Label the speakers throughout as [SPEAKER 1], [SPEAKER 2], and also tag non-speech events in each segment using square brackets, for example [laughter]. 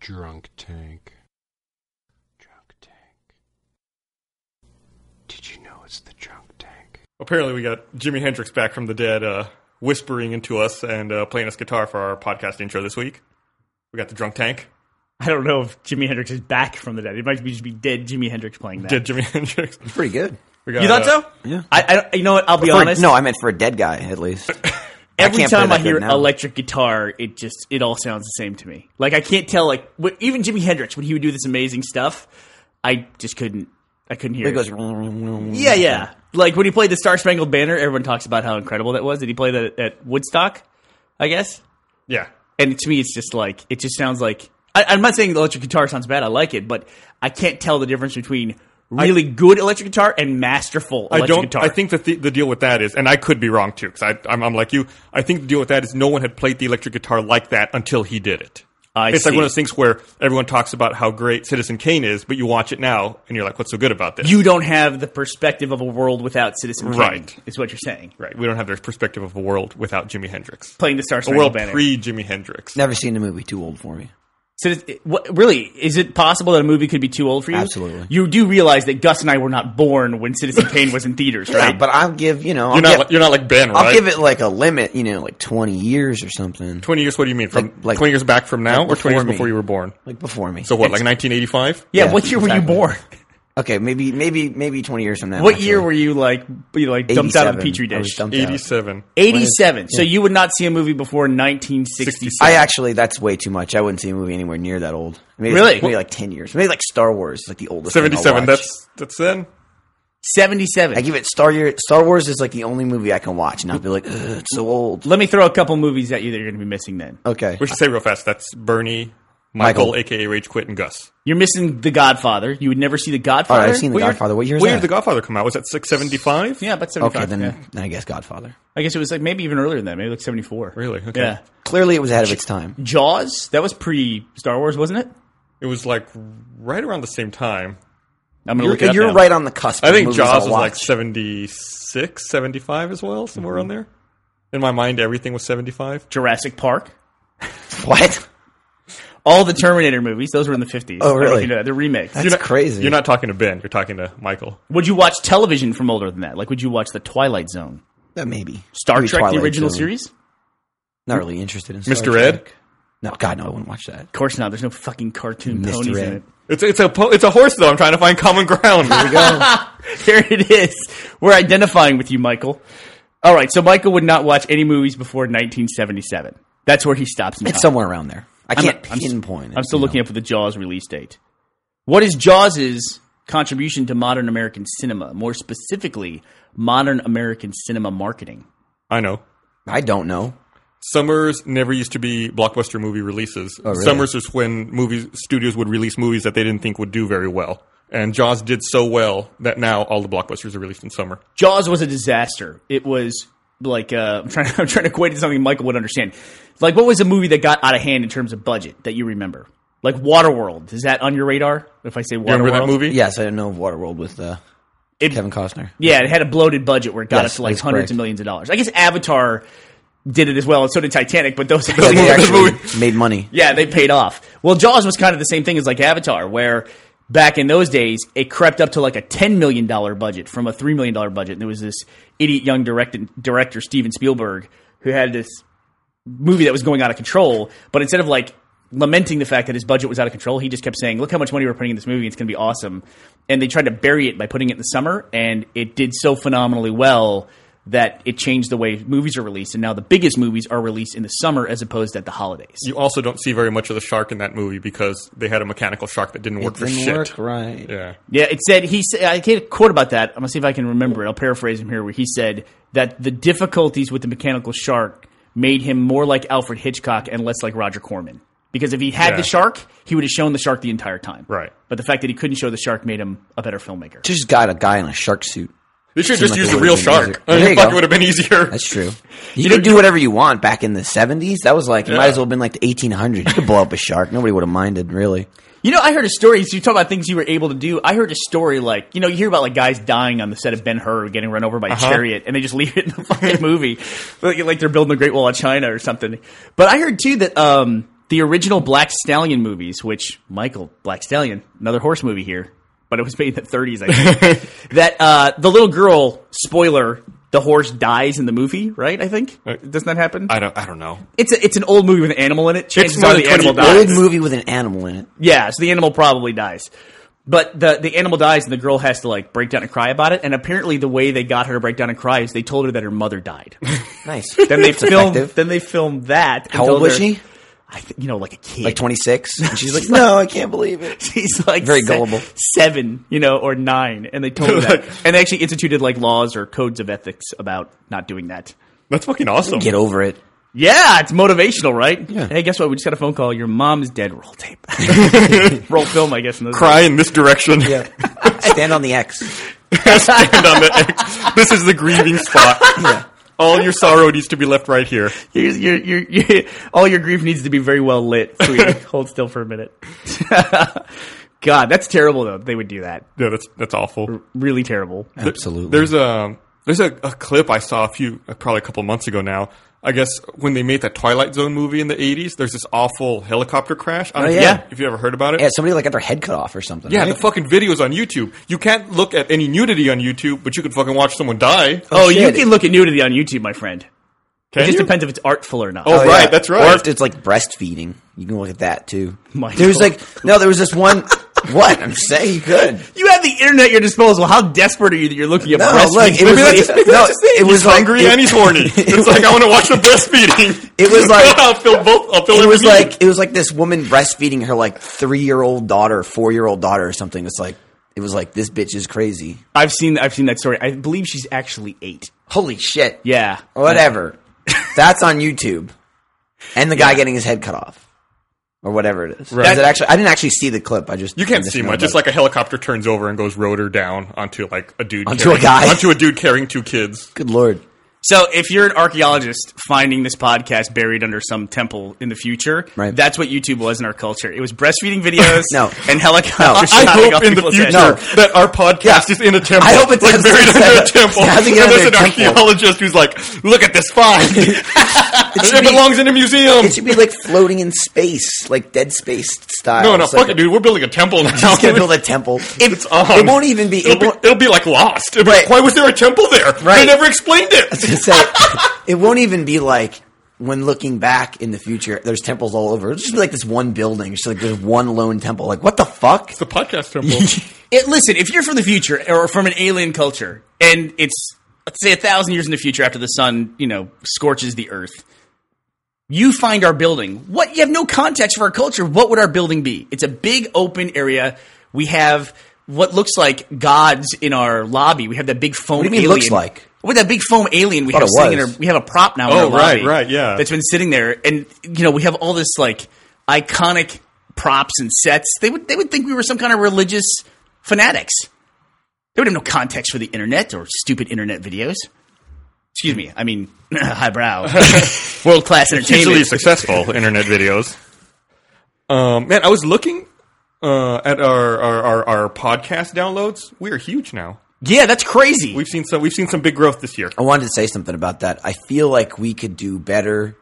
[SPEAKER 1] Drunk Tank. Drunk Tank. Did you know it's the Drunk Tank?
[SPEAKER 2] Apparently, we got Jimi Hendrix back from the dead, uh, whispering into us and uh, playing us guitar for our podcast intro this week. We got the drunk tank.
[SPEAKER 3] I don't know if Jimi Hendrix is back from the dead. It might be just be dead Jimi Hendrix playing that.
[SPEAKER 2] Dead Jimi [laughs] Hendrix.
[SPEAKER 4] Pretty good.
[SPEAKER 2] We got,
[SPEAKER 3] You thought
[SPEAKER 2] uh,
[SPEAKER 3] so? Yeah. I, I you know what? I'll be
[SPEAKER 4] For-
[SPEAKER 3] honest.
[SPEAKER 4] no, I meant for a dead guy
[SPEAKER 2] [laughs]
[SPEAKER 4] at least.
[SPEAKER 3] every
[SPEAKER 4] can't play
[SPEAKER 3] time I
[SPEAKER 4] that
[SPEAKER 3] hear
[SPEAKER 4] good now.
[SPEAKER 3] electric guitar, it just it all sounds the same to me. Like I can't tell. Like what, even Jimi Hendrix when he would do this amazing stuff, I just couldn't. I couldn't hear.
[SPEAKER 4] it goes.
[SPEAKER 3] Yeah, yeah. Like when he played the Star Spangled Banner, everyone talks about how incredible that was. Did he play that at Woodstock? I guess.
[SPEAKER 2] Yeah.
[SPEAKER 3] And to me, it's just like it just sounds like. I, I'm not saying the electric guitar sounds bad. I like it, but I can't tell the difference between really good electric guitar and masterful
[SPEAKER 2] I
[SPEAKER 3] electric
[SPEAKER 2] don't.
[SPEAKER 3] guitar.
[SPEAKER 2] I think that the, the deal with that is, and I could be wrong too, because I'm, I'm like you. I think the deal with that is no one had played the electric guitar like that until he did it.
[SPEAKER 3] I
[SPEAKER 2] it's
[SPEAKER 3] see.
[SPEAKER 2] like one of those things where everyone talks about how great Citizen Kane is, but you watch it now and you're like, "What's so good about this?"
[SPEAKER 3] you don't have the perspective of a world without Citizen Kane.
[SPEAKER 2] Right.
[SPEAKER 3] Is what you're saying.
[SPEAKER 2] right? We don't have their perspective of a world without Jimi Hendrix.
[SPEAKER 3] Playing the Star
[SPEAKER 2] A
[SPEAKER 3] Spangled
[SPEAKER 2] world
[SPEAKER 3] Banner.
[SPEAKER 2] pre Jimi Hendrix.
[SPEAKER 4] Never seen the movie. Too old for me.
[SPEAKER 3] Citi- what, really, is it possible that a movie could be too old for you?
[SPEAKER 4] Absolutely.
[SPEAKER 3] You do realize that Gus and I were not born when Citizen Kane was in theaters, right?
[SPEAKER 4] [laughs] Yeah, but I'll give you know. I'll,
[SPEAKER 2] You're not.
[SPEAKER 4] give,
[SPEAKER 2] like, you're not like Ben,
[SPEAKER 4] I'll
[SPEAKER 2] right?
[SPEAKER 4] give it like a limit. You know, like twenty years or something.
[SPEAKER 2] Twenty years. What do you mean? From
[SPEAKER 4] Like- like-
[SPEAKER 2] twenty years back from now,
[SPEAKER 4] like
[SPEAKER 2] or twenty years
[SPEAKER 4] before me.
[SPEAKER 2] before you were born?
[SPEAKER 4] Like before me.
[SPEAKER 2] So what? Like 1985?
[SPEAKER 3] yeah,
[SPEAKER 4] yeah,
[SPEAKER 3] what year were
[SPEAKER 4] exactly.
[SPEAKER 3] you
[SPEAKER 4] [laughs]
[SPEAKER 3] born?
[SPEAKER 4] okay, maybe maybe maybe twenty years from now.
[SPEAKER 3] What
[SPEAKER 4] actually.
[SPEAKER 3] year were you like you like dumped out of the
[SPEAKER 4] 87.
[SPEAKER 3] petri
[SPEAKER 4] I was
[SPEAKER 3] dish?
[SPEAKER 4] dumped out.
[SPEAKER 2] 87.
[SPEAKER 3] 87. So you would not see a movie before 1966.
[SPEAKER 4] I actually, that's way too much. I wouldn't see a movie anywhere near that old. Maybe
[SPEAKER 3] Really?
[SPEAKER 4] Like, maybe like ten years. Maybe like Star Wars, like the oldest. thing I'll
[SPEAKER 2] 77.
[SPEAKER 4] watch.
[SPEAKER 2] That's that's then.
[SPEAKER 3] 77.
[SPEAKER 4] I give it Star Year. Star Wars is like the only movie I can watch, and I'll be like, Ugh, it's so old.
[SPEAKER 3] Let me throw a couple movies at you that you're going to be missing then.
[SPEAKER 4] Okay,
[SPEAKER 2] We should say real fast. That's Bernie, Michael,
[SPEAKER 4] Michael.
[SPEAKER 2] aka Rage Quit, and Gus.
[SPEAKER 3] You're missing The Godfather. You would never see The
[SPEAKER 4] all
[SPEAKER 3] Godfather.
[SPEAKER 4] right. I've seen The
[SPEAKER 2] What year-
[SPEAKER 4] Godfather. What year is
[SPEAKER 2] Where did
[SPEAKER 4] that?
[SPEAKER 2] The Godfather come out? Was that 675?
[SPEAKER 3] yeah, about 75.
[SPEAKER 4] okay, then
[SPEAKER 3] yeah.
[SPEAKER 4] then I guess Godfather.
[SPEAKER 3] I guess it was like maybe even earlier than that. Maybe like 74.
[SPEAKER 2] Really? Okay.
[SPEAKER 3] Yeah.
[SPEAKER 4] Clearly, it was ahead of its time.
[SPEAKER 3] Jaws. That was pre Star Wars, wasn't it?
[SPEAKER 2] It was like right around the same time.
[SPEAKER 3] I'm gonna
[SPEAKER 4] You're,
[SPEAKER 3] look it up
[SPEAKER 4] you're
[SPEAKER 3] now.
[SPEAKER 4] right on the cusp.
[SPEAKER 2] I
[SPEAKER 4] of
[SPEAKER 2] think
[SPEAKER 4] movies
[SPEAKER 2] Jaws
[SPEAKER 4] I'll
[SPEAKER 2] was like
[SPEAKER 4] watch.
[SPEAKER 2] 76, 75 as well, somewhere around
[SPEAKER 4] Mm-hmm.
[SPEAKER 2] there. In my mind, everything was 75.
[SPEAKER 3] Jurassic Park.
[SPEAKER 4] [laughs] what?
[SPEAKER 3] All the Terminator movies. Those were in the 50s. I don't
[SPEAKER 4] Oh,
[SPEAKER 3] know if
[SPEAKER 4] really?
[SPEAKER 3] You know that. They're remakes.
[SPEAKER 4] That's crazy.
[SPEAKER 2] You're not talking to Ben. You're talking to Michael.
[SPEAKER 3] Would you watch television from older than that? Like, would you watch The Twilight Zone?
[SPEAKER 4] Uh, maybe
[SPEAKER 3] Star
[SPEAKER 4] Maybe
[SPEAKER 3] Trek,
[SPEAKER 4] Twilight
[SPEAKER 3] the original
[SPEAKER 4] Zone.
[SPEAKER 3] series? Of
[SPEAKER 4] Not really interested in Star
[SPEAKER 2] Mr. Ed?
[SPEAKER 4] Trek. No, God, no, I wouldn't
[SPEAKER 3] [laughs]
[SPEAKER 4] watch that.
[SPEAKER 3] course not. There's no fucking cartoon
[SPEAKER 4] Mr.
[SPEAKER 3] ponies in
[SPEAKER 4] Ed.
[SPEAKER 3] it.
[SPEAKER 2] It's, it's, a, po- it's a horse, though. I'm trying to find common
[SPEAKER 4] [laughs]
[SPEAKER 2] ground. Here we go.
[SPEAKER 3] [laughs] There it is. We're identifying with you, Michael. All right, so Michael would not watch any movies before 1977. That's where he stops. in
[SPEAKER 4] It's
[SPEAKER 3] time.
[SPEAKER 4] somewhere around there. I
[SPEAKER 3] I'm-
[SPEAKER 4] can't
[SPEAKER 3] I'm s-
[SPEAKER 4] pinpoint. it,
[SPEAKER 3] I'm still
[SPEAKER 4] you
[SPEAKER 3] looking up for the Jaws release date. What is Jaws's contribution to modern American cinema, more specifically, modern American cinema marketing?
[SPEAKER 2] I know.
[SPEAKER 4] know. I don't know.
[SPEAKER 2] Summers never used to be blockbuster movie releases.
[SPEAKER 4] Oh, really?
[SPEAKER 2] Summers is when movies studios would release movies that they didn't think would do very well. And Jaws did so well that now all the blockbusters are released in summer.
[SPEAKER 3] Jaws was a disaster. It was like uh, [laughs] I'm trying. I'm trying to equate it to something Michael would understand. Like, what was a movie that got out of hand in terms of budget that you remember? Like Waterworld. Is that on your radar? If I say Waterworld,
[SPEAKER 2] You remember that movie?
[SPEAKER 4] Yes, I don't know of Waterworld with uh,
[SPEAKER 3] It-
[SPEAKER 4] Kevin
[SPEAKER 3] [laughs]
[SPEAKER 4] Costner.
[SPEAKER 3] Yeah, it had a bloated budget where it got
[SPEAKER 4] Yes,
[SPEAKER 3] us to like
[SPEAKER 4] that's
[SPEAKER 3] hundreds
[SPEAKER 4] correct.
[SPEAKER 3] of millions of dollars. I guess Avatar did it as well, and so did Titanic. But [laughs] those
[SPEAKER 4] But
[SPEAKER 3] actually-
[SPEAKER 4] they actually made money.
[SPEAKER 3] yeah, they paid off. Well, Jaws was kind of the same thing as like Avatar, where back in those days it crept up to like a ten million dollar budget from a three million dollar budget, and there was this idiot young direct- director Steven Spielberg who had this movie that was going out of control, but instead of like lamenting the fact that his budget was out of control, he just kept saying, "Look how much money we're putting in this movie; it's going to be awesome." And they tried to bury it by putting it in the summer, and it did so phenomenally well that it changed the way movies are released. And now the biggest movies are released in the summer as opposed to at the holidays.
[SPEAKER 2] You also don't see very much of the shark in that movie because they had a mechanical shark that didn't work
[SPEAKER 4] It
[SPEAKER 2] for
[SPEAKER 4] didn't
[SPEAKER 2] shit.
[SPEAKER 4] work right.
[SPEAKER 2] Yeah.
[SPEAKER 3] Yeah, it said he. sa- I get a quote about that. I'm gonna see if I can remember it. I'll paraphrase him here, where he said that the difficulties with the mechanical shark made him more like Alfred Hitchcock and less like Roger Corman. Because if he had
[SPEAKER 2] Yeah.
[SPEAKER 3] the shark, he would have shown the shark the entire time.
[SPEAKER 2] Right.
[SPEAKER 3] But the fact that he couldn't show the shark made him a better filmmaker.
[SPEAKER 4] Just got a guy in a shark suit.
[SPEAKER 2] They should just
[SPEAKER 4] like
[SPEAKER 2] use
[SPEAKER 4] it
[SPEAKER 2] the
[SPEAKER 4] would've
[SPEAKER 2] real
[SPEAKER 4] been
[SPEAKER 2] shark.
[SPEAKER 4] easier.
[SPEAKER 2] I mean,
[SPEAKER 4] There you
[SPEAKER 2] fuck, [laughs]
[SPEAKER 4] go.
[SPEAKER 2] it would have been easier.
[SPEAKER 4] That's true. You could do whatever you want back in the 70s. That was like, it might as well have been like the 1800s. You could blow up a shark. Nobody would have minded, really.
[SPEAKER 3] You know, I heard a story. So you talk about things you were able to do. I heard a story like you know you hear about like guys dying on the set of Ben Hur getting run over by
[SPEAKER 2] Uh-huh.
[SPEAKER 3] a chariot, and they just leave it
[SPEAKER 2] [laughs]
[SPEAKER 3] in the fucking movie, like, like they're building the Great Wall of China or something. But I heard too that um, the original Black Stallion movies, which Michael Black Stallion, another horse movie here, but it was made in the 30s,
[SPEAKER 2] [laughs]
[SPEAKER 3] I think. that uh, the little girl, spoiler, the horse dies in the movie, right? I think doesn't that happen?
[SPEAKER 2] Uh, I don't. I don't know.
[SPEAKER 3] it's a, it's an old movie with an animal in it. Chances
[SPEAKER 2] more
[SPEAKER 3] are
[SPEAKER 2] than
[SPEAKER 3] the animal
[SPEAKER 2] 20
[SPEAKER 3] dies.
[SPEAKER 4] Old movie with an animal in it.
[SPEAKER 3] Yeah, so the animal probably dies. But the the animal dies and the girl has to like break down and cry about it. And apparently the way they got her to break down and cry is they told her that her mother died.
[SPEAKER 4] Nice.
[SPEAKER 3] Then
[SPEAKER 4] [laughs]
[SPEAKER 3] they
[SPEAKER 4] It's
[SPEAKER 3] filmed
[SPEAKER 4] effective.
[SPEAKER 3] then they filmed that. and
[SPEAKER 4] How old
[SPEAKER 3] told
[SPEAKER 4] was
[SPEAKER 3] her-
[SPEAKER 4] she?
[SPEAKER 3] I think you know, like a kid. [laughs]
[SPEAKER 4] Like 26. And
[SPEAKER 2] [laughs]
[SPEAKER 4] she's like, no, I can't believe it.
[SPEAKER 3] She's like
[SPEAKER 4] Very
[SPEAKER 3] se-
[SPEAKER 4] gullible.
[SPEAKER 3] seven, you know, or nine, and they told her
[SPEAKER 4] [laughs]
[SPEAKER 3] that. And they actually instituted like laws or codes of ethics about not doing that.
[SPEAKER 2] [laughs] That's fucking awesome.
[SPEAKER 4] Get over it.
[SPEAKER 3] Yeah, it's motivational, right?
[SPEAKER 4] Yeah.
[SPEAKER 3] Hey, guess what? We just got a phone call. Your mom's dead. Roll
[SPEAKER 4] [laughs]
[SPEAKER 3] tape. Roll film, I guess. In those
[SPEAKER 2] Cry in this direction.
[SPEAKER 4] Yeah. Stand on the X.
[SPEAKER 2] [laughs] Stand on the
[SPEAKER 4] [laughs]
[SPEAKER 2] X. This is the grieving spot. All your sorrow needs to be left right here.
[SPEAKER 3] Your- your- your- [laughs] your- all your grief needs to be very well lit.
[SPEAKER 4] [laughs]
[SPEAKER 3] Sweetie. Hold still for a minute. [laughs] God, that's terrible though. They would do that.
[SPEAKER 2] Yeah, that's that's awful.
[SPEAKER 3] Really terrible. Oh,
[SPEAKER 4] Absolutely.
[SPEAKER 2] There's a there's a, a clip I saw a few uh, probably a couple months ago now. I guess when they made that Twilight Zone movie in the 80s, there's this awful helicopter crash. I don't
[SPEAKER 4] Oh,
[SPEAKER 2] know if
[SPEAKER 4] yeah.
[SPEAKER 2] you- if you ever heard about it.
[SPEAKER 4] yeah, somebody like got their head cut off or something.
[SPEAKER 2] Yeah,
[SPEAKER 4] right?
[SPEAKER 2] the fucking video's on YouTube. You can't look at any nudity on YouTube, but you can fucking watch someone die.
[SPEAKER 3] Oh, you
[SPEAKER 4] shit.
[SPEAKER 3] can look at nudity on YouTube, my friend.
[SPEAKER 2] Can
[SPEAKER 3] It just
[SPEAKER 2] you?
[SPEAKER 3] depends if it's artful or not.
[SPEAKER 2] Oh, right,
[SPEAKER 4] yeah.
[SPEAKER 2] that's
[SPEAKER 4] Or
[SPEAKER 2] right.
[SPEAKER 4] if it's like breastfeeding, you can look at that too.
[SPEAKER 3] Michael.
[SPEAKER 4] There was like no, there was this one. what I'm saying, you could.
[SPEAKER 3] You have the internet at your disposal. How desperate are you that you're looking at
[SPEAKER 4] No,
[SPEAKER 3] breastfeeding?
[SPEAKER 4] look, it
[SPEAKER 2] Maybe
[SPEAKER 4] was
[SPEAKER 2] that's,
[SPEAKER 3] [laughs]
[SPEAKER 4] like-
[SPEAKER 2] maybe
[SPEAKER 4] no,
[SPEAKER 2] that's his thing.
[SPEAKER 4] it was
[SPEAKER 2] He's
[SPEAKER 4] like-
[SPEAKER 2] hungry
[SPEAKER 4] it-
[SPEAKER 2] and he's
[SPEAKER 4] [laughs]
[SPEAKER 2] horny. It's like I want to watch the breastfeeding. [laughs]
[SPEAKER 4] It was like-
[SPEAKER 2] I'll fill both. I'll fill
[SPEAKER 4] It
[SPEAKER 2] every
[SPEAKER 4] was
[SPEAKER 2] need.
[SPEAKER 4] like it was like this woman breastfeeding her like three year old daughter, four year old daughter, or something. It's like it was like this bitch is crazy.
[SPEAKER 3] I've seen I've seen that story. I believe she's actually eight.
[SPEAKER 4] Holy shit.
[SPEAKER 3] Yeah.
[SPEAKER 4] Whatever. That's on YouTube, and the guy getting his head cut off, or whatever it is.
[SPEAKER 2] Right.
[SPEAKER 4] Is it actually? I didn't actually see the clip. I just
[SPEAKER 2] you
[SPEAKER 4] I
[SPEAKER 2] can't
[SPEAKER 4] just
[SPEAKER 2] see
[SPEAKER 4] know
[SPEAKER 2] much.
[SPEAKER 4] about
[SPEAKER 2] It's
[SPEAKER 4] it.
[SPEAKER 2] like a helicopter turns over and goes rotor down onto like a dude
[SPEAKER 4] Onto
[SPEAKER 2] carrying,
[SPEAKER 4] a guy.
[SPEAKER 2] onto a dude carrying two kids.
[SPEAKER 4] good lord.
[SPEAKER 3] So if you're an archaeologist finding this podcast buried under some temple in the future,
[SPEAKER 4] Right.
[SPEAKER 3] that's what YouTube was in our culture. It was breastfeeding videos
[SPEAKER 4] [laughs] No.
[SPEAKER 3] and
[SPEAKER 4] No.
[SPEAKER 3] helicopters.
[SPEAKER 2] I
[SPEAKER 3] shooting off
[SPEAKER 2] hope in the
[SPEAKER 3] people's
[SPEAKER 2] future
[SPEAKER 3] heads.
[SPEAKER 2] that our podcast
[SPEAKER 4] Yeah.
[SPEAKER 2] is in a temple.
[SPEAKER 4] I hope it
[SPEAKER 2] like
[SPEAKER 4] does
[SPEAKER 2] buried
[SPEAKER 4] say
[SPEAKER 2] under a
[SPEAKER 4] that.
[SPEAKER 2] temple.
[SPEAKER 4] It has to
[SPEAKER 2] And
[SPEAKER 4] get under
[SPEAKER 2] there's an
[SPEAKER 4] a temple.
[SPEAKER 2] archaeologist who's like, "Look at this find. it
[SPEAKER 4] should be-
[SPEAKER 2] belongs in a museum."
[SPEAKER 4] It should be like floating in space, like dead space style.
[SPEAKER 2] No, no,
[SPEAKER 4] It's
[SPEAKER 2] fuck
[SPEAKER 4] like
[SPEAKER 2] it, dude. We're building a temple now.
[SPEAKER 4] It's gonna build a temple.
[SPEAKER 2] [laughs] It's on.
[SPEAKER 4] It won't even be.
[SPEAKER 2] It'll,
[SPEAKER 4] It
[SPEAKER 2] be,
[SPEAKER 4] won't,
[SPEAKER 2] it'll be like lost. It'll be
[SPEAKER 4] Right.
[SPEAKER 2] like, Why was there a temple there? They
[SPEAKER 4] Right.
[SPEAKER 2] never explained it.
[SPEAKER 4] to say, it won't even be like when looking back in the future. There's temples all over. It'll just be like this one building. Just like there's one lone temple. Like what the fuck?
[SPEAKER 2] It's a podcast
[SPEAKER 4] [laughs]
[SPEAKER 2] temple.
[SPEAKER 3] [laughs] It, listen, if you're from the future or from an alien culture, and it's let's say a thousand years in the future after the sun, you know, scorches the Earth, you find our building. What you have no context for our culture. What would our building be? It's a big open area. We have what looks like gods in our lobby. We have that big foam. What
[SPEAKER 4] do you mean
[SPEAKER 3] alien.
[SPEAKER 4] looks like?
[SPEAKER 3] With that big foam alien we
[SPEAKER 4] Thought
[SPEAKER 3] have
[SPEAKER 4] it
[SPEAKER 3] sitting in our,
[SPEAKER 4] was.
[SPEAKER 3] we have a prop now. in
[SPEAKER 2] Oh,
[SPEAKER 3] our lobby
[SPEAKER 2] right, right, yeah.
[SPEAKER 3] That's been sitting there, and you know we have all this like iconic props and sets. They would they would think we were some kind of religious fanatics. They would have no context for the internet or stupid internet videos. Excuse me, I mean [laughs]
[SPEAKER 4] [laughs]
[SPEAKER 3] highbrow, world class
[SPEAKER 2] Usually
[SPEAKER 3] entertainment.
[SPEAKER 2] successful internet videos. Um, man, I was looking uh, at our, our, our, our podcast downloads. We are huge now.
[SPEAKER 3] Yeah, that's crazy.
[SPEAKER 2] We've seen some. We've seen some big growth this year.
[SPEAKER 4] I wanted to say something about that. I feel like we could do better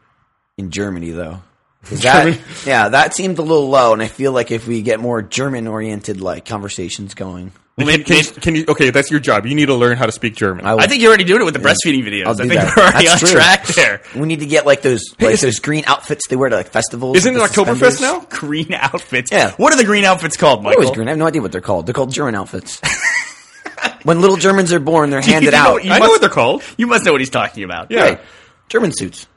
[SPEAKER 4] in Germany though. 'Cause That,
[SPEAKER 2] Germany?
[SPEAKER 4] [laughs] yeah, that seemed a little low, and I feel like if we get more German-oriented like conversations going,
[SPEAKER 2] Can, can, can you? Okay, that's your job. You need to learn how to speak German.
[SPEAKER 4] I will
[SPEAKER 3] I think you're already doing it with the breastfeeding videos.
[SPEAKER 4] I'll
[SPEAKER 3] I
[SPEAKER 4] do
[SPEAKER 3] think
[SPEAKER 4] that.
[SPEAKER 3] we're already
[SPEAKER 4] That's
[SPEAKER 3] on
[SPEAKER 4] true.
[SPEAKER 3] track there. [laughs]
[SPEAKER 4] We need to get like those like
[SPEAKER 2] is-
[SPEAKER 4] those green outfits they wear to like festivals.
[SPEAKER 2] Isn't it
[SPEAKER 4] with the
[SPEAKER 2] Oktoberfest
[SPEAKER 4] suspenders.
[SPEAKER 2] now?
[SPEAKER 3] Green outfits.
[SPEAKER 4] Yeah.
[SPEAKER 3] What are the green outfits called,
[SPEAKER 4] They're
[SPEAKER 3] Michael?
[SPEAKER 4] always green. I have no idea what they're called. They're called German
[SPEAKER 2] [laughs]
[SPEAKER 4] outfits. when little Germans are born, they're handed
[SPEAKER 3] know
[SPEAKER 4] out.
[SPEAKER 3] what you-
[SPEAKER 2] I know
[SPEAKER 3] must-
[SPEAKER 2] what they're called.
[SPEAKER 3] You must know what he's talking about.
[SPEAKER 2] Yeah.
[SPEAKER 4] Right. German suits.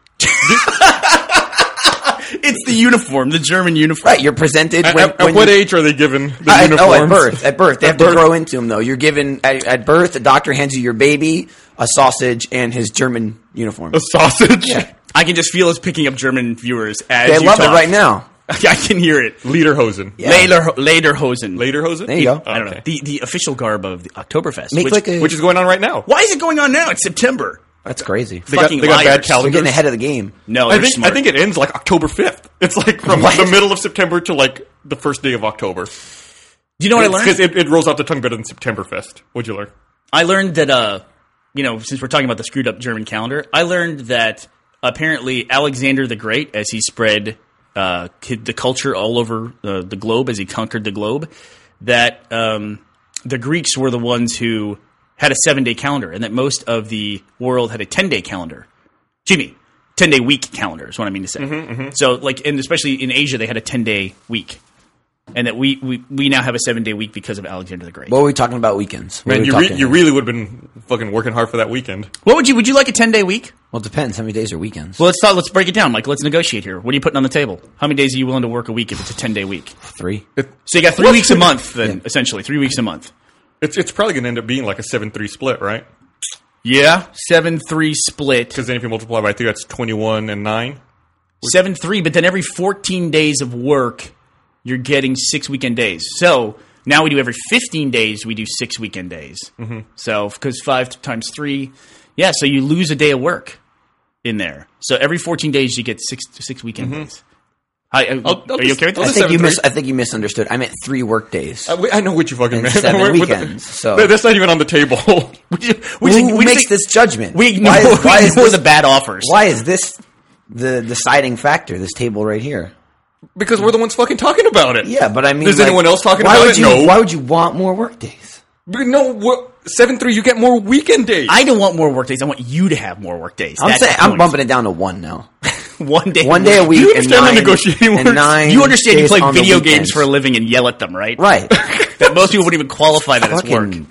[SPEAKER 3] It's the uniform, the German uniform.
[SPEAKER 4] Right. You're presented
[SPEAKER 2] At,
[SPEAKER 4] when,
[SPEAKER 2] at- at
[SPEAKER 4] when
[SPEAKER 2] what
[SPEAKER 4] you,
[SPEAKER 2] age are they given the
[SPEAKER 4] at-
[SPEAKER 2] uniforms?
[SPEAKER 4] oh, at birth. At birth, they
[SPEAKER 2] At
[SPEAKER 4] have to
[SPEAKER 2] birth.
[SPEAKER 4] grow into them though. You're given at, at birth. The doctor hands you your baby, a sausage, and his German
[SPEAKER 2] [laughs]
[SPEAKER 4] uniform.
[SPEAKER 2] A sausage.
[SPEAKER 3] I can just feel us picking up German viewers as
[SPEAKER 4] They
[SPEAKER 3] you
[SPEAKER 4] love
[SPEAKER 3] talk.
[SPEAKER 4] it
[SPEAKER 3] [laughs]
[SPEAKER 4] right now.
[SPEAKER 3] I can hear it.
[SPEAKER 2] Lederhosen.
[SPEAKER 4] Yeah.
[SPEAKER 3] Later, Lederhosen.
[SPEAKER 2] Lederhosen.
[SPEAKER 4] There you go.
[SPEAKER 3] I don't know.
[SPEAKER 2] Oh, Okay.
[SPEAKER 3] The the official garb of the Oktoberfest.
[SPEAKER 4] Make
[SPEAKER 3] which,
[SPEAKER 4] like a-
[SPEAKER 2] Which is going on right now.
[SPEAKER 3] why is it going on now? It's September.
[SPEAKER 4] That's crazy.
[SPEAKER 2] They got,
[SPEAKER 3] Fucking
[SPEAKER 2] they got
[SPEAKER 3] liars.
[SPEAKER 2] bad
[SPEAKER 4] We're
[SPEAKER 2] calendars.
[SPEAKER 4] getting ahead of the game.
[SPEAKER 3] No,
[SPEAKER 2] I
[SPEAKER 3] they're
[SPEAKER 2] think
[SPEAKER 3] smart.
[SPEAKER 2] I think it ends like October fifth. It's like from
[SPEAKER 4] What?
[SPEAKER 2] the middle of September to like the first day of October.
[SPEAKER 3] Do you know what I learned?
[SPEAKER 2] Because it, it rolls off the tongue better than Septemberfest. What'd you learn?
[SPEAKER 3] I learned that uh, you know, since we're talking about the screwed up German calendar, I learned that apparently Alexander the Great, as he spread uh, kid- the culture all over uh, the globe as he conquered the globe. That um, the Greeks were the ones who had a seven day calendar, and that most of the world had a ten day calendar. Excuse me, ten day week calendar is what I mean to say. So, like, and especially in Asia, they had a ten day week, and that we, we we now have a seven day week because of Alexander the Great.
[SPEAKER 4] What were we talking about weekends?
[SPEAKER 2] Man,
[SPEAKER 4] What were we
[SPEAKER 2] you, re-
[SPEAKER 4] talking-
[SPEAKER 2] you really would have been fucking working hard for that weekend.
[SPEAKER 3] What would you would you like a ten day week?
[SPEAKER 4] well, it depends. How many days are weekends?
[SPEAKER 3] Well, let's talk, let's break it down, Mike. Let's negotiate here. What are you putting on the table? How many days are you willing to work a week if it's a ten day week?
[SPEAKER 4] Three.
[SPEAKER 3] So you got three weeks a month, then essentially three weeks a month.
[SPEAKER 2] It's it's probably going to end up being like a seven three split, right?
[SPEAKER 3] Yeah, seven three split,
[SPEAKER 2] Because then if you multiply by three, that's twenty one and nine.
[SPEAKER 3] seven three. But then every fourteen days of work, you're getting six weekend days. So now we do every fifteen days, we do six weekend days. Mm-hmm. So because five times three, yeah, so you lose a day of work in there. So every fourteen days, you get six six weekend
[SPEAKER 4] Mm-hmm.
[SPEAKER 3] days. Hi, uh,
[SPEAKER 2] I'll
[SPEAKER 3] are you
[SPEAKER 2] just-
[SPEAKER 3] okay with
[SPEAKER 2] I'll
[SPEAKER 3] that?
[SPEAKER 4] I think you
[SPEAKER 2] seven,
[SPEAKER 4] mis-
[SPEAKER 2] three.
[SPEAKER 4] I think you misunderstood. I meant three work days.
[SPEAKER 2] I, Uh, we- I know what you fucking
[SPEAKER 4] And
[SPEAKER 2] meant. [laughs]
[SPEAKER 4] seven
[SPEAKER 2] We're- we're-
[SPEAKER 4] weekends, so-
[SPEAKER 2] That- that's not even on the table. [laughs]
[SPEAKER 3] We
[SPEAKER 4] Who
[SPEAKER 3] just- we
[SPEAKER 4] makes
[SPEAKER 3] just-
[SPEAKER 4] this judgment?
[SPEAKER 3] We ignore,
[SPEAKER 4] why is, why
[SPEAKER 3] [laughs] we
[SPEAKER 4] is
[SPEAKER 3] ignore
[SPEAKER 4] this,
[SPEAKER 3] the bad offers.
[SPEAKER 4] why is this the deciding factor? This table right here.
[SPEAKER 2] because we're the ones fucking talking about it.
[SPEAKER 4] Yeah, but I mean,
[SPEAKER 2] is
[SPEAKER 4] like,
[SPEAKER 2] anyone else talking
[SPEAKER 4] why
[SPEAKER 2] about
[SPEAKER 4] would
[SPEAKER 2] it?
[SPEAKER 4] You,
[SPEAKER 2] no,
[SPEAKER 4] Why would you want more work days?
[SPEAKER 2] But no. What, seven three, you get more weekend days.
[SPEAKER 3] I don't want more work days. I want you to have more work days.
[SPEAKER 4] I'm
[SPEAKER 3] That's
[SPEAKER 4] saying
[SPEAKER 3] the
[SPEAKER 4] I'm
[SPEAKER 3] point.
[SPEAKER 4] bumping it down to one now. [laughs]
[SPEAKER 3] one day.
[SPEAKER 4] One day a week.
[SPEAKER 2] you
[SPEAKER 4] and
[SPEAKER 2] understand how
[SPEAKER 4] nine,
[SPEAKER 2] negotiating
[SPEAKER 4] and
[SPEAKER 2] works?
[SPEAKER 4] nine
[SPEAKER 3] You understand? You
[SPEAKER 4] days
[SPEAKER 3] play
[SPEAKER 4] on the
[SPEAKER 3] video
[SPEAKER 4] weekends.
[SPEAKER 3] games for a living and yell at them, right? [laughs]
[SPEAKER 4] right?
[SPEAKER 3] That most people wouldn't even qualify that as work.
[SPEAKER 4] Fucking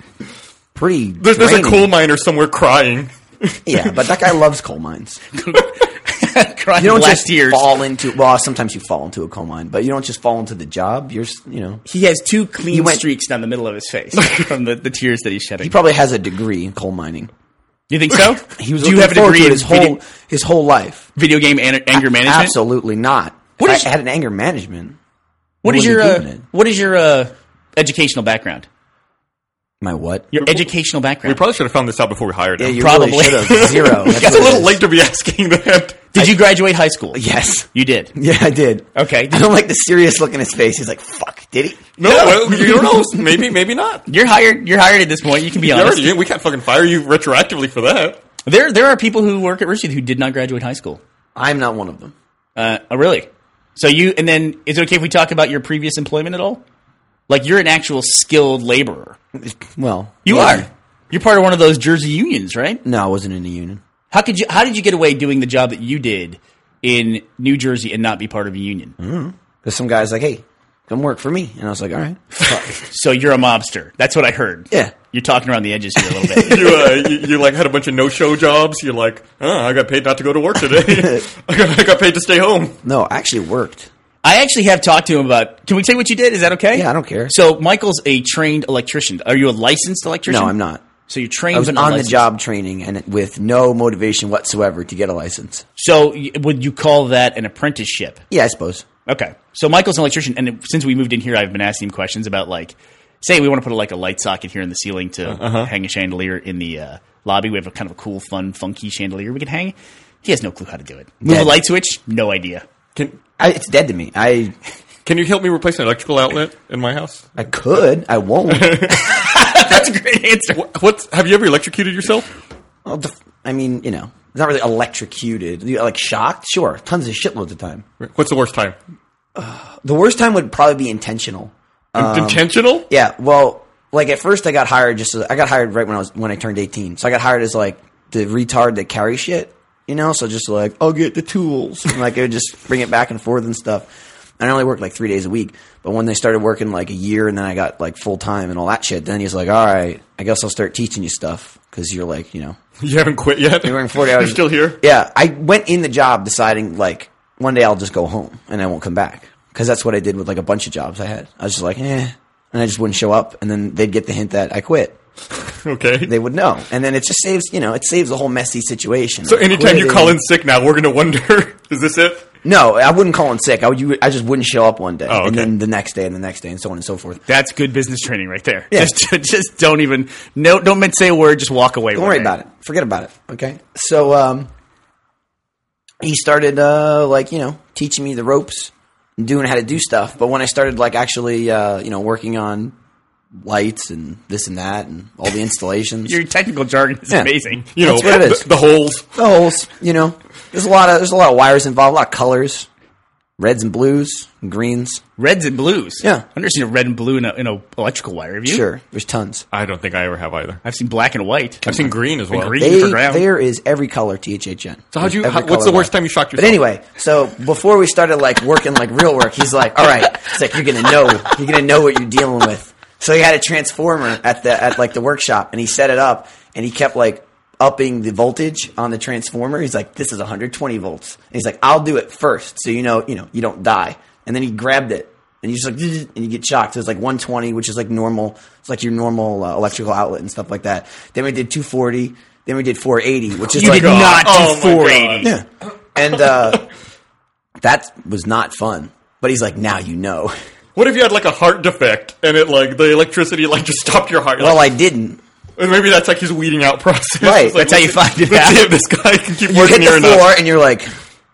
[SPEAKER 4] pretty.
[SPEAKER 2] there's, there's a
[SPEAKER 4] draining.
[SPEAKER 2] coal miner somewhere crying.
[SPEAKER 4] Yeah, but that guy loves coal mines.
[SPEAKER 3] [laughs] Crying
[SPEAKER 4] You don't
[SPEAKER 3] last
[SPEAKER 4] just
[SPEAKER 3] year's.
[SPEAKER 4] fall into. Well, sometimes you fall into a coal mine, but you don't just fall into the job. You're, s- you know,
[SPEAKER 3] He has two clean
[SPEAKER 4] went-
[SPEAKER 3] streaks down the middle of his
[SPEAKER 4] [laughs]
[SPEAKER 3] face from the, the tears that he's shedding.
[SPEAKER 4] he probably has a degree in coal mining.
[SPEAKER 3] you think so?
[SPEAKER 4] [laughs] He was
[SPEAKER 3] Do you
[SPEAKER 4] looking
[SPEAKER 3] have a
[SPEAKER 4] forward
[SPEAKER 3] degree
[SPEAKER 4] to it
[SPEAKER 3] in
[SPEAKER 4] his whole
[SPEAKER 3] video,
[SPEAKER 4] his whole life.
[SPEAKER 3] video game an- anger management?
[SPEAKER 4] Absolutely not.
[SPEAKER 3] What
[SPEAKER 4] What
[SPEAKER 3] is-
[SPEAKER 4] I had an anger management.
[SPEAKER 3] What is
[SPEAKER 4] What
[SPEAKER 3] your
[SPEAKER 4] was he
[SPEAKER 3] uh,
[SPEAKER 4] doing it?
[SPEAKER 3] what is your uh, educational background?
[SPEAKER 4] My what?
[SPEAKER 3] Your educational
[SPEAKER 2] We
[SPEAKER 3] background.
[SPEAKER 2] probably should have found this out before we hired
[SPEAKER 4] yeah,
[SPEAKER 2] him.
[SPEAKER 4] you
[SPEAKER 3] probably.
[SPEAKER 4] really should
[SPEAKER 2] [laughs]
[SPEAKER 4] have zero. That's
[SPEAKER 2] That's
[SPEAKER 4] what
[SPEAKER 2] a
[SPEAKER 4] it
[SPEAKER 2] little
[SPEAKER 4] is.
[SPEAKER 2] late to be asking that.
[SPEAKER 3] Did you graduate high school? [laughs]
[SPEAKER 4] Yes.
[SPEAKER 3] You did.
[SPEAKER 2] [laughs]
[SPEAKER 4] Yeah, I did.
[SPEAKER 3] Okay.
[SPEAKER 4] I don't like the serious look in his face. He's like, "Fuck, did he?"
[SPEAKER 2] [laughs] No, well, you don't know. Maybe, maybe
[SPEAKER 4] [laughs]
[SPEAKER 2] not.
[SPEAKER 3] You're hired. You're hired at this point. You can be
[SPEAKER 2] You
[SPEAKER 3] honest.
[SPEAKER 2] already, we can't fucking fire you retroactively for that.
[SPEAKER 3] There, there are people who work at Richie who did not graduate high school.
[SPEAKER 4] I'm not one of them.
[SPEAKER 3] Uh, oh, really? So you and then is it okay if we talk about your previous employment at all? Like you're an actual skilled laborer.
[SPEAKER 4] Well,
[SPEAKER 3] You
[SPEAKER 4] yeah.
[SPEAKER 3] are. You're part of one of those Jersey unions, right?
[SPEAKER 4] No, I wasn't in a union.
[SPEAKER 3] How could you? How did you get away doing the job that you did in New Jersey and not be part of a union?
[SPEAKER 2] Mm-hmm.
[SPEAKER 4] Because some guy's like, "Hey, come work for me," and I was like, "All right." Fuck.
[SPEAKER 3] So you're a mobster. That's what I heard.
[SPEAKER 4] Yeah.
[SPEAKER 3] You're talking around the edges here a little
[SPEAKER 2] [laughs]
[SPEAKER 3] bit.
[SPEAKER 2] You, uh,
[SPEAKER 4] [laughs]
[SPEAKER 2] you, you like had a bunch of no-show jobs. You're like, oh, I got paid not to go to work
[SPEAKER 4] [laughs]
[SPEAKER 2] today. [laughs] I, got, I got paid to stay home.
[SPEAKER 4] [laughs] no, I actually worked.
[SPEAKER 3] I actually have talked to him about. Can we say what you did? Is that okay?
[SPEAKER 4] Yeah, I don't care.
[SPEAKER 3] So Michael's a trained electrician. Are you a licensed electrician?
[SPEAKER 4] No, I'm not.
[SPEAKER 3] So you're trained
[SPEAKER 4] I was
[SPEAKER 3] but
[SPEAKER 4] on
[SPEAKER 3] not
[SPEAKER 4] the
[SPEAKER 3] licensed.
[SPEAKER 4] job training and with no motivation whatsoever to get a license.
[SPEAKER 3] So y- would you call that an apprenticeship?
[SPEAKER 4] Yeah, I suppose.
[SPEAKER 3] Okay. So Michael's an electrician, and since we moved in here, I've been asking him questions about like, say we want to put like a light socket here in the ceiling to hang a chandelier in the uh, lobby. We have a kind of a cool, fun, funky chandelier we can hang. He has no clue how to do it. Move
[SPEAKER 4] Yeah.
[SPEAKER 3] a light switch? No idea. [laughs]
[SPEAKER 2] Can
[SPEAKER 4] I, it's dead to me. I
[SPEAKER 2] Can you help me replace an electrical outlet in my house?
[SPEAKER 4] I could. I won't.
[SPEAKER 3] That's a great answer.
[SPEAKER 2] What, what's have you ever electrocuted yourself?
[SPEAKER 4] Well, def- I mean, you know, it's not really electrocuted. You- Like shocked, sure, tons of shitloads of time.
[SPEAKER 2] What's the worst time?
[SPEAKER 4] The worst time would probably be intentional.
[SPEAKER 2] Intentional?
[SPEAKER 4] Um, Yeah. Well, like at first, I got hired just as, I got hired right when I was when I turned eighteen. So I got hired as like the retard that carries shit, you know. So just like I'll get the tools, and like it would just bring it back and forth and stuff. And I only worked like three days a week. But when they started working like a year, and then I got like full time and all that shit, then he's like, "All right, I guess I'll start teaching you stuff because you're like, you know,
[SPEAKER 2] You haven't quit yet.
[SPEAKER 4] You're working 40 hours.
[SPEAKER 2] You're still here.
[SPEAKER 4] Yeah. I went in the job deciding, like, one day I'll just go home and I won't come back. Because that's what I did with, like, a bunch of jobs I had. I was just like, eh. And I just wouldn't show up. And then they'd get the hint that I quit.
[SPEAKER 2] Okay.
[SPEAKER 4] They would know. And then it just saves, you know, it saves the whole messy situation.
[SPEAKER 2] so anytime you call in sick now, we're gonna wonder, [laughs] is this it?
[SPEAKER 4] No, I wouldn't call in sick. I, would, you, I just wouldn't show up one day.
[SPEAKER 2] Oh, okay.
[SPEAKER 4] And then the next day and the next day and so on and so forth.
[SPEAKER 3] That's good business training right there.
[SPEAKER 4] Yeah.
[SPEAKER 3] Just, [laughs] just don't even no, don't men- say a word. Just walk away.
[SPEAKER 4] Don't worry about it. Forget about it. Okay. So um, he started uh, like you know teaching me the ropes, and doing how to do stuff. But when I started like actually uh, you know working on lights and this and that and all the installations,
[SPEAKER 3] Your technical jargon is
[SPEAKER 4] Yeah.
[SPEAKER 3] amazing.
[SPEAKER 2] You know,
[SPEAKER 4] That's what it
[SPEAKER 2] the-
[SPEAKER 4] is.
[SPEAKER 2] The, holes.
[SPEAKER 4] the holes, you know, there's a lot of there's a lot of wires involved, a lot of colors. Reds and blues, and greens.
[SPEAKER 3] Reds and blues.
[SPEAKER 4] Yeah.
[SPEAKER 3] I've never seen a red and blue in a, in a electrical wire. Have you?
[SPEAKER 4] Sure, there's tons.
[SPEAKER 2] I don't think I ever have either.
[SPEAKER 3] I've seen black and white.
[SPEAKER 2] I've seen green as well.
[SPEAKER 3] green.
[SPEAKER 4] They,
[SPEAKER 3] for ground.
[SPEAKER 4] there is every color THHN.
[SPEAKER 2] So how'd you?
[SPEAKER 4] Every
[SPEAKER 2] How, what's
[SPEAKER 4] color
[SPEAKER 2] the worst
[SPEAKER 4] wire.
[SPEAKER 2] time you shocked yourself?
[SPEAKER 4] But anyway, so before we started like working like real work, he's like, "All right, it's like you're gonna know, you're gonna know what you're dealing with." So he had a transformer at the at like the workshop, and he set it up, and he kept like upping the voltage on the transformer. He's like, "This is 120 volts," and he's like, "I'll do it first, so you know, you know, you don't die." And then he grabbed it, and you just like, "Zzz," and you get shocked. So it's like 120, which is like normal. It's like your normal uh, electrical outlet and stuff like that. Then we did 240. Then we did 480, which is
[SPEAKER 3] You
[SPEAKER 4] like
[SPEAKER 3] did not do
[SPEAKER 2] Oh my God.
[SPEAKER 3] 480.
[SPEAKER 4] yeah. And uh, that was not fun. But he's like, now you know. [laughs]
[SPEAKER 2] What if you had like a heart defect and it like the electricity like just stopped your heart?
[SPEAKER 4] Well,
[SPEAKER 2] like,
[SPEAKER 4] I didn't.
[SPEAKER 2] maybe that's like his weeding out process.
[SPEAKER 4] Right,
[SPEAKER 2] It's like,
[SPEAKER 3] that's how you
[SPEAKER 2] let's-
[SPEAKER 3] find
[SPEAKER 2] [laughs]
[SPEAKER 3] it
[SPEAKER 2] let's
[SPEAKER 3] out.
[SPEAKER 2] see
[SPEAKER 3] [laughs]
[SPEAKER 2] if this guy can keep
[SPEAKER 4] You hit
[SPEAKER 2] working here
[SPEAKER 4] the
[SPEAKER 2] enough.
[SPEAKER 4] floor and you're like,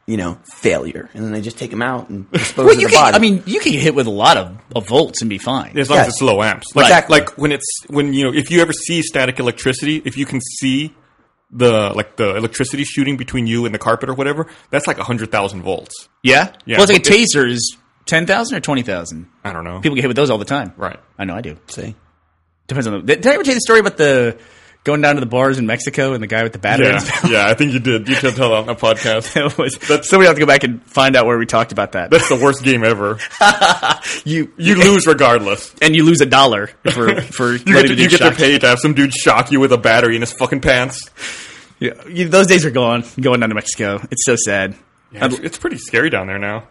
[SPEAKER 4] you know, failure. And then they just take him out and dispose
[SPEAKER 3] Well,
[SPEAKER 4] of
[SPEAKER 3] you
[SPEAKER 4] the
[SPEAKER 3] can,
[SPEAKER 4] body.
[SPEAKER 3] I mean, you can get hit with a lot of, of volts and be fine.
[SPEAKER 2] As long
[SPEAKER 4] Yes.
[SPEAKER 2] as it's low amps, like,
[SPEAKER 4] Exactly.
[SPEAKER 2] Like when it's when you know if you ever see static electricity, if you can see the like the electricity shooting between you and the carpet or whatever, that's like hundred thousand volts.
[SPEAKER 3] Yeah.
[SPEAKER 2] Yeah.
[SPEAKER 3] Well, it's like a taser is ten thousand or twenty thousand.
[SPEAKER 2] I don't know.
[SPEAKER 3] People get hit with those all the time.
[SPEAKER 2] Right.
[SPEAKER 3] I know. I do.
[SPEAKER 4] See?
[SPEAKER 3] Depends on the. Did I ever tell you the story about the going down to the bars in Mexico and the guy with the battery?
[SPEAKER 2] yeah, [laughs] yeah. I think you did. You did tell that on a podcast.
[SPEAKER 3] [laughs] That was, somebody have to go back and find out where we talked about that.
[SPEAKER 2] That's the worst game ever.
[SPEAKER 3] you
[SPEAKER 2] You lose regardless.
[SPEAKER 3] and you lose a dollar
[SPEAKER 2] [laughs]
[SPEAKER 3] for for
[SPEAKER 2] You
[SPEAKER 3] letting
[SPEAKER 2] get, to,
[SPEAKER 3] the
[SPEAKER 2] you
[SPEAKER 3] dude
[SPEAKER 2] get to
[SPEAKER 3] shock you.
[SPEAKER 2] pay to have some dude shock you with a battery in his fucking pants.
[SPEAKER 3] Yeah, you- those days are gone. Going down to Mexico, it's so sad.
[SPEAKER 2] Yeah, it's, it's pretty scary down there now.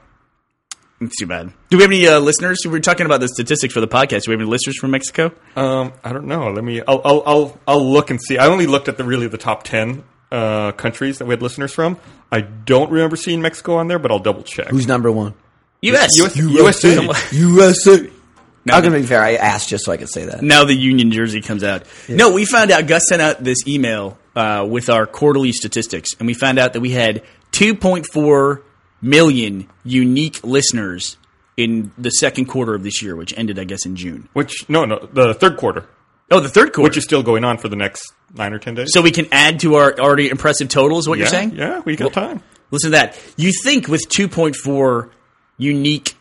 [SPEAKER 3] It's too bad. Do we have any uh, listeners? We were talking about the statistics for the podcast. Do we have any listeners from Mexico?
[SPEAKER 2] Um, I don't know. Let me. I'll, I'll. I'll. I'll look and see. I only looked at the really the top ten uh, countries that we had listeners from. I don't remember seeing Mexico on there, but I'll double check.
[SPEAKER 4] Who's number one?
[SPEAKER 3] U.S.
[SPEAKER 2] US USA.
[SPEAKER 4] USA.
[SPEAKER 3] Now,
[SPEAKER 4] I'm going to
[SPEAKER 3] the,
[SPEAKER 4] be fair. I asked just so I could say that.
[SPEAKER 3] now the Union jersey comes out. No, we found out. Gus sent out this email uh, with our quarterly statistics, and we found out that we had 2.4 million unique listeners in the second quarter of this year, which ended, I guess, in June.
[SPEAKER 2] Which no, no, the third quarter,
[SPEAKER 3] Oh, the third quarter.
[SPEAKER 2] which is still going on for the next nine or ten days.
[SPEAKER 3] so we can add to our already impressive total, is what
[SPEAKER 2] yeah,
[SPEAKER 3] you're saying?
[SPEAKER 2] yeah, we got time.
[SPEAKER 3] Listen to that. You think with 2.4 unique,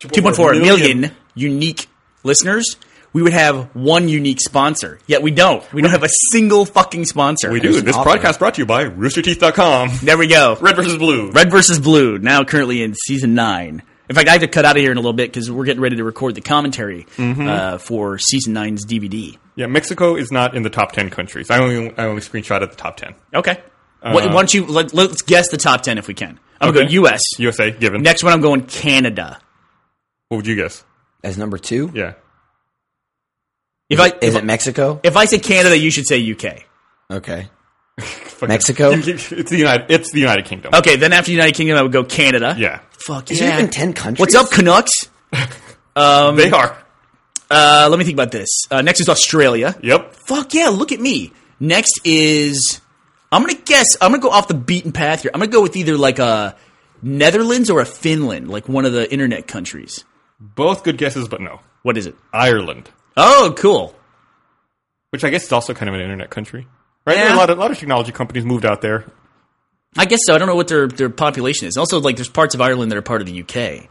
[SPEAKER 3] 2.4
[SPEAKER 2] 2.4
[SPEAKER 3] million.
[SPEAKER 2] million
[SPEAKER 3] unique listeners, we would have one unique sponsor. Yet we don't. We don't have a single fucking sponsor.
[SPEAKER 2] We do. This
[SPEAKER 4] awful.
[SPEAKER 2] podcast brought to you by RoosterTeeth.com.
[SPEAKER 3] There we go.
[SPEAKER 2] [laughs] Red versus blue.
[SPEAKER 3] Red versus Blue, now currently in season nine. In fact, I have to cut out of here in a little bit because we're getting ready to record the commentary uh, for season nine's DVD.
[SPEAKER 2] Yeah, Mexico is not in the top ten countries. I only I only screenshot at the top ten.
[SPEAKER 3] Okay. Why- why don't you let, us guess the top ten if we can? I'm
[SPEAKER 2] Okay.
[SPEAKER 3] going to go U.S.
[SPEAKER 2] USA given.
[SPEAKER 3] Next one, I'm going Canada.
[SPEAKER 2] What would you guess?
[SPEAKER 4] As number two?
[SPEAKER 2] Yeah.
[SPEAKER 3] If I
[SPEAKER 4] Is
[SPEAKER 3] if,
[SPEAKER 4] it Mexico?
[SPEAKER 3] if I say Canada, you should say UK.
[SPEAKER 4] Okay.
[SPEAKER 2] Fucking-
[SPEAKER 4] Mexico?
[SPEAKER 2] [laughs] It's the United. It's the United Kingdom.
[SPEAKER 3] Okay, then after United Kingdom, I would go Canada.
[SPEAKER 2] Yeah,
[SPEAKER 3] Fuck
[SPEAKER 4] Is
[SPEAKER 3] yeah.
[SPEAKER 4] there even 10 countries?
[SPEAKER 3] What's up, Canucks? Um,
[SPEAKER 2] they are.
[SPEAKER 3] Uh, let me think about this. Uh, next is Australia.
[SPEAKER 2] Yep.
[SPEAKER 3] Fuck yeah, look at me. Next is I'm gonna guess. I'm gonna go off the beaten path here. I'm gonna go with either like a Netherlands or a Finland, like one of the internet countries.
[SPEAKER 2] Both good guesses, but no.
[SPEAKER 3] What is it?
[SPEAKER 2] Ireland,
[SPEAKER 3] Oh, cool.
[SPEAKER 2] which I guess is also kind of an internet country, right?
[SPEAKER 3] Yeah.
[SPEAKER 2] There are A lot of a lot of technology companies moved out there.
[SPEAKER 3] I guess so. I don't know what their their population is. Also, like there's parts of Ireland that are part of the UK.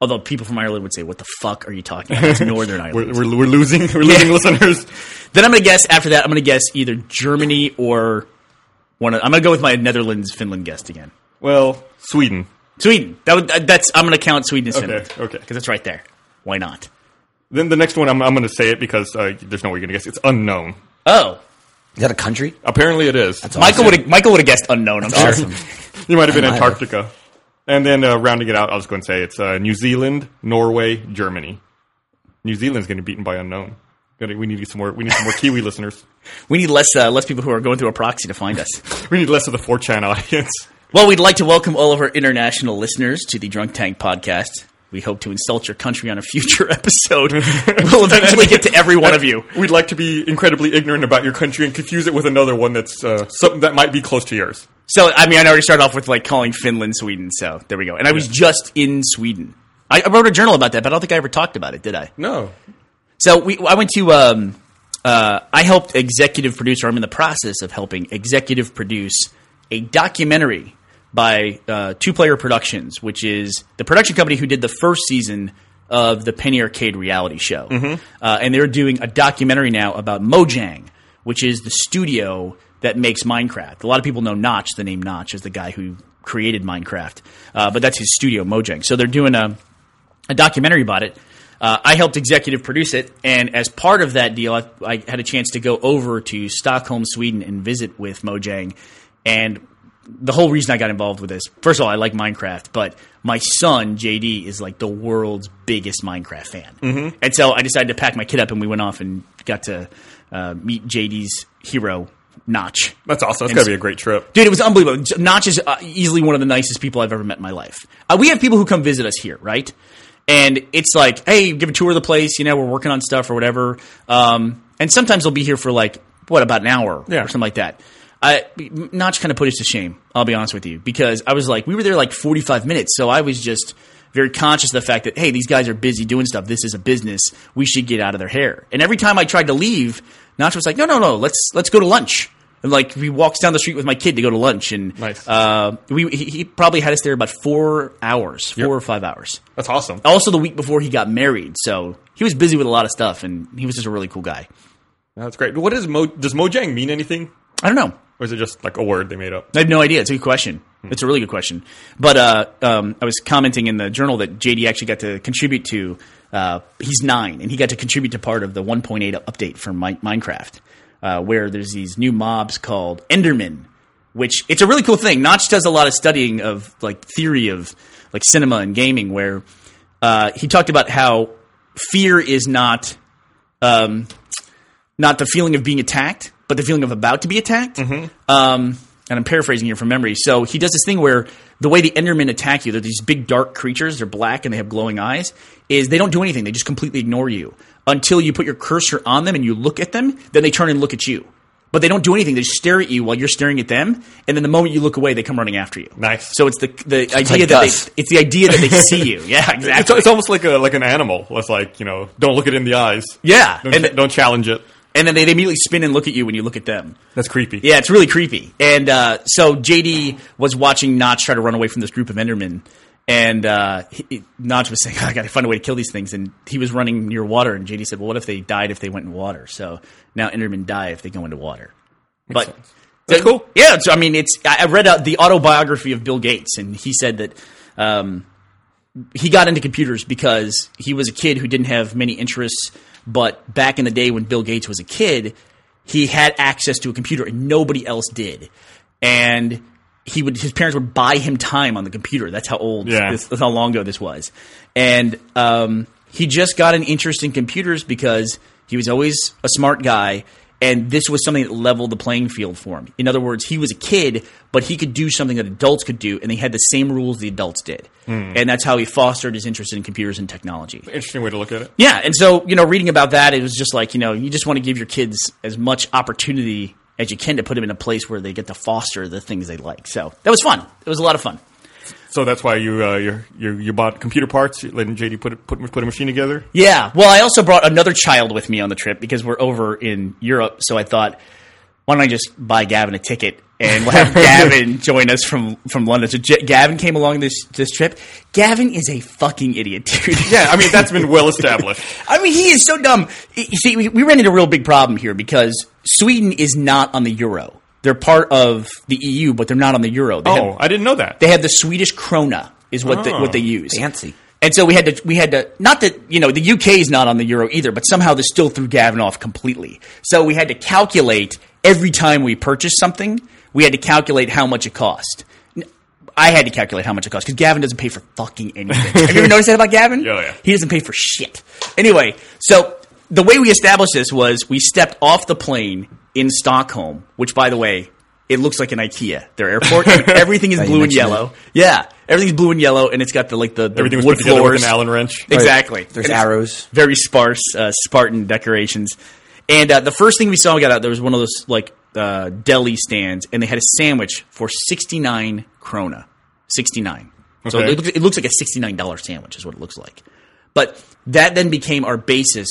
[SPEAKER 3] Although people from Ireland would say, "What the fuck are you talking
[SPEAKER 2] [laughs]
[SPEAKER 3] about?" It's Northern Ireland.
[SPEAKER 2] We're, we're, we're losing we're losing listeners.
[SPEAKER 3] [laughs] Then I'm going to guess after that, I'm going to guess either Germany or one. Of, I'm going to go with my Netherlands Finland guest again.
[SPEAKER 2] Well, Sweden.
[SPEAKER 3] Sweden. That would, that's I'm going to count Sweden as
[SPEAKER 2] Okay,
[SPEAKER 3] Finland.
[SPEAKER 2] okay.
[SPEAKER 3] Because it's right there. Why not?
[SPEAKER 2] Then the next one, I'm, I'm going to say it because uh, there's no way you're going to guess. It's unknown.
[SPEAKER 3] Oh,
[SPEAKER 4] Is that a country?
[SPEAKER 2] Apparently, it is.
[SPEAKER 3] Michael would Michael would have guessed unknown. I'm sure.
[SPEAKER 4] Awesome.
[SPEAKER 2] you might have been
[SPEAKER 4] I might have.
[SPEAKER 2] Antarctica. And then uh, rounding it out, I'll just go and say it's uh, New Zealand, Norway, Germany. New Zealand's getting beaten by unknown. Gotta- We need some more. We need some more Kiwi listeners.
[SPEAKER 3] We need less uh, less people who are going through a proxy to find us.
[SPEAKER 2] We need less of the 4chan audience.
[SPEAKER 3] well, we'd like to welcome all of our international listeners to the Drunk Tank podcast. We hope to insult your country on a future [laughs] episode. we'll [laughs] eventually get to every one of you.
[SPEAKER 2] [laughs] We'd like to be incredibly ignorant about your country and confuse it with another one that's uh, something that might be close to yours.
[SPEAKER 3] So I mean, I already started off with like calling Finland Sweden. So there we go. And I was just in Sweden. I, I wrote a journal about that, but I don't think I ever talked about it, did I?
[SPEAKER 2] No.
[SPEAKER 3] So we, I went to. Um, uh, I helped executive producer. I'm in the process of helping executive produce a documentary by uh, Two Player Productions, which is the production company who did the first season of the Penny Arcade reality show. Uh, and they're doing a documentary now about Mojang, which is the studio that makes Minecraft. A lot of people know Notch, the name Notch, is the guy who created Minecraft, uh, but that's his studio, Mojang. So they're doing a a documentary about it. Uh, I helped executive produce it, and as part of that deal, I, I had a chance to go over to Stockholm, Sweden, and visit with Mojang. And the whole reason I got involved with this, first of all, I like Minecraft, but my son JD is like the world's biggest Minecraft fan, and so I decided to pack my kid up, and we went off and got to uh, meet JD's hero, Notch.
[SPEAKER 2] That's awesome. That's got to be a great trip.
[SPEAKER 3] Dude, it was unbelievable. Notch is uh, easily one of the nicest people I've ever met in my life. Uh, we have people who come visit us here, right? And it's like, hey, give a tour of the place. You know, we're working on stuff or whatever. Um, and sometimes they'll be here for like what about an hour
[SPEAKER 2] Yeah.
[SPEAKER 3] or something like that. I, Notch kind of put us to shame. I'll be honest with you because I was like, we were there like forty five minutes, so I was just very conscious of the fact that hey, these guys are busy doing stuff. This is a business. We should get out of their hair. And every time I tried to leave, Notch was like, no, no, no, let's let's go to lunch. And like we walks down the street with my kid to go to lunch, and
[SPEAKER 2] Nice.
[SPEAKER 3] uh, we he, he probably had us there about four hours, four or five hours.
[SPEAKER 2] That's awesome.
[SPEAKER 3] Also, the week before he got married, so he was busy with a lot of stuff, and he was just a really cool guy.
[SPEAKER 2] That's great. What is Mo? Does Mojang mean anything,
[SPEAKER 3] I don't know.
[SPEAKER 2] or is it just like a word they made up?
[SPEAKER 3] I have no idea. It's a good question. It's a really good question. But uh, um, I was commenting in the journal that JD actually got to contribute to. Uh, he's nine, and he got to contribute to part of the 1.8 update for Mi- Minecraft, uh, where there's these new mobs called Endermen, which it's a really cool thing. Notch does a lot of studying of like theory of like cinema and gaming, where uh, he talked about how fear is not um, not the feeling of being attacked, but the feeling of about to be attacked.
[SPEAKER 2] Mm-hmm.
[SPEAKER 3] Um, and I'm paraphrasing here from memory. So he does this thing where the way the Endermen attack you, they're these big dark creatures, they're black and they have glowing eyes, is they don't do anything. They just completely ignore you until you put your cursor on them and you look at them, then they turn and look at you. But they don't do anything. They just stare at you while you're staring at them, and then the moment you look away, they come running after you.
[SPEAKER 2] Nice.
[SPEAKER 3] So it's the the idea
[SPEAKER 4] like
[SPEAKER 3] that
[SPEAKER 4] dust.
[SPEAKER 3] they, it's the idea that they see you. [laughs] Yeah, exactly.
[SPEAKER 2] It's, it's almost like a like an animal. It's like you know, don't look it in the eyes.
[SPEAKER 3] Yeah,
[SPEAKER 2] don't,
[SPEAKER 3] and-
[SPEAKER 2] ch- don't challenge it.
[SPEAKER 3] and then they immediately spin and look at you when you look at them.
[SPEAKER 2] That's creepy.
[SPEAKER 3] Yeah, it's really creepy. And uh, so JD was watching Notch try to run away from this group of Endermen, and uh, he- he, Notch was saying, [laughs] "I got to find a way to kill these things." And he was running near water, and JD said, "Well, what if they died if they went in water?" So now Endermen die if they go into water. but
[SPEAKER 2] That's cool.
[SPEAKER 3] Yeah, it's, I mean, it's I I read uh, the autobiography of Bill Gates, and he said that. Um, he got into computers because he was a kid who didn't have many interests. But back in the day when Bill Gates was a kid, he had access to a computer and nobody else did. And he would his parents would buy him time on the computer. That's how old
[SPEAKER 2] Yeah.
[SPEAKER 3] this, that's how long ago this was. And um, he just got an interest in computers because he was always a smart guy. And this was something that leveled the playing field for him. In other words, he was a kid, but he could do something that adults could do, and they had the same rules the adults did. And that's how he fostered his interest in computers and technology.
[SPEAKER 2] Interesting way to look at it.
[SPEAKER 3] Yeah, and so you know, reading about that, it was just like you know, you just want to give your kids as much opportunity as you can to put them in a place where they get to foster the things they like. So that was fun. It was a lot of fun.
[SPEAKER 2] So that's why you uh, you you you bought computer parts, letting JD put it, put put a machine together.
[SPEAKER 3] Yeah. Well, I also brought another child with me on the trip because we're over in Europe. So I thought, why don't I just buy Gavin a ticket and
[SPEAKER 2] [laughs]
[SPEAKER 3] we'll have Gavin join us from, from London. So J- Gavin came along this this trip. Gavin is a fucking idiot, dude.
[SPEAKER 2] Yeah, I mean that's been well established.
[SPEAKER 3] [laughs] I mean, he is so dumb. You see, we, we ran into a real big problem here because Sweden is not on the euro. They're part of the EU, but they're not on the euro. They
[SPEAKER 2] Oh,
[SPEAKER 3] have,
[SPEAKER 2] I didn't know that.
[SPEAKER 3] they have the Swedish krona is what they,
[SPEAKER 2] Oh.
[SPEAKER 3] what they use.
[SPEAKER 4] Fancy.
[SPEAKER 3] And so we had to we had to not that you know the UK is not on the euro either, but somehow this still threw Gavin off completely. So we had to calculate every time we purchased something, we had to calculate how much it cost. N- I had to calculate how much it cost because Gavin doesn't pay for fucking anything. Have you ever noticed that about Gavin?
[SPEAKER 2] Yeah, yeah.
[SPEAKER 3] He doesn't pay for shit. Anyway, so the way we established this was we stepped off the plane in Stockholm, which, by the way, it looks like an IKEA. Their airport, everything is
[SPEAKER 4] you
[SPEAKER 3] blue and
[SPEAKER 4] mentioned
[SPEAKER 3] yellow. Yeah, everything's blue and yellow, and it's got the like the, the
[SPEAKER 2] Everything was
[SPEAKER 3] wood
[SPEAKER 2] put together
[SPEAKER 3] floors.
[SPEAKER 2] with an Allen wrench.
[SPEAKER 3] Exactly.
[SPEAKER 4] There's
[SPEAKER 3] And it's
[SPEAKER 4] arrows.
[SPEAKER 3] Very sparse uh, Spartan decorations. And uh, the first thing we saw, we got out there was one of those like uh, deli stands, and they had a sandwich for sixty nine krona, sixty nine. So
[SPEAKER 2] Okay.
[SPEAKER 3] it looks, it looks like a sixty nine dollar sandwich is what it looks like. But that then became our basis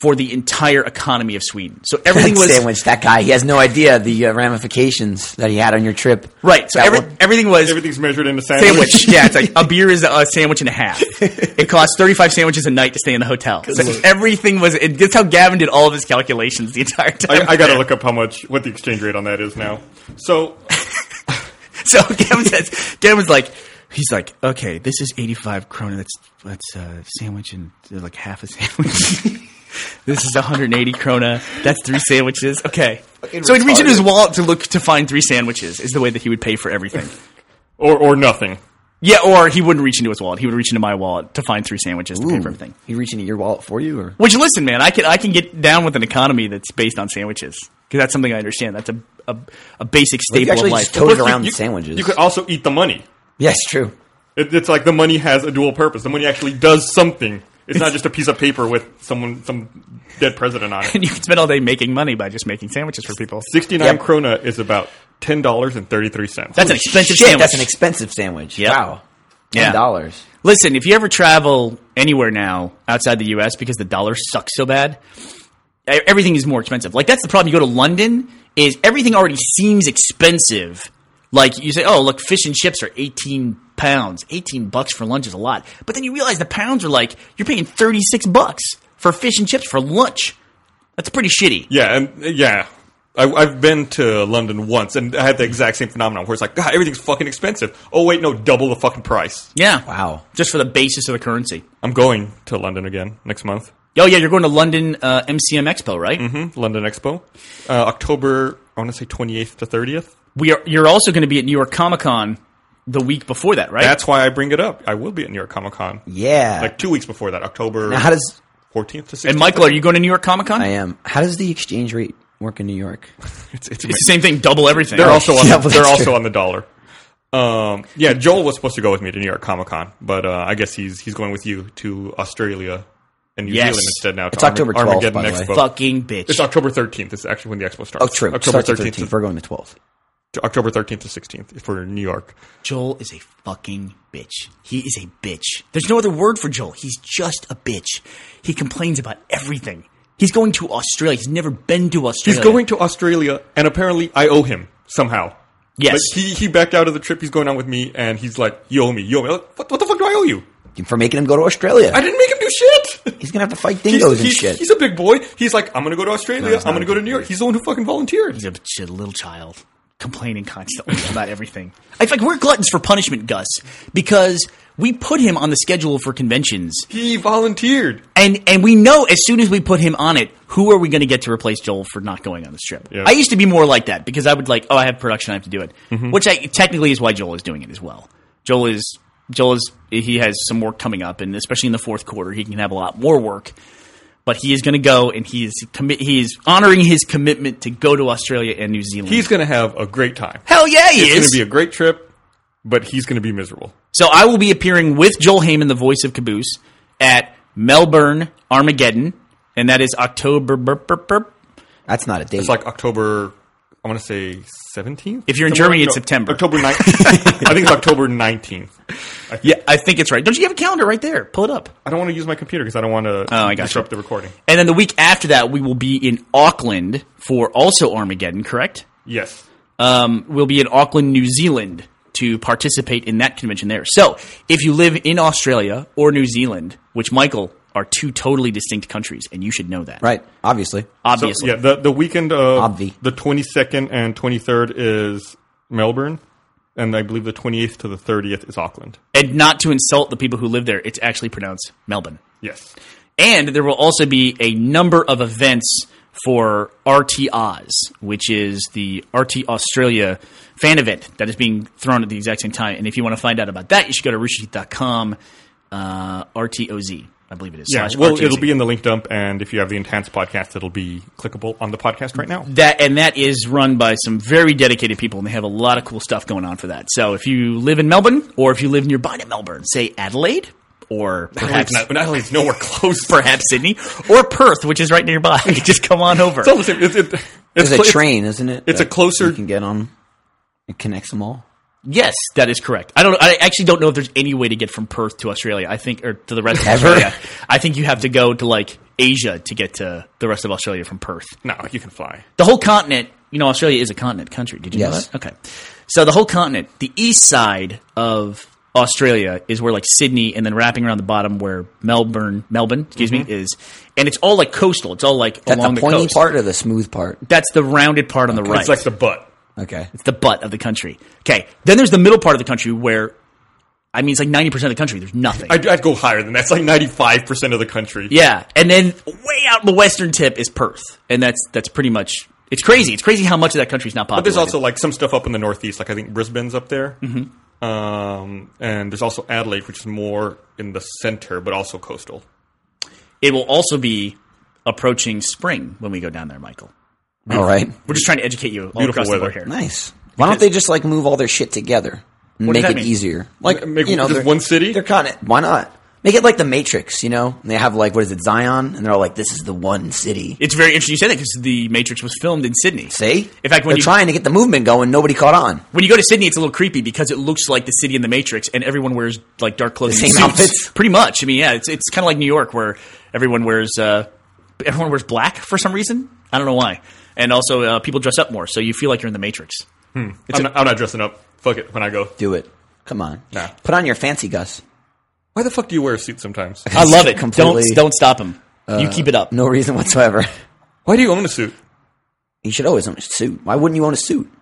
[SPEAKER 3] for the entire economy of Sweden. So everything was
[SPEAKER 4] sandwich [laughs] that guy. He has no idea the uh, ramifications that he had on your trip.
[SPEAKER 3] right. So
[SPEAKER 4] That
[SPEAKER 3] every,
[SPEAKER 4] one-
[SPEAKER 3] everything was
[SPEAKER 2] Everything's measured in a sandwich.
[SPEAKER 3] sandwich. yeah,
[SPEAKER 2] [laughs]
[SPEAKER 3] it's like a beer is a sandwich and a half. It costs thirty five sandwiches a night to stay in the hotel. So everything was. It, that's how Gavin did all of his calculations the entire time.
[SPEAKER 2] I, I got to look up how much what the exchange rate on that is now. So
[SPEAKER 3] [laughs] So Gavin says, Gavin's like, he's like, okay, this is 85 krona. That's that's a sandwich and uh, like half a sandwich. [laughs] this is 180 krona. That's three sandwiches. Okay. So he'd reach in his wallet to look to find three sandwiches is the way that he would pay
[SPEAKER 2] [laughs]
[SPEAKER 3] for everything.
[SPEAKER 2] or or nothing.
[SPEAKER 3] Yeah, or he wouldn't reach into his wallet. He would reach into my wallet to find three sandwiches to pay for everything.
[SPEAKER 4] He reaching into your wallet for you, or
[SPEAKER 3] Which listen, man, I can I can get down with an economy that's based on sandwiches because that's something I understand. That's a a, a basic
[SPEAKER 4] you
[SPEAKER 3] staple of
[SPEAKER 4] actually
[SPEAKER 3] life. [laughs]
[SPEAKER 4] just toted
[SPEAKER 2] Plus,
[SPEAKER 4] around the sandwiches.
[SPEAKER 2] You could also eat the money.
[SPEAKER 4] yes, true.
[SPEAKER 2] It, it's like the money has a dual purpose. The money actually does something. It's, not just a piece of paper with someone some dead president on it.
[SPEAKER 3] and you can spend all day making money by just making sandwiches for people.
[SPEAKER 2] Sixty nine
[SPEAKER 4] Yep.
[SPEAKER 2] krona is about ten dollars and thirty three cents.
[SPEAKER 3] That's an expensive
[SPEAKER 4] Shit,
[SPEAKER 3] sandwich.
[SPEAKER 4] that's an expensive sandwich.
[SPEAKER 3] Yep.
[SPEAKER 4] Wow,
[SPEAKER 3] Yeah.
[SPEAKER 4] ten dollars.
[SPEAKER 3] Listen, if you ever travel anywhere now outside the U.S. because the dollar sucks so bad, e- everything is more expensive. Like that's the problem. You go to London, is everything already seems expensive. Like you say, oh look, fish and chips are eighteen pounds. Eighteen bucks for lunch is a lot, but then you realize the pounds are like you're paying thirty six bucks for fish and chips for lunch. That's pretty shitty.
[SPEAKER 2] Yeah, and yeah. I, I've been to London once, and I had the exact same phenomenon where it's like, God, everything's fucking expensive. Oh wait, no, double the fucking price.
[SPEAKER 3] Yeah.
[SPEAKER 4] Wow.
[SPEAKER 3] Just for the basis of the currency.
[SPEAKER 2] I'm going to London again next month.
[SPEAKER 3] Oh yeah, you're going to London uh, MCM Expo, right?
[SPEAKER 2] Mhm, London Expo, uh, October. I want to say 28th to 30th.
[SPEAKER 3] we are you're also going to be at New York Comic Con the week before that, right?
[SPEAKER 2] That's why I bring it up. I will be at New York Comic Con.
[SPEAKER 4] Yeah.
[SPEAKER 2] Like two weeks before that, October
[SPEAKER 4] now, how does
[SPEAKER 2] 14th to 16th.
[SPEAKER 3] and Michael, are you going to New York Comic Con?
[SPEAKER 4] I am? How does the exchange rate work in New York?
[SPEAKER 2] it's, it's
[SPEAKER 4] [laughs]
[SPEAKER 3] It's the same thing, double everything.
[SPEAKER 2] they're also on
[SPEAKER 4] Yeah,
[SPEAKER 2] the,
[SPEAKER 4] but
[SPEAKER 2] they're
[SPEAKER 4] that's
[SPEAKER 2] also
[SPEAKER 4] true.
[SPEAKER 2] on the dollar. Um, yeah, Joel was supposed to go with me to New York Comic Con, but uh, I guess he's he's going with you to Australia and New
[SPEAKER 3] Yes.
[SPEAKER 2] Zealand instead now. to
[SPEAKER 4] It's October 12th,
[SPEAKER 2] Armageddon
[SPEAKER 4] by the way.
[SPEAKER 2] Expo.
[SPEAKER 3] fucking bitch.
[SPEAKER 2] It's October 13th. It's actually when the expo starts.
[SPEAKER 4] Oh, true.
[SPEAKER 2] October
[SPEAKER 4] Starts the
[SPEAKER 2] 13th. to-
[SPEAKER 4] We're going to 12th.
[SPEAKER 2] to October 13th to 16th for New York.
[SPEAKER 3] Joel is a fucking bitch. He is a bitch. There's no other word for Joel. He's just a bitch. He complains about everything. He's going to Australia. He's never been to
[SPEAKER 2] He's
[SPEAKER 3] Australia.
[SPEAKER 2] going to Australia, and apparently I owe him somehow.
[SPEAKER 3] Yes.
[SPEAKER 2] Like, he, he backed out of the trip he's going on with me, and he's like, You owe me, you owe me. I'm like, what, what the fuck do I owe you?
[SPEAKER 4] For making him go to Australia.
[SPEAKER 2] I didn't make him do shit!
[SPEAKER 4] He's gonna have to fight
[SPEAKER 2] [laughs] He's,
[SPEAKER 4] dingoes and
[SPEAKER 2] he's-
[SPEAKER 4] shit.
[SPEAKER 2] he's a big boy. He's like, I'm gonna go to Australia.
[SPEAKER 4] No, he's
[SPEAKER 2] I'm
[SPEAKER 4] not
[SPEAKER 2] gonna
[SPEAKER 4] a
[SPEAKER 2] go to
[SPEAKER 4] big
[SPEAKER 2] New York.
[SPEAKER 4] boy.
[SPEAKER 2] He's the one who fucking volunteered.
[SPEAKER 3] He's a, shit little child complaining constantly [laughs] about everything. In fact, we're gluttons for punishment, Gus, because we put him on the schedule for conventions.
[SPEAKER 2] He volunteered.
[SPEAKER 3] And and we know as soon as we put him on it, who are we going to get to replace Joel for not going on this trip?
[SPEAKER 2] Yeah.
[SPEAKER 3] I used to be more like that because I would like, oh, I have production, I have to do it,
[SPEAKER 2] Mm-hmm.
[SPEAKER 3] which I technically is why Joel is doing it as well. Joel is Joel is he has some work coming up, and especially in the fourth quarter, he can have a lot more work. But he is going to go, and he is commit. He is honoring his commitment to go to Australia and New Zealand.
[SPEAKER 2] He's gonna have a great time.
[SPEAKER 3] hell yeah, he
[SPEAKER 2] It's
[SPEAKER 3] is.
[SPEAKER 2] gonna be a great trip, but he's gonna be miserable.
[SPEAKER 3] So I will be appearing with Joel Heyman, the voice of Caboose, at Melbourne Armageddon, and that is October. burp, burp, burp.
[SPEAKER 4] That's not a date.
[SPEAKER 2] It's like October. I want to say 17th.
[SPEAKER 3] If you're in
[SPEAKER 2] Somewhere-
[SPEAKER 3] Germany, it's September.
[SPEAKER 2] October 9th. [laughs] I think it's October 19th. I,
[SPEAKER 3] Yeah, I think it's right. Don't you have a calendar right there? Pull it up.
[SPEAKER 2] I don't want to use my computer because I don't want to
[SPEAKER 3] Oh, I got
[SPEAKER 2] disrupt the
[SPEAKER 3] you.
[SPEAKER 2] recording.
[SPEAKER 3] And then the week after that, we will be in Auckland for also Armageddon, correct?
[SPEAKER 2] Yes.
[SPEAKER 3] Um, we'll be in Auckland, New Zealand to participate in that convention there. So if you live in Australia or New Zealand, which Michael are two totally distinct countries, and you should know that.
[SPEAKER 4] right. Obviously.
[SPEAKER 2] So,
[SPEAKER 3] Obviously.
[SPEAKER 2] yeah, the, the weekend of
[SPEAKER 4] Obvi.
[SPEAKER 2] the 22nd and 23rd is Melbourne, and I believe the 28th to the 30th is Auckland.
[SPEAKER 3] And not to insult the people who live there, it's actually pronounced Melbourne.
[SPEAKER 2] Yes.
[SPEAKER 3] And there will also be a number of events for RT Oz, which is the RT Australia fan event that is being thrown at the exact same time. And if you want to find out about that, you should go to roosterteeth.com, uh, RTOZ, I believe it is.
[SPEAKER 2] Yeah,
[SPEAKER 3] slash
[SPEAKER 2] well,
[SPEAKER 3] RTOZ.
[SPEAKER 2] it'll be in the link dump, and if you have the Intense podcast, it'll be clickable on the podcast right now.
[SPEAKER 3] that and that is run by some very dedicated people and they have a lot of cool stuff going on for that so if you live in melbourne or if you live nearby to melbourne say adelaide or perhaps [laughs]
[SPEAKER 2] Adelaide's, not, Adelaide's nowhere close.
[SPEAKER 3] perhaps sydney or perth which is right nearby [laughs] just come on over
[SPEAKER 2] It's all the same. It's, it, it's,
[SPEAKER 4] There's a
[SPEAKER 2] cl-
[SPEAKER 4] train, isn't it?
[SPEAKER 2] it's a
[SPEAKER 4] that
[SPEAKER 2] closer-
[SPEAKER 4] You can get on. It connects them all.
[SPEAKER 3] Yes, that is correct. I don't. I actually don't know if there's any way to get from Perth to Australia. I think, or to the rest of
[SPEAKER 4] Ever?
[SPEAKER 3] Australia. I think you have to go to like Asia to get to the rest of Australia from Perth.
[SPEAKER 2] No, you can fly.
[SPEAKER 3] The whole continent, you know, Australia is a continent country. Did you know
[SPEAKER 4] Yes.
[SPEAKER 3] that? Okay. So the whole continent, the east side of Australia is where like Sydney and then wrapping around the bottom where Melbourne, Melbourne, excuse me, is. And it's all like coastal. It's all like
[SPEAKER 4] Is that
[SPEAKER 3] along
[SPEAKER 4] Mm-hmm. the
[SPEAKER 3] the,
[SPEAKER 4] pointy
[SPEAKER 3] coast.
[SPEAKER 4] part or the smooth part?
[SPEAKER 3] That's the rounded part on the right.
[SPEAKER 2] It's like the butt.
[SPEAKER 4] Okay.
[SPEAKER 3] It's the butt of the country. Okay. Then there's the middle part of the country where, I mean, it's like 90% of the country. There's nothing.
[SPEAKER 2] I'd, I'd go higher than that. It's like ninety five percent of the country.
[SPEAKER 3] yeah. And then way out the western tip is Perth. And that's, that's pretty much, it's crazy. It's crazy how much of that country's not
[SPEAKER 2] But
[SPEAKER 3] populated.
[SPEAKER 2] there's also like some stuff up in the northeast, like I think Brisbane's up there, mm-hmm. um, and there's also Adelaide, which is more in the center, but also coastal.
[SPEAKER 3] it will also be approaching spring when we go down there, Michael.
[SPEAKER 4] All right.
[SPEAKER 3] We're just trying to educate you all
[SPEAKER 2] Beautiful
[SPEAKER 3] across the board
[SPEAKER 2] weather.
[SPEAKER 3] here.
[SPEAKER 4] Nice. Why don't they just like move all their shit together? And
[SPEAKER 3] What does
[SPEAKER 4] make
[SPEAKER 3] that
[SPEAKER 4] it
[SPEAKER 3] mean?
[SPEAKER 4] easier. Like
[SPEAKER 2] M- make
[SPEAKER 4] you know,
[SPEAKER 2] just
[SPEAKER 4] they're-
[SPEAKER 2] one city?
[SPEAKER 4] They're kind of why not? Make it like the Matrix, you know? And they have like what is it, Zion? And they're all like, "This is the one city."
[SPEAKER 3] It's very interesting you say that because the Matrix was filmed in Sydney.
[SPEAKER 4] See,
[SPEAKER 3] In fact, when
[SPEAKER 4] they're
[SPEAKER 3] you,
[SPEAKER 4] trying to get the movement going, nobody caught on.
[SPEAKER 3] when you go to Sydney, it's a little creepy because it looks like the city in the Matrix, and everyone wears like dark clothing,
[SPEAKER 4] The
[SPEAKER 3] and
[SPEAKER 4] same
[SPEAKER 3] suits.
[SPEAKER 4] outfits?
[SPEAKER 3] [laughs] Pretty much. I mean, yeah, it's it's kind of like New York where everyone wears uh, everyone wears black for some reason. I don't know why. And also, uh, people dress up more, so you feel like you're in the Matrix.
[SPEAKER 2] It's I'm, not, I'm not dressing up. Fuck it when I go.
[SPEAKER 4] Do it. Come on.
[SPEAKER 2] Nah.
[SPEAKER 4] Put on your fancy Gus.
[SPEAKER 2] Why the fuck do you wear a suit sometimes?
[SPEAKER 3] I love it.
[SPEAKER 4] Completely-
[SPEAKER 3] Don't don't stop him.
[SPEAKER 2] Uh,
[SPEAKER 3] you keep it
[SPEAKER 2] mm.
[SPEAKER 3] up.
[SPEAKER 4] No reason [laughs] whatsoever.
[SPEAKER 2] Why do you own a suit?
[SPEAKER 4] You should always own a suit. Why wouldn't you own a suit?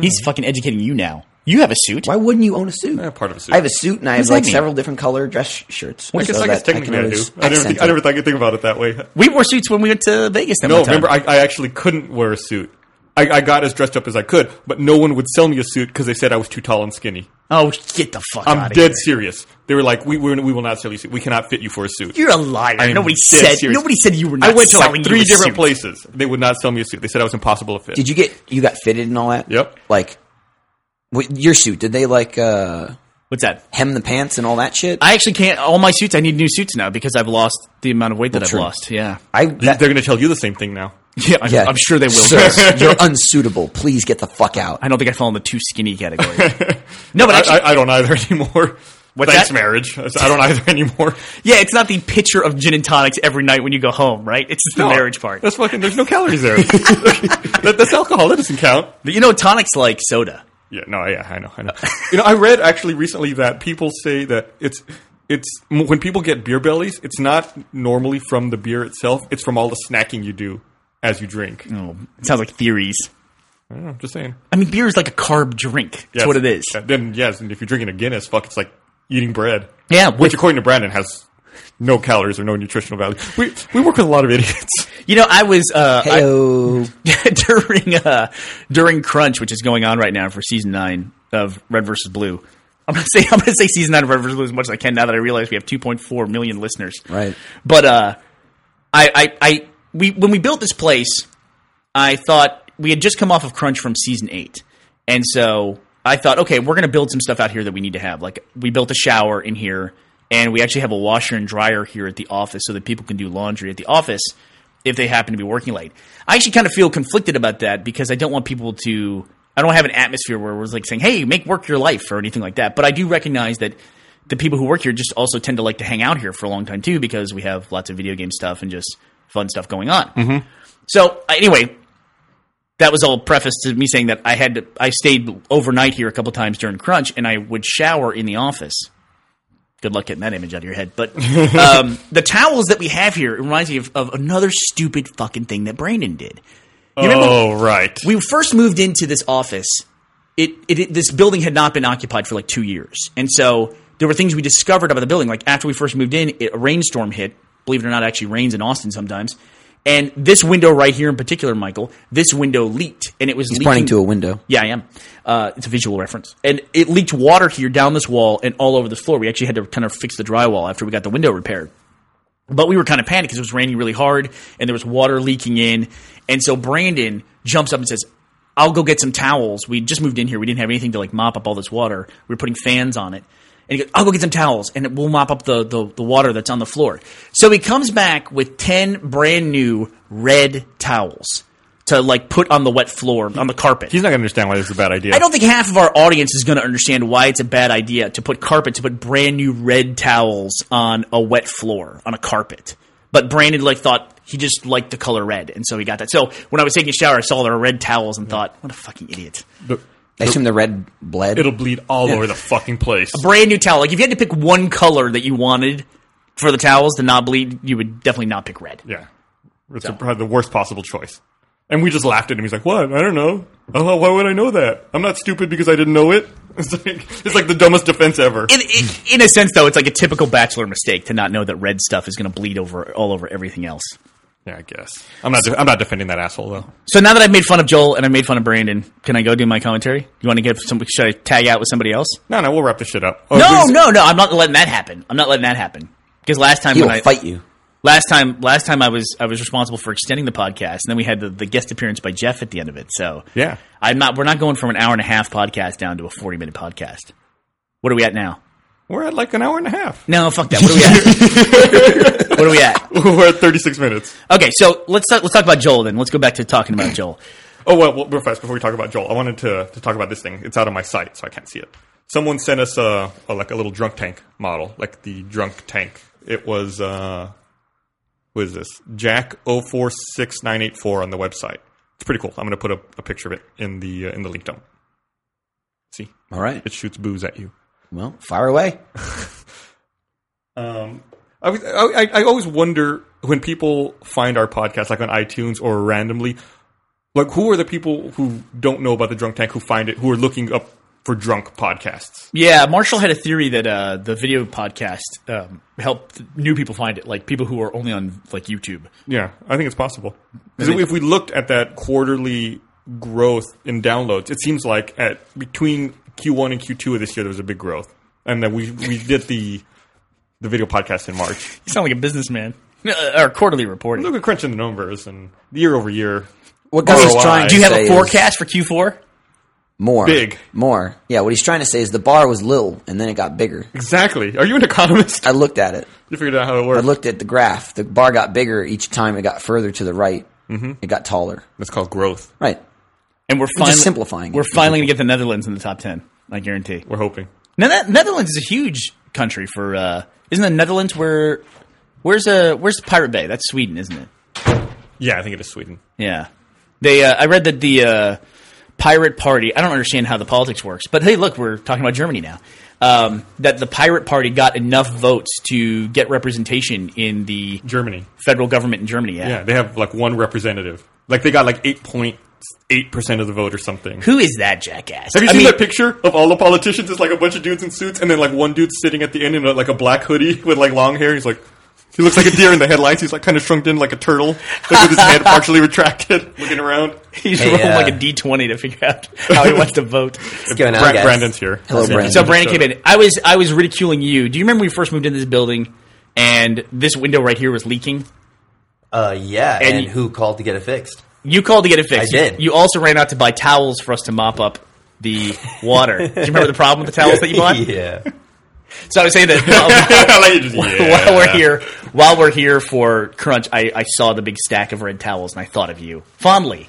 [SPEAKER 3] He's fucking educating you now. You have a suit.
[SPEAKER 4] Why wouldn't you own a suit?
[SPEAKER 2] Eh, part of a suit.
[SPEAKER 4] I have a suit and I
[SPEAKER 3] does
[SPEAKER 4] have
[SPEAKER 3] that
[SPEAKER 4] like
[SPEAKER 3] mean?
[SPEAKER 4] several different color dress sh- shirts.
[SPEAKER 2] I guess, I guess technically I, do. I never, think, I never thought I'd think about it that way.
[SPEAKER 3] We wore suits when we went to Vegas. That
[SPEAKER 2] No,
[SPEAKER 3] one time.
[SPEAKER 2] remember, I, I actually couldn't wear a suit. I, I got as dressed up as I could, but no one would sell me a suit because they said I was too tall and skinny.
[SPEAKER 3] oh, get the fuck!
[SPEAKER 2] I'm
[SPEAKER 3] outta
[SPEAKER 2] dead
[SPEAKER 3] here.
[SPEAKER 2] serious. They were like, we, we, we will not sell you a suit. We cannot fit you for a suit.
[SPEAKER 3] You're a liar.
[SPEAKER 2] I am
[SPEAKER 3] Nobody
[SPEAKER 2] dead
[SPEAKER 3] said.
[SPEAKER 2] serious.
[SPEAKER 3] Nobody said you were. Not
[SPEAKER 2] I went to
[SPEAKER 3] selling
[SPEAKER 2] like
[SPEAKER 3] you
[SPEAKER 2] three
[SPEAKER 3] a
[SPEAKER 2] different
[SPEAKER 3] suit.
[SPEAKER 2] places. They would not sell me a suit. They said I was impossible to fit.
[SPEAKER 4] Did you get you got fitted and all that?
[SPEAKER 2] Yep.
[SPEAKER 4] Like with your suit, did they like uh
[SPEAKER 3] What's that?
[SPEAKER 4] hem the pants and all that shit?
[SPEAKER 3] I actually can't. All my suits. I need new suits now because I've lost the amount of weight that I've
[SPEAKER 4] true.
[SPEAKER 2] [laughs]
[SPEAKER 3] lost. Yeah.
[SPEAKER 4] I
[SPEAKER 2] They're
[SPEAKER 4] that,
[SPEAKER 2] going to tell you the same thing now.
[SPEAKER 3] Yeah. I'm,
[SPEAKER 4] yeah.
[SPEAKER 3] I'm sure they will. [laughs]
[SPEAKER 4] Sir, you're unsuitable. Please get the fuck out.
[SPEAKER 3] I don't think I fall in the too
[SPEAKER 2] [laughs]
[SPEAKER 3] skinny category. no, but actually,
[SPEAKER 2] I, I, I don't either [laughs] anymore.
[SPEAKER 3] What's
[SPEAKER 2] Thanks,
[SPEAKER 3] that?
[SPEAKER 2] marriage. I don't either [laughs] anymore.
[SPEAKER 3] yeah, it's not the pitcher of gin and tonics every night when you go home, right? It's just the
[SPEAKER 2] No,
[SPEAKER 3] marriage part.
[SPEAKER 2] That's fucking. There's no calories
[SPEAKER 3] [laughs]
[SPEAKER 2] there. [laughs] that, that's alcohol. That doesn't count.
[SPEAKER 3] But you know, tonics like soda.
[SPEAKER 2] Yeah, no, yeah, I know, I
[SPEAKER 3] [laughs]
[SPEAKER 2] know. you know, I read actually recently that people say that it's it's m- when people get beer bellies, it's not normally from the beer itself; it's from all the snacking you do as you drink.
[SPEAKER 3] Oh, it sounds like theories.
[SPEAKER 2] I don't know, I'm just saying.
[SPEAKER 3] I mean, beer is like a carb drink. That's
[SPEAKER 2] Yes.
[SPEAKER 3] what it is.
[SPEAKER 2] Yeah, Then yes, and if you're drinking a Guinness, fuck, it's like eating bread.
[SPEAKER 3] Yeah,
[SPEAKER 2] which
[SPEAKER 3] with-
[SPEAKER 2] according to Brandon has no calories or no nutritional value. We we work with a lot of idiots.
[SPEAKER 3] You know, I was uh, I-
[SPEAKER 4] Heyo.
[SPEAKER 3] [laughs] during uh, during Crunch, which is going on right now for season nine of Red versus Blue. I'm gonna say [laughs] I'm gonna say season nine of Red versus Blue as much as I can now that I realize we have 2.4 million listeners.
[SPEAKER 4] Right.
[SPEAKER 3] But uh, I, I I we when we built this place, I thought we had just come off of Crunch from season eight, and so I thought, okay, we're gonna build some stuff out here that we need to have. Like we built a shower in here, and we actually have a washer and dryer here at the office so that people can do laundry at the office if they happen to be working late. I actually kind of feel conflicted about that because I don't want people to. I don't have an atmosphere where we're like saying, "Hey, make work your life" or anything like that. But I do recognize that the people who work here just also tend to like to hang out here for a long time too because we have lots of video game stuff and just fun stuff going on. Mm-hmm. So uh, anyway, that was all preface to me saying that I had to, I stayed overnight here a couple times during crunch and I would shower in the office. Good luck getting that image out of your head. But um, the towels that we have here it reminds me of, of another stupid fucking thing that Brandon did. [laughs] You remember
[SPEAKER 2] oh right.
[SPEAKER 3] we first moved into this office. It, it, it this building had not been occupied for like two years, and so there were things we discovered about the building. Like after we first moved in, it, a rainstorm hit. Believe it or not, it actually rains in Austin sometimes. And this window right here in particular, Michael, this window leaked, and it was leaking.
[SPEAKER 4] Pointing to a window.
[SPEAKER 3] Yeah, I am. Uh, it's a visual reference. And it leaked water here down this wall and all over the floor. We actually had to kind of fix the drywall after we got the window repaired. But we were kind of panicked because it was raining really hard and there was water leaking in. And so Brandon jumps up and says, I'll go get some towels. We just moved in here. We didn't have anything to like mop up all this water. We were putting fans on it. And he goes, I'll go get some towels and we'll mop up the, the, the water that's on the floor. So he comes back with 10 brand new red towels to like put on the wet floor, on the carpet.
[SPEAKER 2] He's not going to understand why this is a bad idea.
[SPEAKER 3] I don't think half of our audience is going to understand why it's a bad idea to put carpet, to put brand new red towels on a wet floor, on a carpet. But Brandon like thought he just liked the color red, and so he got that. So when I was taking a shower, I saw there were red towels and thought, what a fucking idiot.
[SPEAKER 2] The-
[SPEAKER 4] I assume the red bled.
[SPEAKER 2] it'll bleed all over the fucking place.
[SPEAKER 3] brand new towel. Like if you had to pick one color that you wanted for the towels to not bleed, you would definitely not pick red.
[SPEAKER 2] Yeah. It's a- probably the worst possible choice. And we just laughed at him. He's like, what? I don't know. Oh, why would I know that? I'm not stupid because I didn't know it. [laughs] It's like, it's like the dumbest defense ever.
[SPEAKER 3] In, in, in a sense, though, it's like a typical bachelor mistake to not know that red stuff is going to bleed over all over everything else.
[SPEAKER 2] yeah, I guess. I'm not, de- I'm not defending that asshole, though.
[SPEAKER 3] So now that I've made fun of Joel and I made fun of Brandon, can I go do my commentary? You want to get some? Should I tag out with somebody else?
[SPEAKER 2] No, no, we'll wrap this shit up. Oh,
[SPEAKER 3] No,
[SPEAKER 2] please-
[SPEAKER 3] no, no. I'm not letting that happen. I'm not letting that happen because last time
[SPEAKER 4] he
[SPEAKER 3] when
[SPEAKER 4] will
[SPEAKER 3] I
[SPEAKER 4] fight you.
[SPEAKER 3] last time last time I was I was responsible for extending the podcast, and then we had the, the guest appearance by Jeff at the end of it. So
[SPEAKER 2] Yeah.
[SPEAKER 3] I'm not. We're not going from an hour and a half podcast down to a forty minute podcast. What are we at now?
[SPEAKER 2] We're at like an hour and a half.
[SPEAKER 3] No, fuck that. What are we at? [laughs] what are we
[SPEAKER 2] [laughs]
[SPEAKER 3] at?
[SPEAKER 2] We're at 36 minutes.
[SPEAKER 3] Okay, so let's talk, let's talk about Joel then. Let's go back to talking about Joel.
[SPEAKER 2] Oh, well, well, real fast before we talk about Joel, I wanted to, to talk about this thing. It's out of my sight, so I can't see it. Someone sent us a, a like a little drunk tank model, like the drunk tank. It was uh, what is this? Jack 046984 on the website. It's pretty cool. I'm going to put a, a picture of it in the uh, in the link dump. See,
[SPEAKER 4] All right.
[SPEAKER 2] it shoots booze at you.
[SPEAKER 4] Well, fire away.
[SPEAKER 2] Um, I, was- I, I- I always wonder when people find our podcast, like on iTunes or randomly, like who are the people who don't know about the Drunk Tank who find it, who are looking up for drunk podcasts?
[SPEAKER 3] Yeah, Marshall had a theory that uh, the video podcast um, helped new people find it, like people who are only on like YouTube.
[SPEAKER 2] Yeah, I think it's possible. 'Cause if we looked at that quarterly growth in downloads, it seems like at between Q1 and Q2 of this year there was a big growth, and then we we did the the video podcast in March.
[SPEAKER 3] You sound like a businessman. Uh, or quarterly reporting.
[SPEAKER 2] Look at crunching the numbers and year over year,
[SPEAKER 4] What Gus is
[SPEAKER 2] ROI.
[SPEAKER 4] trying to
[SPEAKER 3] Do you have
[SPEAKER 4] say
[SPEAKER 3] a
[SPEAKER 4] is
[SPEAKER 3] forecast for Q4?
[SPEAKER 4] more
[SPEAKER 2] Big.
[SPEAKER 4] more. Yeah, what he's trying to say is the bar was little and then it got bigger.
[SPEAKER 2] exactly. Are you an economist?
[SPEAKER 4] I looked at it.
[SPEAKER 2] You figured out how it
[SPEAKER 4] I
[SPEAKER 2] works.
[SPEAKER 4] looked at the graph. The bar got bigger each time it got further to the right. Mm-hmm. It got taller.
[SPEAKER 2] That's called growth.
[SPEAKER 4] Right.
[SPEAKER 3] And we're
[SPEAKER 4] We're
[SPEAKER 3] finally
[SPEAKER 4] just simplifying it.
[SPEAKER 3] We're finally going to get the Netherlands in the top ten. I guarantee.
[SPEAKER 2] We're hoping.
[SPEAKER 3] Now that Netherlands is a huge country for. Uh, isn't the Netherlands where? Where's uh Where's Pirate Bay? That's Sweden, isn't it?
[SPEAKER 2] Yeah, I think it is Sweden.
[SPEAKER 3] Yeah. They. Uh, I read that the uh, Pirate Party. I don't understand how the politics works, but hey, look, we're talking about Germany now. Um, that the Pirate Party got enough votes to get representation in the
[SPEAKER 2] Germany.
[SPEAKER 3] federal government in Germany. Yeah.
[SPEAKER 2] Yeah, they have like one representative. Like they got like eight point eight percent of the vote or something.
[SPEAKER 3] Who is that jackass?
[SPEAKER 2] Have you
[SPEAKER 3] I
[SPEAKER 2] seen
[SPEAKER 3] mean,
[SPEAKER 2] that picture of all the politicians? It's like a bunch of dudes in suits, and then like one dude sitting at the end in like a black hoodie [laughs] with like long hair. He's like, he looks like a deer in the headlights. He's like kind of shrunk in like a turtle, [laughs] like with his head partially retracted, [laughs] looking around.
[SPEAKER 3] He's
[SPEAKER 4] Hey,
[SPEAKER 3] rolled
[SPEAKER 4] uh,
[SPEAKER 3] like a D twenty to figure [laughs] out how he wants to vote.
[SPEAKER 4] What's going on,
[SPEAKER 2] Brand-
[SPEAKER 4] guys?
[SPEAKER 2] Brandon's here.
[SPEAKER 4] Hello,
[SPEAKER 2] So-
[SPEAKER 4] Brandon.
[SPEAKER 3] So Brandon came in. I was I was ridiculing you. Do you remember when we first moved into this building and this window right here was leaking?
[SPEAKER 5] Uh, yeah,
[SPEAKER 3] And
[SPEAKER 5] and,
[SPEAKER 3] you-
[SPEAKER 5] who called to get it fixed?
[SPEAKER 3] You called to get it fixed.
[SPEAKER 5] I did.
[SPEAKER 3] You, you also ran out to buy towels for us to mop up the
[SPEAKER 5] [laughs]
[SPEAKER 3] water. Do you remember the problem with the towels that you bought?
[SPEAKER 5] yeah,
[SPEAKER 3] So I was saying that [laughs]
[SPEAKER 2] [laughs]
[SPEAKER 3] while,
[SPEAKER 2] I
[SPEAKER 4] [laughs]
[SPEAKER 2] like you just-
[SPEAKER 3] while we're
[SPEAKER 2] yeah.
[SPEAKER 3] here, while we're here for crunch, I, I saw the big stack of red towels and I thought of you fondly.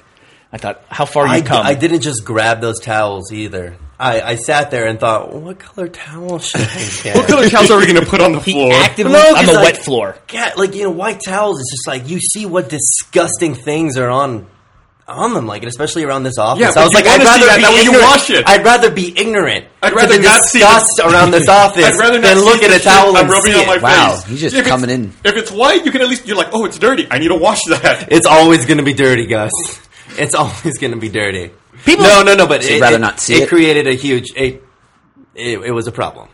[SPEAKER 3] I thought, how far
[SPEAKER 5] I,
[SPEAKER 3] you come.
[SPEAKER 5] I didn't just grab those towels either. I, I sat there and thought, what color towel
[SPEAKER 2] [laughs]
[SPEAKER 5] should I get?
[SPEAKER 2] What color towels are we going to put on the
[SPEAKER 3] He
[SPEAKER 2] floor?
[SPEAKER 3] actively
[SPEAKER 5] No,
[SPEAKER 3] on
[SPEAKER 5] 'cause
[SPEAKER 3] the
[SPEAKER 5] like-
[SPEAKER 3] wet floor.
[SPEAKER 5] God, like you know, white towels. It's just like you see what disgusting things are on on them, like and especially around this office.
[SPEAKER 2] Yeah,
[SPEAKER 5] I
[SPEAKER 2] but
[SPEAKER 5] was
[SPEAKER 2] you
[SPEAKER 5] like, I'd
[SPEAKER 2] wanna see
[SPEAKER 5] rather
[SPEAKER 2] that,
[SPEAKER 5] be
[SPEAKER 2] that way you
[SPEAKER 5] ignorant.
[SPEAKER 2] wash it.
[SPEAKER 5] I'd rather be ignorant.
[SPEAKER 2] I'd
[SPEAKER 5] to
[SPEAKER 2] rather
[SPEAKER 5] the
[SPEAKER 2] not see
[SPEAKER 5] disgust around this
[SPEAKER 2] [laughs]
[SPEAKER 5] office
[SPEAKER 2] I'd rather not
[SPEAKER 5] than
[SPEAKER 2] see
[SPEAKER 5] look at
[SPEAKER 2] the
[SPEAKER 5] a
[SPEAKER 2] shit
[SPEAKER 5] towel
[SPEAKER 2] I'm
[SPEAKER 5] and
[SPEAKER 2] rubbing
[SPEAKER 5] see
[SPEAKER 2] on my
[SPEAKER 5] it.
[SPEAKER 2] face.
[SPEAKER 4] Wow, he's just
[SPEAKER 2] it's-
[SPEAKER 4] coming in.
[SPEAKER 2] If it's white, you can at least you're like, oh, it's dirty. I need to wash
[SPEAKER 5] [laughs]
[SPEAKER 2] that.
[SPEAKER 5] It's always going to be dirty, Gus. It's always going to be dirty.
[SPEAKER 3] People-
[SPEAKER 5] no, no, no. But
[SPEAKER 4] you'd
[SPEAKER 5] it,
[SPEAKER 4] rather
[SPEAKER 5] it-
[SPEAKER 4] not see it?
[SPEAKER 5] created a huge. It, it, it was a problem.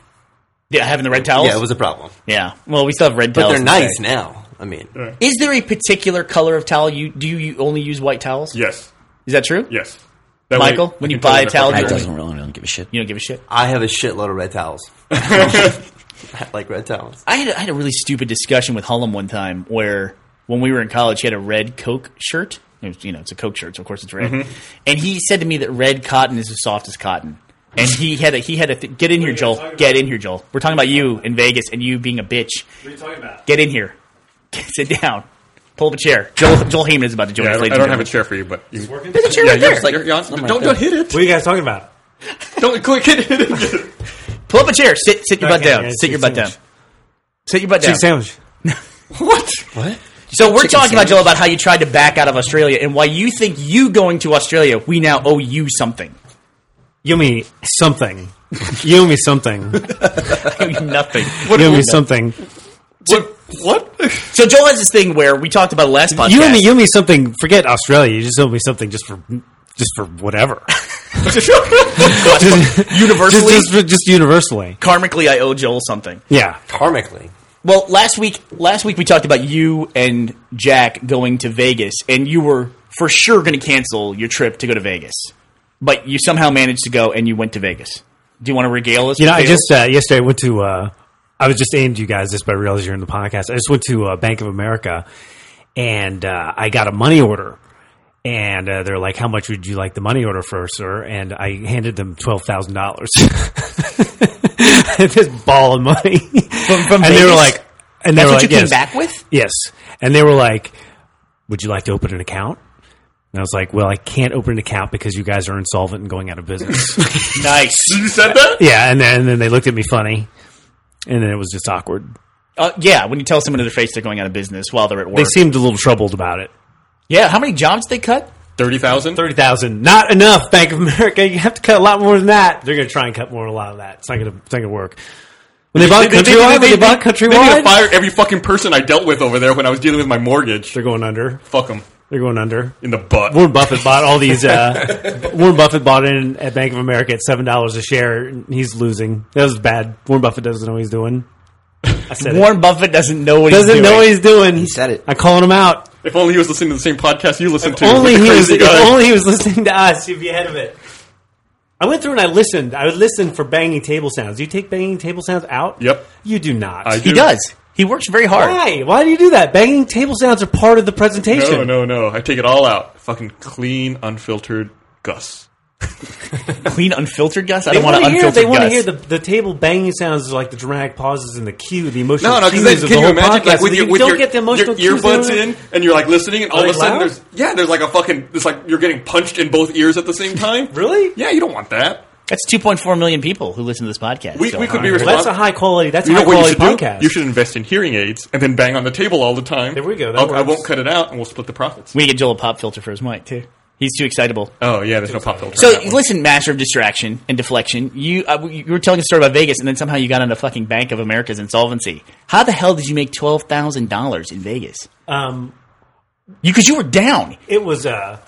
[SPEAKER 3] Yeah, having the red towels.
[SPEAKER 5] Yeah, it was a problem.
[SPEAKER 3] Yeah. Well, we still have red
[SPEAKER 5] But
[SPEAKER 3] towels.
[SPEAKER 5] they're nice now. I mean,
[SPEAKER 3] Is there a particular color of towel you do? You only use white towels?
[SPEAKER 2] yes,
[SPEAKER 3] Is that true?
[SPEAKER 2] yes. That
[SPEAKER 3] Michael,
[SPEAKER 2] way I
[SPEAKER 3] when
[SPEAKER 2] can
[SPEAKER 3] you
[SPEAKER 2] tell when
[SPEAKER 3] buy
[SPEAKER 2] they're
[SPEAKER 3] a towel,
[SPEAKER 2] fucking
[SPEAKER 4] I
[SPEAKER 3] Brandon.
[SPEAKER 4] doesn't really, I don't give a shit.
[SPEAKER 3] You don't give a shit.
[SPEAKER 5] I have a shitload of red towels. I like red towels.
[SPEAKER 3] I had, I had a really stupid discussion with Hullum one time where when we were in college, he had a red Coke shirt. It was, you know, it's a Coke shirt, so of course it's red.
[SPEAKER 2] Mm-hmm.
[SPEAKER 3] And he said to me that red cotton is as soft as cotton. And he had a he had a th- get in here, Joel. Get in here, Joel. We're talking about you in Vegas and you being a bitch.
[SPEAKER 6] What are you talking about?
[SPEAKER 3] Get in here. [laughs] Sit down. Pull up a chair. Joel Joel Heyman is about to join
[SPEAKER 2] Yeah, I
[SPEAKER 3] us.
[SPEAKER 2] don't,
[SPEAKER 3] ladies
[SPEAKER 2] I
[SPEAKER 3] and
[SPEAKER 2] don't have a
[SPEAKER 3] gentlemen.
[SPEAKER 2] chair for you, but you, yeah,
[SPEAKER 6] Working?
[SPEAKER 4] There's a chair right there.
[SPEAKER 2] you're,
[SPEAKER 4] It's like-
[SPEAKER 2] you're, you're on,
[SPEAKER 4] something
[SPEAKER 2] don't
[SPEAKER 4] like
[SPEAKER 2] don't hit it. [laughs]
[SPEAKER 6] What are you guys talking about?
[SPEAKER 2] Don't go hit it. [laughs]
[SPEAKER 3] Pull up a chair. Sit sit your butt
[SPEAKER 6] Okay,
[SPEAKER 3] down.
[SPEAKER 6] yeah,
[SPEAKER 3] Sit your butt
[SPEAKER 6] chicken
[SPEAKER 3] down.
[SPEAKER 6] sandwich.
[SPEAKER 3] Sit your butt down.
[SPEAKER 6] Chicken sandwich.
[SPEAKER 2] What?
[SPEAKER 5] What?
[SPEAKER 3] So we're talking
[SPEAKER 4] Chicken
[SPEAKER 3] about
[SPEAKER 4] sandwich.
[SPEAKER 3] Joe about how you tried to back out of Australia and why you think you going to Australia, we now owe you
[SPEAKER 6] [laughs]
[SPEAKER 3] something.
[SPEAKER 6] You owe me something. you owe me [laughs] something.
[SPEAKER 3] I owe you [laughs] nothing.
[SPEAKER 6] you owe me something.
[SPEAKER 2] What? What?
[SPEAKER 3] So Joel has this thing where we talked about it last podcast.
[SPEAKER 6] You owe me. You owe me something. Forget Australia. You just owe me something just for [laughs] just for whatever.
[SPEAKER 3] universally,
[SPEAKER 6] just, just, just universally.
[SPEAKER 3] [laughs] karmically, I owe Joel something.
[SPEAKER 6] Yeah.
[SPEAKER 5] Karmically.
[SPEAKER 3] Well, last week, last week we talked about you and Jack going to Vegas, and you were for sure going to cancel your trip to go to Vegas, but you somehow managed to go and you went to Vegas. Do you want to regale us?
[SPEAKER 6] You know,
[SPEAKER 3] with
[SPEAKER 6] I
[SPEAKER 3] Dale?
[SPEAKER 6] just uh, yesterday I went to. Uh, I was just aimed you guys just by realizing you're in the podcast. I just went to uh, Bank of America, and uh, I got a money order, and uh, they're like, "How much would you like the money order for, sir?" And I handed them twelve thousand dollars. [laughs] This ball of money from,
[SPEAKER 3] from
[SPEAKER 6] and they were
[SPEAKER 3] Vegas?
[SPEAKER 6] like, and they
[SPEAKER 3] that's
[SPEAKER 6] were
[SPEAKER 3] what
[SPEAKER 6] like,
[SPEAKER 3] you came
[SPEAKER 6] yes.
[SPEAKER 3] back with.
[SPEAKER 6] Yes. And they were like, Would you like to open an account? And I was like, Well, I can't open an account because you guys are insolvent and going out of business.
[SPEAKER 3] Nice.
[SPEAKER 2] You said that?
[SPEAKER 6] yeah. And then, and then they looked at me funny. And then it was just awkward.
[SPEAKER 3] Uh, yeah, when you tell someone to their face they're going out of business while they're at work.
[SPEAKER 6] They seemed a little troubled about it.
[SPEAKER 3] yeah, how many jobs they cut?
[SPEAKER 2] Thirty thousand.
[SPEAKER 6] 30,000. Not enough, Bank of America. You have to cut a lot more than that. They're going to try and cut more than a lot of that. It's not going to, it's not going to work. When they bought Countrywide, when they bought
[SPEAKER 2] They need to
[SPEAKER 6] Countrywide,
[SPEAKER 2] fire every fucking person I dealt with over there when I was dealing with my mortgage.
[SPEAKER 6] they're going under.
[SPEAKER 2] Fuck them
[SPEAKER 6] They're going under.
[SPEAKER 2] in the butt.
[SPEAKER 6] Warren Buffett bought all these. Uh, Warren Buffett bought in at Bank of America at seven dollars a share. and He's losing. That was bad. Warren Buffett doesn't know what he's doing. I said it.
[SPEAKER 3] Warren Buffett doesn't know what
[SPEAKER 6] doesn't
[SPEAKER 3] he's doing.
[SPEAKER 6] know what he's doing. He
[SPEAKER 4] said it.
[SPEAKER 6] I calling him out.
[SPEAKER 2] If only he was listening to the same podcast you listen to.
[SPEAKER 6] only
[SPEAKER 2] the
[SPEAKER 6] he was.
[SPEAKER 2] crazy
[SPEAKER 6] If
[SPEAKER 2] guy.
[SPEAKER 6] only he was listening to us. He'd be ahead of it. I went through and I listened. I would listen for banging table sounds. Do you take banging table sounds out?
[SPEAKER 2] Yep.
[SPEAKER 6] You do not.
[SPEAKER 2] I
[SPEAKER 3] he
[SPEAKER 2] do.
[SPEAKER 3] does. He works very hard.
[SPEAKER 6] Why? Why do you do that? Banging table sounds are part of the presentation.
[SPEAKER 2] No, no, no. I take it all out. Fucking clean, unfiltered Gus.
[SPEAKER 3] Clean, unfiltered Gus. I
[SPEAKER 6] They
[SPEAKER 3] don't want to
[SPEAKER 6] wanna hear.
[SPEAKER 3] unfiltered
[SPEAKER 6] They want to
[SPEAKER 3] Gus.
[SPEAKER 6] hear the, the table banging sounds, like the dramatic pauses in the cue, the emotional
[SPEAKER 2] No, no, because
[SPEAKER 6] cues
[SPEAKER 2] then
[SPEAKER 6] of
[SPEAKER 2] can
[SPEAKER 6] the
[SPEAKER 2] you
[SPEAKER 6] whole
[SPEAKER 2] imagine
[SPEAKER 6] podcast.
[SPEAKER 2] like with
[SPEAKER 6] So
[SPEAKER 2] your
[SPEAKER 6] you
[SPEAKER 2] with
[SPEAKER 6] don't
[SPEAKER 2] your,
[SPEAKER 6] get the emotional
[SPEAKER 2] your
[SPEAKER 6] cues they
[SPEAKER 2] earbuds
[SPEAKER 6] want.
[SPEAKER 2] in and you're like listening and all
[SPEAKER 6] Are
[SPEAKER 2] of a
[SPEAKER 6] they
[SPEAKER 2] sudden
[SPEAKER 6] loud?
[SPEAKER 2] there's yeah there's like a fucking it's like you're getting punched in both ears at the same time.
[SPEAKER 6] [laughs] Really?
[SPEAKER 2] Yeah, you don't want that.
[SPEAKER 3] That's 2.4 million people who listen to this podcast.
[SPEAKER 2] We,
[SPEAKER 3] so-
[SPEAKER 2] we could be
[SPEAKER 6] Well, that's a
[SPEAKER 2] responsible.
[SPEAKER 6] high quality. That's a
[SPEAKER 2] You know
[SPEAKER 6] high
[SPEAKER 2] what you
[SPEAKER 6] quality
[SPEAKER 2] should
[SPEAKER 6] podcast.
[SPEAKER 2] do? You should invest in hearing aids and then bang on the table all the time.
[SPEAKER 6] There we go, that
[SPEAKER 2] I'll- I
[SPEAKER 6] works.
[SPEAKER 2] won't cut it out, and we'll split the profits.
[SPEAKER 3] We need to get Joel a pop filter for his mic too. He's too excitable.
[SPEAKER 2] Oh yeah, there's no pop filter.
[SPEAKER 3] So
[SPEAKER 2] on that one.
[SPEAKER 3] listen, master of distraction and deflection. You uh, you were telling a story about Vegas, and then somehow you got into fucking Bank of America's insolvency. How the hell did you make twelve thousand dollars in Vegas?
[SPEAKER 6] Um,
[SPEAKER 3] You because you were down.
[SPEAKER 6] it was. Uh,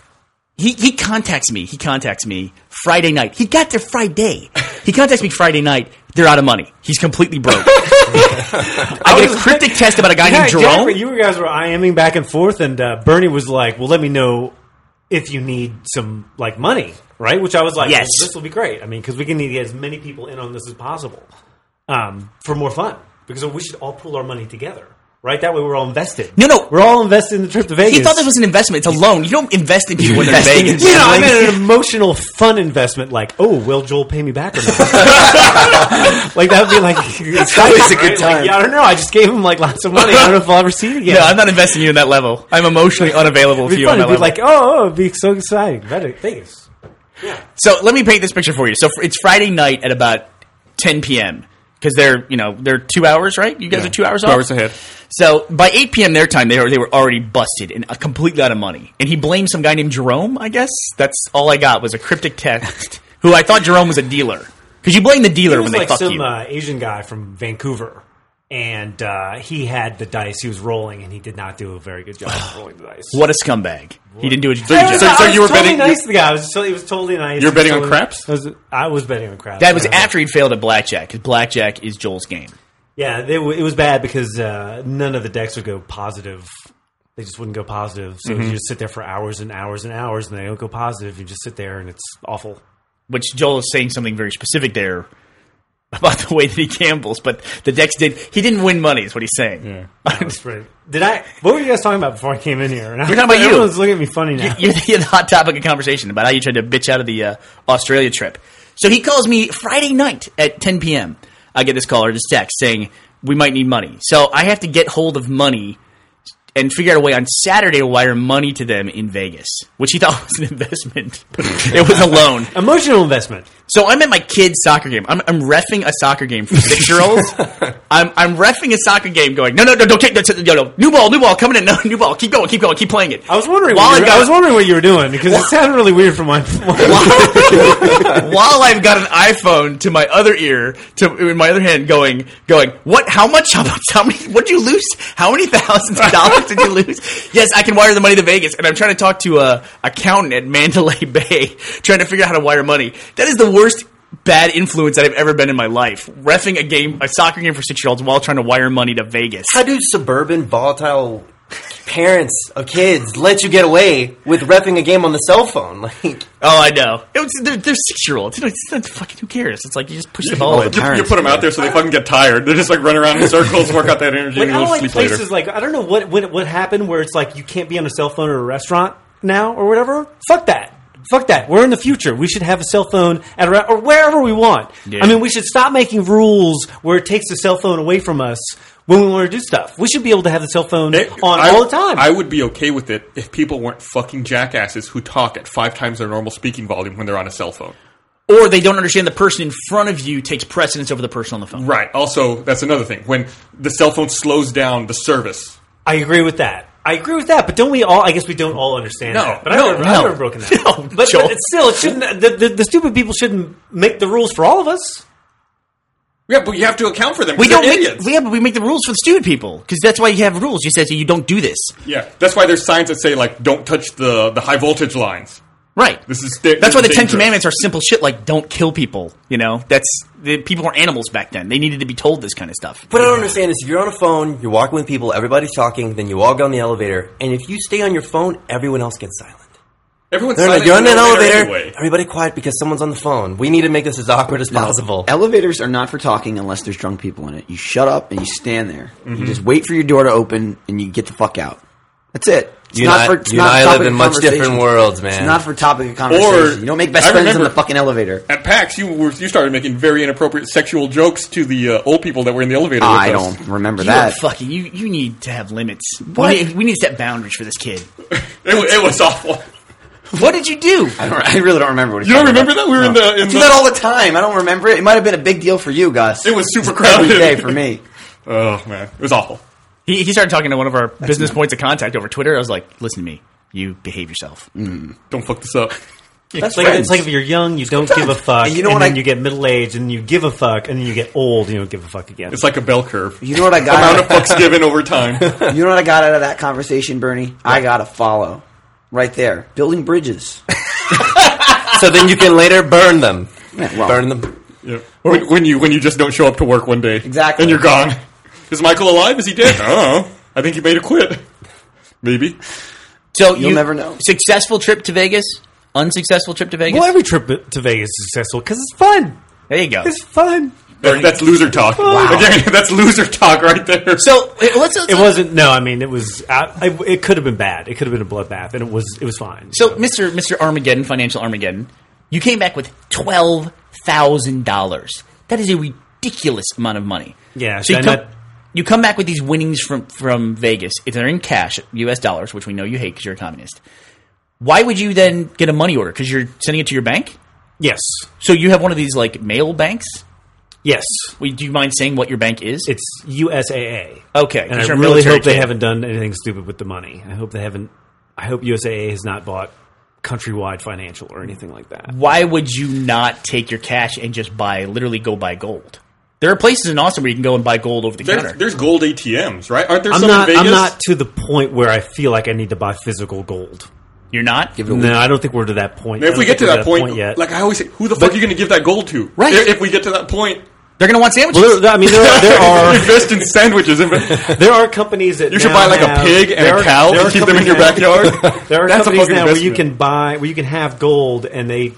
[SPEAKER 3] he, he contacts me. He contacts me Friday night. He got there Friday. He contacts me Friday night. They're out of money. He's completely
[SPEAKER 6] [laughs]
[SPEAKER 3] broke. I get a cryptic text about a guy
[SPEAKER 6] yeah,
[SPEAKER 3] named Jerome.
[SPEAKER 6] Jack, you guys were IMing back and forth, and uh, Bernie was like, "Well, let me know if you need some like money, right?" Which I was like,
[SPEAKER 3] Yes.
[SPEAKER 6] well, this will be great." I mean, because we can need to get as many people in on this as possible um, for more fun, because we should all pool our money together, right? That way, we're all invested.
[SPEAKER 3] No, no.
[SPEAKER 6] we're all invested in the trip to Vegas.
[SPEAKER 3] he thought
[SPEAKER 6] [laughs]
[SPEAKER 3] this was an investment. It's a loan. You don't invest in people when they're
[SPEAKER 2] invest
[SPEAKER 3] [laughs] begging.
[SPEAKER 2] in-
[SPEAKER 6] You know, I meant an emotional, fun investment. Like, oh, will Joel pay me back or not? [laughs] like that would be like it's
[SPEAKER 4] always a good time.
[SPEAKER 6] yeah, I don't know. I just gave him like lots of money. I don't know if I'll ever see it again.
[SPEAKER 3] No, I'm not investing you in that level. I'm emotionally unavailable to
[SPEAKER 6] it'd be
[SPEAKER 3] you on
[SPEAKER 6] fun.
[SPEAKER 3] that
[SPEAKER 6] It'd be
[SPEAKER 3] level.
[SPEAKER 6] like, oh, oh, it'd be so exciting. Better Vegas.
[SPEAKER 3] So let me paint this picture for you. So fr- it's Friday night at about 10 p.m. because they're you know they're two hours right. You guys are two hours
[SPEAKER 2] Two
[SPEAKER 3] off.
[SPEAKER 2] hours ahead.
[SPEAKER 3] So by 8 p.m. their time, they were, they were already busted and uh, completely out of money. And he blamed some guy named Jerome. I guess that's all I got was a cryptic text. [laughs] who I thought Jerome was a dealer because you blame the dealer
[SPEAKER 6] There
[SPEAKER 3] when
[SPEAKER 6] was
[SPEAKER 3] they
[SPEAKER 6] like
[SPEAKER 3] fuck
[SPEAKER 6] some
[SPEAKER 3] you.
[SPEAKER 6] uh, Asian guy from Vancouver, and uh, he had the dice. He was rolling, and he did not do a very good job of rolling the dice.
[SPEAKER 3] what a scumbag! He didn't do his
[SPEAKER 2] So-
[SPEAKER 3] job.
[SPEAKER 2] so-
[SPEAKER 6] I was
[SPEAKER 2] you were
[SPEAKER 6] totally
[SPEAKER 2] betting-
[SPEAKER 6] nice to the guy. I was just, he was totally nice.
[SPEAKER 2] You were betting on
[SPEAKER 6] Totally-
[SPEAKER 2] craps?
[SPEAKER 6] I was, I was betting on craps.
[SPEAKER 3] that was
[SPEAKER 6] Yeah.
[SPEAKER 3] after he'd failed at blackjack because blackjack is Joel's game.
[SPEAKER 6] Yeah, they, w- it was bad because uh, none of the decks would go positive. They just wouldn't go positive. So
[SPEAKER 3] Mm-hmm.
[SPEAKER 6] you just sit there for hours and hours and hours, and they don't go positive. You just sit there, and it's awful.
[SPEAKER 3] which Joel is saying something very specific there about the way that he gambles, but the Dex did. He didn't win money, is what he's saying. [laughs]
[SPEAKER 6] It's [laughs] pretty- Did I? What were you guys talking about before I came in here? And
[SPEAKER 3] We're talking about you.
[SPEAKER 6] Everyone's looking at me funny now.
[SPEAKER 3] You're the, you're the hot topic of conversation about how you tried to bitch out of the uh, Australia trip. So he calls me Friday night at 10 p.m. I get this call or this text saying we might need money. So I have to get hold of money and figure out a way on Saturday to wire money [laughs] to them in Vegas, which he thought was an investment, but it was a loan.
[SPEAKER 6] Emotional investment.
[SPEAKER 3] So I'm at my kid's soccer game. I'm, I'm refing a soccer game for six year
[SPEAKER 6] [laughs]
[SPEAKER 3] olds. I'm, I'm refing a soccer game going, no, no, no, don't take that. No, no, new ball, new ball, coming in. [laughs] No, new ball. Keep going, keep going, keep playing it.
[SPEAKER 6] I was wondering.
[SPEAKER 3] While
[SPEAKER 6] What
[SPEAKER 3] I
[SPEAKER 6] you were,
[SPEAKER 3] got,
[SPEAKER 6] I was wondering what you were doing because it sounded really weird from [laughs] my.
[SPEAKER 3] while, [laughs] while I've got an iPhone to my other ear, to in my other hand, going, going, what? How much? How much? How many? What did you lose? How many thousands of dollars did you lose? Yes, I can wire the money to Vegas, and I'm trying to talk to a accountant at Mandalay [laughs] Bay, trying to figure out how to wire money. That is the worst. Bad influence that I've ever been in my life. Refing a game, a soccer game for six year olds while trying to wire money to Vegas.
[SPEAKER 5] How do suburban volatile parents of kids let you get away with repping a game on the cell phone? [laughs] Like,
[SPEAKER 3] Oh, I know. It was, they're they're six year olds. You know, it's not fucking who cares. It's like you just push the ball in.
[SPEAKER 2] You, you put them out there so they fucking get tired. They just like run
[SPEAKER 6] [laughs]
[SPEAKER 2] around in circles, work out that energy,
[SPEAKER 6] Like,
[SPEAKER 2] and go
[SPEAKER 6] I don't like
[SPEAKER 2] sleep later.
[SPEAKER 6] places like I don't know what when, what happened where it's like you can't be on a cell phone at a restaurant now or whatever. Fuck that. Fuck that. We're in the future. We should have a cell phone at a, re- or wherever we want. I mean, we should stop making rules where it takes the cell phone away from us when we want to do stuff. We should be able to have the cell phone
[SPEAKER 2] It-
[SPEAKER 6] on
[SPEAKER 2] I-
[SPEAKER 6] all the time.
[SPEAKER 2] I would be okay with it if people weren't fucking jackasses who talk at five times their normal speaking volume when they're on a cell phone.
[SPEAKER 3] or they don't understand the person in front of you takes precedence over the person on the phone.
[SPEAKER 2] Right. Also, that's another thing. When the cell phone slows down the service.
[SPEAKER 6] I agree with that. I agree with that, but don't we all? I guess we don't all understand
[SPEAKER 2] No,
[SPEAKER 6] that. But
[SPEAKER 2] no,
[SPEAKER 6] I've, never,
[SPEAKER 3] no.
[SPEAKER 6] I've never broken that.
[SPEAKER 3] No,
[SPEAKER 6] but, but
[SPEAKER 3] Joel.
[SPEAKER 6] it's still, it shouldn't. The, the, the stupid people shouldn't make the rules for all of us.
[SPEAKER 2] Yeah, but you have to account for them.
[SPEAKER 3] We don't
[SPEAKER 2] they're
[SPEAKER 3] make,
[SPEAKER 2] idiots.
[SPEAKER 3] yeah, but we make the rules for the stupid people because that's why you have rules. You said you don't do this,
[SPEAKER 2] yeah, that's why there's signs that say like "Don't touch the the high voltage lines."
[SPEAKER 3] right?
[SPEAKER 2] This is da-
[SPEAKER 3] that's why the
[SPEAKER 2] this is
[SPEAKER 3] Ten
[SPEAKER 2] dangerous.
[SPEAKER 3] Commandments are simple shit like don't kill people. You know, that's the people were animals back then. They needed to be told this kind of stuff.
[SPEAKER 5] what I don't understand is if you're on a phone, you're walking with people, everybody's talking, then you all go in the elevator, and if you stay on your phone, everyone else gets silent.
[SPEAKER 2] Everyone's
[SPEAKER 5] They're
[SPEAKER 2] silent
[SPEAKER 5] like, you're in
[SPEAKER 2] the
[SPEAKER 5] an elevator,
[SPEAKER 2] anyway.
[SPEAKER 5] everybody quiet because someone's on the phone. We need to make this as awkward as possible.
[SPEAKER 4] Elevators are not for talking unless there's drunk people in it. You shut up and you stand there.
[SPEAKER 5] Mm-hmm.
[SPEAKER 4] You just wait for your door to open and you get the fuck out. That's it. It's
[SPEAKER 5] You and
[SPEAKER 4] not
[SPEAKER 5] I-
[SPEAKER 4] for. It's
[SPEAKER 5] you
[SPEAKER 4] not
[SPEAKER 5] and I live
[SPEAKER 4] topic
[SPEAKER 5] in
[SPEAKER 4] of
[SPEAKER 5] much
[SPEAKER 4] conversation.
[SPEAKER 5] different worlds, man.
[SPEAKER 4] It's not for topic of conversation. you don't make best
[SPEAKER 2] I
[SPEAKER 4] friends in
[SPEAKER 2] remember-
[SPEAKER 4] the fucking elevator.
[SPEAKER 2] At PAX, you were you started making very inappropriate sexual jokes to the uh, old people that were in the elevator. with
[SPEAKER 4] I
[SPEAKER 2] us.
[SPEAKER 4] don't remember
[SPEAKER 3] You are
[SPEAKER 4] that.
[SPEAKER 3] fucking you. You need to have limits.
[SPEAKER 4] What?
[SPEAKER 3] We, need, we need to set boundaries for this kid.
[SPEAKER 2] It, wa- it was awful.
[SPEAKER 3] What did you do?
[SPEAKER 4] [laughs] I, don't, I really don't remember what.
[SPEAKER 2] You don't remember that we were in the in
[SPEAKER 4] do that
[SPEAKER 2] the.
[SPEAKER 4] all the time. I don't remember it. It might have been a big deal for you, Gus.
[SPEAKER 2] It was super
[SPEAKER 4] every
[SPEAKER 2] crowded
[SPEAKER 4] day for me.
[SPEAKER 2] Oh man, it was awful.
[SPEAKER 3] He, he started talking to one of our business points of contact over Twitter. I was like, listen to me. You behave yourself.
[SPEAKER 2] Don't fuck this up.
[SPEAKER 6] That's like, it's like if you're young, you don't give a fuck,
[SPEAKER 4] And
[SPEAKER 6] and,
[SPEAKER 4] you know what
[SPEAKER 6] then
[SPEAKER 4] I-
[SPEAKER 6] you get middle aged, and you give a fuck, and then you get old, and you don't give a fuck again.
[SPEAKER 2] It's like a bell curve.
[SPEAKER 4] You know what I got?
[SPEAKER 2] [laughs] Amount of fucks given over time.
[SPEAKER 4] You know what I got out of that conversation, Bernie? I got to follow. Right there. Building bridges. [laughs]
[SPEAKER 5] so then you can later burn them.
[SPEAKER 2] [laughs]
[SPEAKER 4] Yeah, well.
[SPEAKER 5] burn them.
[SPEAKER 2] Yeah. When, when you when you just don't show up to work one day,
[SPEAKER 4] Exactly.
[SPEAKER 2] and you're gone. Is Michael alive? Is he dead? I don't know. I think he made a quit. Maybe.
[SPEAKER 3] So
[SPEAKER 4] You'll
[SPEAKER 3] you-
[SPEAKER 4] never know.
[SPEAKER 3] Successful trip to Vegas, unsuccessful trip to Vegas.
[SPEAKER 6] well, every trip to Vegas is successful because it's fun.
[SPEAKER 3] there you go.
[SPEAKER 6] It's fun.
[SPEAKER 2] That, that's loser talk. [laughs] Again, that's loser talk right there.
[SPEAKER 3] So eh, let's. let's
[SPEAKER 6] It wasn't. No, I mean it was. I, I, it could have been bad. It could have been a bloodbath, and it was. It was fine.
[SPEAKER 3] so, Mister Mister Armageddon, financial Armageddon, you came back with twelve thousand dollars. That is a ridiculous amount of money.
[SPEAKER 6] Yeah,
[SPEAKER 3] So you
[SPEAKER 6] should I
[SPEAKER 3] come,
[SPEAKER 6] not-
[SPEAKER 3] you come back with these winnings from from Vegas. If they're in cash, U.S. dollars, which we know you hate because you're a communist. Why would you then get a money order? Because you're sending it to your bank.
[SPEAKER 6] yes,
[SPEAKER 3] So you have one of these like mail banks.
[SPEAKER 6] yes,
[SPEAKER 3] We, do you mind saying what your bank is?
[SPEAKER 6] it's USAA.
[SPEAKER 3] okay.
[SPEAKER 6] and
[SPEAKER 3] 'cause
[SPEAKER 6] I
[SPEAKER 3] you're a
[SPEAKER 6] really
[SPEAKER 3] military
[SPEAKER 6] hope they
[SPEAKER 3] kid.
[SPEAKER 6] haven't done anything stupid with the money. I hope they haven't. I hope USAA has not bought countrywide financial or anything like that.
[SPEAKER 3] why would you not take your cash and just buy literally go buy gold? There are places in Austin where you can go and buy gold over the
[SPEAKER 2] There's,
[SPEAKER 3] counter.
[SPEAKER 2] there's gold ATMs, right? Aren't there
[SPEAKER 6] I'm
[SPEAKER 2] some
[SPEAKER 6] not.
[SPEAKER 2] in Vegas?
[SPEAKER 6] I'm not to the point where I feel like I need to buy physical gold.
[SPEAKER 3] You're not.
[SPEAKER 6] No, I don't think we're to that point.
[SPEAKER 2] And
[SPEAKER 6] I
[SPEAKER 2] if we
[SPEAKER 6] don't
[SPEAKER 2] get
[SPEAKER 6] think
[SPEAKER 2] to
[SPEAKER 6] we're
[SPEAKER 2] that point,
[SPEAKER 6] yet,
[SPEAKER 2] like I always say, who the fuck are you going to give that gold to?
[SPEAKER 3] Right.
[SPEAKER 2] If, if we get to that
[SPEAKER 6] [laughs]
[SPEAKER 2] point,
[SPEAKER 3] They're going to want sandwiches.
[SPEAKER 6] well, there, I mean, there are there are,
[SPEAKER 2] [laughs] invest in sandwiches. Inv-
[SPEAKER 6] there are companies that
[SPEAKER 2] You should
[SPEAKER 6] now
[SPEAKER 2] buy like a
[SPEAKER 6] have-
[SPEAKER 2] pig and
[SPEAKER 6] there
[SPEAKER 2] a
[SPEAKER 6] are-
[SPEAKER 2] cow
[SPEAKER 6] there
[SPEAKER 2] and
[SPEAKER 6] are
[SPEAKER 2] keep them in
[SPEAKER 6] companies
[SPEAKER 2] your
[SPEAKER 6] now-
[SPEAKER 2] backyard.
[SPEAKER 6] [laughs] There are
[SPEAKER 2] That's a
[SPEAKER 6] companies
[SPEAKER 2] fucking
[SPEAKER 6] now where you
[SPEAKER 2] investment.
[SPEAKER 6] can buy where you can have gold and they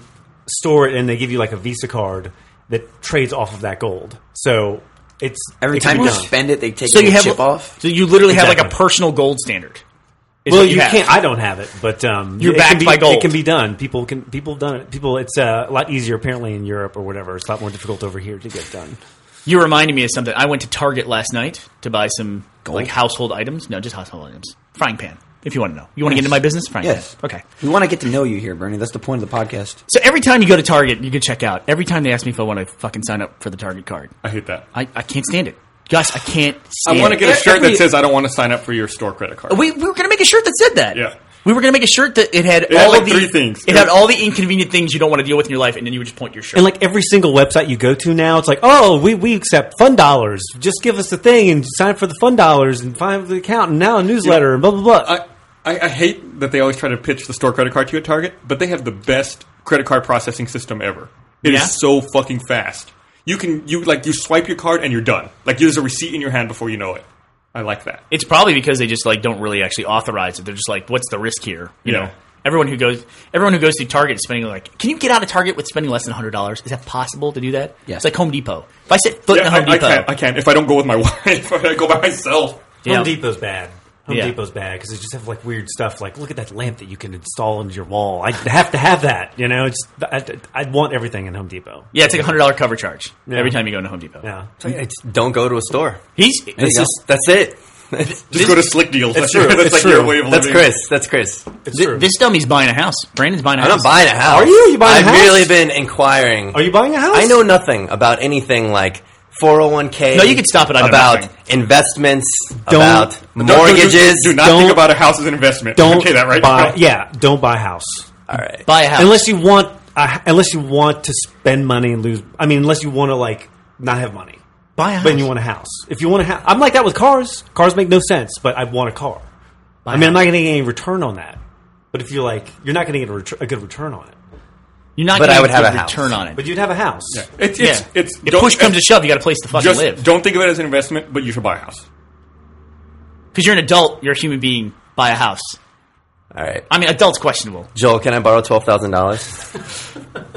[SPEAKER 6] store it and they give you like a Visa card that trades off of that gold. So it's
[SPEAKER 4] Every
[SPEAKER 6] it can
[SPEAKER 4] time
[SPEAKER 6] be
[SPEAKER 4] you
[SPEAKER 6] done.
[SPEAKER 4] spend it, they take
[SPEAKER 3] so
[SPEAKER 4] a
[SPEAKER 3] you have
[SPEAKER 4] chip off.
[SPEAKER 3] So you literally have like a
[SPEAKER 6] Exactly.
[SPEAKER 3] personal gold standard. is
[SPEAKER 6] Well,
[SPEAKER 3] what
[SPEAKER 6] you
[SPEAKER 3] have.
[SPEAKER 6] can't. I don't have it, but um,
[SPEAKER 3] You're
[SPEAKER 6] it can
[SPEAKER 3] backed
[SPEAKER 6] be-
[SPEAKER 3] by gold.
[SPEAKER 6] It can be done. People can. People have done it. People. It's uh, a lot easier apparently in Europe or whatever. It's a lot more difficult over here to get done.
[SPEAKER 3] You reminded me of something. I went to Target last night to buy some like household items. No, just household items. Frying pan. if you want to know. You want to get into my business? Fine.
[SPEAKER 4] Yes.
[SPEAKER 3] Okay.
[SPEAKER 4] We want to get to know you here, Bernie. That's the point of the podcast.
[SPEAKER 3] So every time you go to Target, you can check out. Every time they ask me if I want to fucking sign up for the Target card,
[SPEAKER 2] I hate that.
[SPEAKER 3] I, I can't stand it. Gus, I can't stand
[SPEAKER 2] I want to
[SPEAKER 3] it.
[SPEAKER 2] get a shirt
[SPEAKER 4] Every-
[SPEAKER 2] that says I don't want to sign up for your store credit card.
[SPEAKER 3] We, we were going to make a shirt that said that.
[SPEAKER 2] Yeah.
[SPEAKER 3] We were going to make a shirt that it had
[SPEAKER 2] It had
[SPEAKER 3] all
[SPEAKER 2] like
[SPEAKER 3] of the
[SPEAKER 2] three things.
[SPEAKER 3] It had all the inconvenient things you don't want to deal with in your life, and then you would just point your shirt.
[SPEAKER 6] And like every single website you go to now, it's like, oh, we, we accept fun dollars. Just give us the thing and sign up for the fun dollars and find the account and now a newsletter and blah blah
[SPEAKER 4] Uh,
[SPEAKER 6] blah.
[SPEAKER 2] I, I, I hate that they always try to pitch the store credit card to you at Target, but they have the best credit card processing system ever. It is
[SPEAKER 3] Yeah?
[SPEAKER 2] so fucking fast. You can you like you swipe your card and you're done. Like there's a receipt in your hand before you know it. I like that.
[SPEAKER 3] it's probably because they just like don't really actually authorize it. They're just like, what's the risk here? You
[SPEAKER 2] Yeah.
[SPEAKER 3] know, everyone who goes, everyone who goes to Target is spending like, can you get out of Target with spending less than hundred dollars? Is that possible to do that?
[SPEAKER 4] Yes.
[SPEAKER 3] It's like Home Depot. If I set foot
[SPEAKER 2] Yeah,
[SPEAKER 3] in
[SPEAKER 2] I,
[SPEAKER 3] Home
[SPEAKER 2] I
[SPEAKER 3] Depot,
[SPEAKER 2] can't. I can't. If I don't go with my [laughs] wife, if I go by myself.
[SPEAKER 3] yeah.
[SPEAKER 6] Home Depot's bad. Home
[SPEAKER 3] Yeah.
[SPEAKER 6] Depot's bad because they just have like weird stuff. Like, look at that lamp that you can install into your wall. I have to have that. You know, it's I, I want everything in Home Depot.
[SPEAKER 3] yeah, it's like a hundred dollar cover charge
[SPEAKER 6] Yeah.
[SPEAKER 3] every time you go into Home Depot.
[SPEAKER 6] Yeah.
[SPEAKER 2] Oh,
[SPEAKER 5] It's, don't go to a store.
[SPEAKER 3] He's
[SPEAKER 5] It's just that's it. [laughs] That's
[SPEAKER 2] Just go to Slick Deals. [laughs] That's, your-
[SPEAKER 5] true.
[SPEAKER 2] that's
[SPEAKER 5] It's
[SPEAKER 2] like
[SPEAKER 5] true.
[SPEAKER 2] your way of
[SPEAKER 5] That's
[SPEAKER 2] living.
[SPEAKER 5] Chris. That's Chris.
[SPEAKER 3] thi- this dummy's buying a house. Brandon's buying a
[SPEAKER 5] I'm
[SPEAKER 3] house.
[SPEAKER 5] not buying a house.
[SPEAKER 6] Are you? You buying a
[SPEAKER 5] I've
[SPEAKER 6] house?
[SPEAKER 5] merely been inquiring.
[SPEAKER 6] Are you buying a house?
[SPEAKER 5] I know nothing about anything like 401k.
[SPEAKER 3] No, you can stop it. I know
[SPEAKER 5] about
[SPEAKER 3] nothing.
[SPEAKER 5] investments.
[SPEAKER 6] Don't-
[SPEAKER 5] about
[SPEAKER 6] don't-
[SPEAKER 2] Don't- do- do-
[SPEAKER 5] mortgages.
[SPEAKER 2] Do, not
[SPEAKER 6] Don't-
[SPEAKER 2] think about a house as an investment.
[SPEAKER 6] Don't
[SPEAKER 2] okay, that right. Oh.
[SPEAKER 6] Buy, Yeah, don't buy a house.
[SPEAKER 5] All right.
[SPEAKER 3] buy a house
[SPEAKER 6] unless you want uh, unless you want to spend money and lose i mean unless you want to like not have money
[SPEAKER 3] buy a house.
[SPEAKER 6] but you want a house if you want a house i'm like that with cars cars make no sense but i want a car i mean i'm not going to get any return on that but if you're like you're not going to get a, ret- a good return on it
[SPEAKER 3] You're not
[SPEAKER 5] But
[SPEAKER 3] gonna
[SPEAKER 5] I would
[SPEAKER 3] get
[SPEAKER 5] have
[SPEAKER 3] good
[SPEAKER 5] a house.
[SPEAKER 3] return on it.
[SPEAKER 6] but you'd have a house
[SPEAKER 2] It's
[SPEAKER 3] yeah.
[SPEAKER 2] it's it's
[SPEAKER 3] if
[SPEAKER 2] don't-
[SPEAKER 3] push comes to shove, you got a place to fucking
[SPEAKER 2] Just
[SPEAKER 3] live.
[SPEAKER 2] don't think of it as an investment, but you should buy a house.
[SPEAKER 3] Because you're an adult, you're a human being. Buy a house.
[SPEAKER 5] All right.
[SPEAKER 3] I mean, adult's questionable.
[SPEAKER 5] Joel, can I borrow twelve thousand dollars?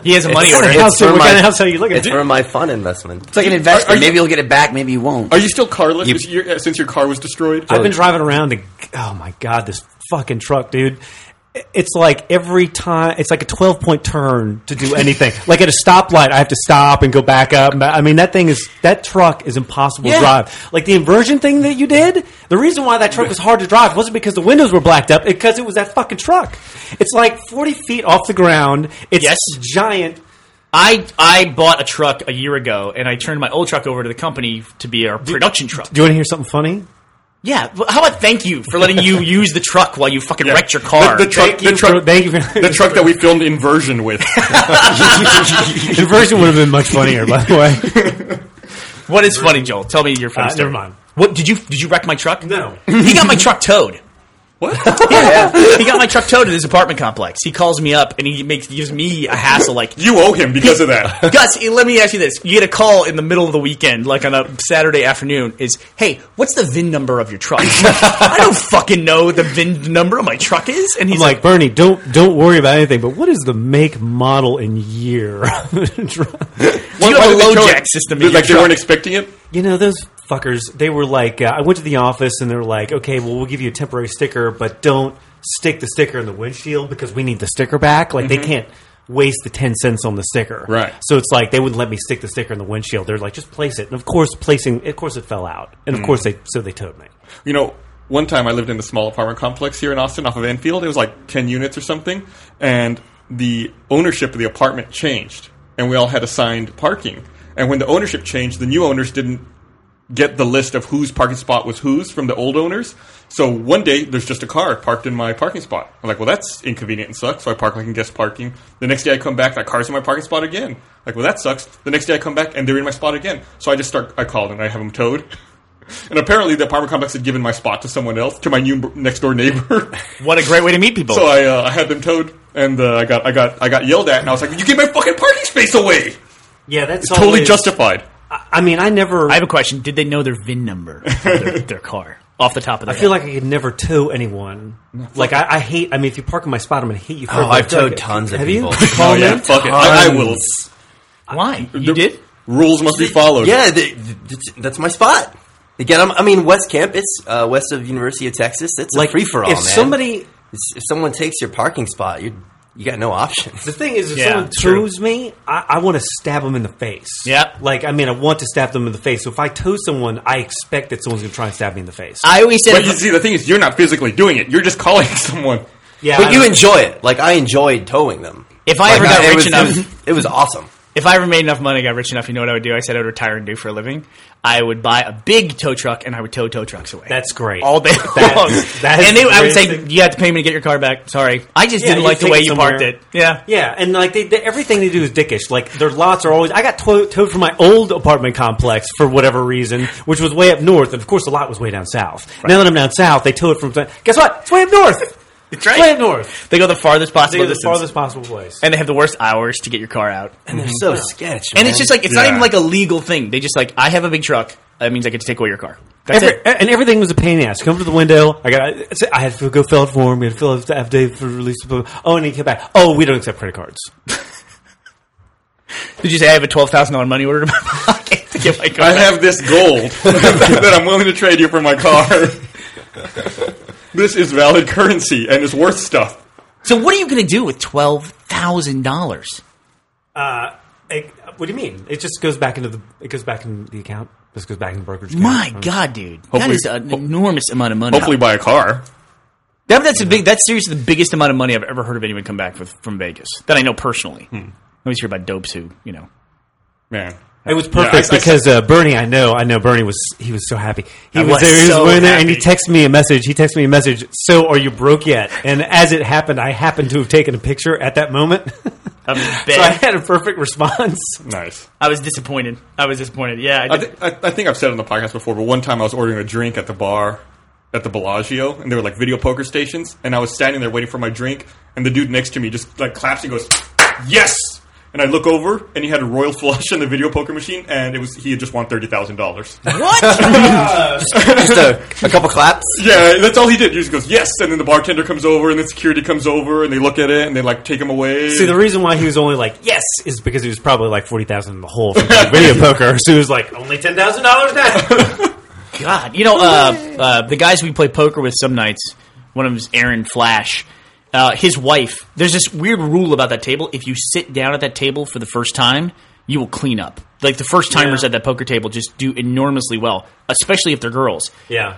[SPEAKER 3] He has a money
[SPEAKER 6] What
[SPEAKER 3] order.
[SPEAKER 6] kind of house- what kind of house are you looking
[SPEAKER 5] It's
[SPEAKER 6] at?
[SPEAKER 5] for my fun investment.
[SPEAKER 4] It's like an investment.
[SPEAKER 2] are you-
[SPEAKER 4] maybe you'll get it back. Maybe you won't.
[SPEAKER 2] Are you still carless Is your- uh, since your car was destroyed?
[SPEAKER 6] I've been driving around and oh my god, this fucking truck, dude. It's like every time it's like a twelve point turn to
[SPEAKER 2] [laughs]
[SPEAKER 6] do anything. like at a stoplight, I have to stop and go back up. and back- I mean, that thing is that truck is impossible
[SPEAKER 3] Yeah.
[SPEAKER 6] to drive. Like the inversion thing that you did. The reason why that truck was hard to drive wasn't because the windows were blacked up, because it was that fucking truck. It's like forty feet off the ground. It's
[SPEAKER 3] Yes.
[SPEAKER 6] giant.
[SPEAKER 3] I I bought a truck a year ago, and I turned my old truck over to the company to be our production truck.
[SPEAKER 6] Do you want to hear something funny?
[SPEAKER 3] yeah, well, how about thank you for letting
[SPEAKER 2] [laughs]
[SPEAKER 3] you use the truck while you fucking wrecked your car?
[SPEAKER 2] The, the truck,
[SPEAKER 6] Thank you
[SPEAKER 2] the truck,
[SPEAKER 6] for- thank [laughs] you for-
[SPEAKER 2] the truck that we filmed Inversion with.
[SPEAKER 6] Inversion would have been much funnier, by the
[SPEAKER 2] [laughs]
[SPEAKER 6] way.
[SPEAKER 3] what is funny, Joel? Tell me your funny
[SPEAKER 6] Uh,
[SPEAKER 3] story.
[SPEAKER 6] never mind.
[SPEAKER 3] What did you did you wreck my truck?
[SPEAKER 6] No.
[SPEAKER 3] he got my truck towed.
[SPEAKER 2] what?
[SPEAKER 3] [laughs]
[SPEAKER 2] [laughs]
[SPEAKER 3] Yeah, he got my truck towed at his apartment complex. He calls me up and he makes gives me a hassle like
[SPEAKER 2] You owe him because of
[SPEAKER 3] [laughs]
[SPEAKER 2] that.
[SPEAKER 3] Gus, let me ask you this. You get a call in the middle of the weekend, like on a Saturday afternoon, is, hey, what's the VIN number of your truck? [laughs] I don't fucking know what the VIN number of my truck is. And he's
[SPEAKER 6] I'm
[SPEAKER 3] like,
[SPEAKER 6] like, Bernie, don't don't worry about anything. But what is the make, model, and year?
[SPEAKER 3] you
[SPEAKER 6] [laughs]
[SPEAKER 2] Why
[SPEAKER 3] have a
[SPEAKER 2] did they
[SPEAKER 3] low
[SPEAKER 2] kill
[SPEAKER 3] jack
[SPEAKER 2] it?
[SPEAKER 3] system in
[SPEAKER 2] Like
[SPEAKER 3] your
[SPEAKER 2] they weren't
[SPEAKER 3] truck.
[SPEAKER 2] expecting it.
[SPEAKER 6] you know those fuckers. They were like, uh, I went to the office and they were like, okay, well, we'll give you a temporary sticker, but don't stick the sticker in the windshield because we need the sticker back. Like they can't waste the ten cents on the sticker.
[SPEAKER 2] Right.
[SPEAKER 6] So it's like they wouldn't let me stick the sticker in the windshield. They're like, just place it. And of course, placing, of course, it fell out. And of course, they so they towed me.
[SPEAKER 2] You know, one time I lived in the small apartment complex here in Austin off of Enfield. It was like 10 units or something. And the ownership of the apartment changed. And we all had assigned parking. And when the ownership changed, the new owners didn't get the list of whose parking spot was whose from the old owners. So one day there's just a car parked in my parking spot. I'm like, well, that's inconvenient and sucks. So I park like in guest parking. The next day I come back, that car's in my parking spot again. Like, well, that sucks. The next day I come back and they're in my spot again. So I just start. I called and I have them towed. [laughs] And apparently the apartment complex had given my spot to someone else, to my new next door neighbor. [laughs]
[SPEAKER 3] what a great way to meet people.
[SPEAKER 2] so I, uh, I had them towed, and uh, I got I got I got yelled at, and I was like, "You gave my fucking parking space away!"
[SPEAKER 6] Yeah, that's
[SPEAKER 2] Totally justified.
[SPEAKER 6] I mean, I never.
[SPEAKER 3] I have a question. Did they know their VIN number
[SPEAKER 2] [laughs]
[SPEAKER 3] of their, their car off the top of their
[SPEAKER 6] I feel like I could never tow anyone. Like I, I hate. I mean, if you park in my spot, I'm gonna hate you. For
[SPEAKER 5] Oh,
[SPEAKER 6] it.
[SPEAKER 5] I've towed
[SPEAKER 6] Like,
[SPEAKER 5] tons of
[SPEAKER 6] have
[SPEAKER 5] people.
[SPEAKER 6] [laughs] You? Call
[SPEAKER 2] Oh yeah,
[SPEAKER 6] me?
[SPEAKER 2] fuck it. I, I will.
[SPEAKER 3] Why? You did?
[SPEAKER 2] Rules must
[SPEAKER 3] [laughs]
[SPEAKER 2] be followed.
[SPEAKER 5] Yeah, the, th- that's my spot. Again, I'm, I mean, West Campus, uh, west of University of Texas. It's a free for all.
[SPEAKER 6] If
[SPEAKER 5] man.
[SPEAKER 6] somebody,
[SPEAKER 5] It's- if someone takes your parking spot, you're you got no options.
[SPEAKER 6] The thing is, if
[SPEAKER 3] Yeah,
[SPEAKER 6] someone
[SPEAKER 3] true.
[SPEAKER 6] toes me, I, I want to stab them in the face.
[SPEAKER 3] Yep.
[SPEAKER 6] Like, I mean, I want to stab them in the face. So if I toe someone, I expect that someone's going to try and stab me in the face.
[SPEAKER 3] I always said,
[SPEAKER 2] But you see, the thing is, you're not physically doing it. You're just calling [laughs] someone.
[SPEAKER 6] yeah. I
[SPEAKER 5] But you
[SPEAKER 6] don't-
[SPEAKER 5] enjoy it. Like I enjoyed towing them.
[SPEAKER 3] If I
[SPEAKER 5] Like,
[SPEAKER 3] ever got
[SPEAKER 5] it
[SPEAKER 3] rich
[SPEAKER 5] was-
[SPEAKER 3] enough-
[SPEAKER 5] it was, it was awesome.
[SPEAKER 3] if I ever made enough money, got rich enough, you know what I would do? I said I would retire and do for a living. I would buy a big tow truck and I would tow tow trucks away.
[SPEAKER 6] That's great.
[SPEAKER 3] all day long.
[SPEAKER 6] that is
[SPEAKER 3] and they, I would say,
[SPEAKER 6] amazing.
[SPEAKER 3] you have to pay me to get your car back. Sorry, I just
[SPEAKER 6] Yeah,
[SPEAKER 3] didn't
[SPEAKER 6] you
[SPEAKER 3] like the
[SPEAKER 6] take
[SPEAKER 3] way
[SPEAKER 6] it
[SPEAKER 3] you parked
[SPEAKER 6] somewhere.
[SPEAKER 3] it. Yeah,
[SPEAKER 6] Yeah, and like they, they, everything they do is dickish. Like their lots are always. I got to- towed from my old apartment complex for whatever reason, which was way up north, and of course the lot was way down south. Now that I'm down south, they tow it from. Guess what? It's way
[SPEAKER 3] [laughs]
[SPEAKER 6] up north. It's
[SPEAKER 3] right.
[SPEAKER 6] way up north.
[SPEAKER 3] they go the farthest
[SPEAKER 6] They
[SPEAKER 3] possible
[SPEAKER 6] go the
[SPEAKER 3] distance,
[SPEAKER 6] farthest possible place.
[SPEAKER 3] and they have the worst hours to get your car out.
[SPEAKER 5] And they're so sketch.
[SPEAKER 3] And
[SPEAKER 5] man.
[SPEAKER 3] it's just like it's not
[SPEAKER 2] Yeah.
[SPEAKER 3] even like a legal thing. They just like I have a big truck. That means I get to take away your car. That's
[SPEAKER 6] Every-
[SPEAKER 3] it.
[SPEAKER 6] and everything was a pain in the ass. Come to the window. I got. I had to go fill out a form. We had to fill out the affidavit for release. Oh, and he came back. Oh, we don't accept credit cards.
[SPEAKER 3] Did you say I have a twelve thousand dollar money order in my [laughs] pocket to get my car?
[SPEAKER 2] I
[SPEAKER 3] back?
[SPEAKER 2] have this
[SPEAKER 3] [laughs]
[SPEAKER 2] gold that I'm willing to trade you for my car. [laughs] this is valid currency and it's worth stuff.
[SPEAKER 3] So what are you going to do with twelve thousand dollars?
[SPEAKER 6] Uh, it, what do you mean? It just goes back into the. It goes back in the account. This goes back in the brokerage. Account.
[SPEAKER 3] My God, dude, that
[SPEAKER 2] Hopefully-
[SPEAKER 3] is an enormous amount of money.
[SPEAKER 2] Hopefully, buy a car.
[SPEAKER 3] That- that's a big. That's seriously the biggest amount of money I've ever heard of anyone come back with from Vegas that I know personally.
[SPEAKER 6] Hmm.
[SPEAKER 3] Let me hear about dopes who you
[SPEAKER 6] [sighs]
[SPEAKER 3] know.
[SPEAKER 2] Man.
[SPEAKER 6] It was
[SPEAKER 2] Yeah, I-
[SPEAKER 6] perfect
[SPEAKER 2] I-
[SPEAKER 6] because uh, Bernie, I know, I know Bernie was he was so happy. He
[SPEAKER 3] I
[SPEAKER 6] was,
[SPEAKER 3] was
[SPEAKER 6] there, he was
[SPEAKER 3] so
[SPEAKER 6] wearing there, and he
[SPEAKER 3] happy.
[SPEAKER 6] texted me a message. He texted me a message. So are you broke yet? And as it happened, I happened to have taken a picture at that moment. [laughs] so
[SPEAKER 3] I'm
[SPEAKER 6] I had a perfect response.
[SPEAKER 2] Nice.
[SPEAKER 3] I was disappointed. I was disappointed. Yeah, I
[SPEAKER 2] I,
[SPEAKER 3] did.
[SPEAKER 2] th- I, I think I've said it on the podcast before, but one time I was ordering a drink at the bar at the Bellagio, and there were like video poker stations, and I was standing there waiting for my drink, and the dude next to me just like claps and goes, "Yes!" And I look over, and he had a royal [laughs] flush in the video poker machine, and it was he had just won thirty thousand dollars.
[SPEAKER 6] [laughs]
[SPEAKER 3] Oh
[SPEAKER 5] just a, a couple claps.
[SPEAKER 2] Yeah, that's all he did. He just goes, yes, and then the bartender comes over, and then security comes over, and they look at it, and they like take him away.
[SPEAKER 6] See, the reason why he was only like yes is because he was probably like forty thousand in the hole from
[SPEAKER 3] [laughs]
[SPEAKER 6] playing video poker. So he was like only ten thousand dollars now.
[SPEAKER 3] God, you know, uh, uh, the guys we play poker with some nights. One of them is Aaron Flash. Uh, his wife. There's this weird rule about that table. If you sit down at that table for the first time, you will clean up. Like the first timers
[SPEAKER 6] Yeah.
[SPEAKER 3] at that poker table just do enormously well, especially if they're girls.
[SPEAKER 6] yeah,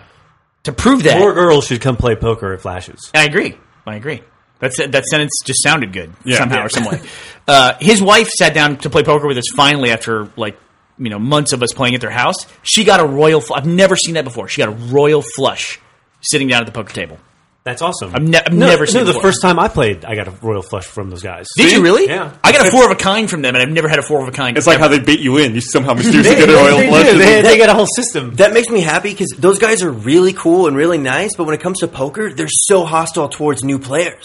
[SPEAKER 3] To prove that,
[SPEAKER 6] more girls should come play poker at flashes.
[SPEAKER 3] I agree. I agree. That's that sentence just sounded good
[SPEAKER 2] Yeah.
[SPEAKER 3] somehow
[SPEAKER 2] Yeah.
[SPEAKER 3] or some way. Uh, his wife sat down to play poker with us finally after like you know months of us playing at their house. She got a royal. Fl- I've never seen that before. She got a royal flush sitting down at the poker table.
[SPEAKER 6] That's awesome.
[SPEAKER 3] I've ne- I've
[SPEAKER 6] no,
[SPEAKER 3] never
[SPEAKER 6] no,
[SPEAKER 3] seen it
[SPEAKER 6] the
[SPEAKER 3] before.
[SPEAKER 6] first time I played, I got a royal flush from those guys.
[SPEAKER 3] Did you really?
[SPEAKER 6] Yeah.
[SPEAKER 3] I got a four of a kind from them, and I've never had a four of a kind.
[SPEAKER 2] it's like how they bait you in. You
[SPEAKER 6] [laughs]
[SPEAKER 2] somehow mysteriously
[SPEAKER 6] They-
[SPEAKER 2] get an oil
[SPEAKER 6] they
[SPEAKER 2] flush.
[SPEAKER 6] do. They,
[SPEAKER 2] and-
[SPEAKER 6] they got a whole system.
[SPEAKER 5] That makes me happy because those guys are really cool and really nice. But when it comes to poker, they're so hostile towards new players.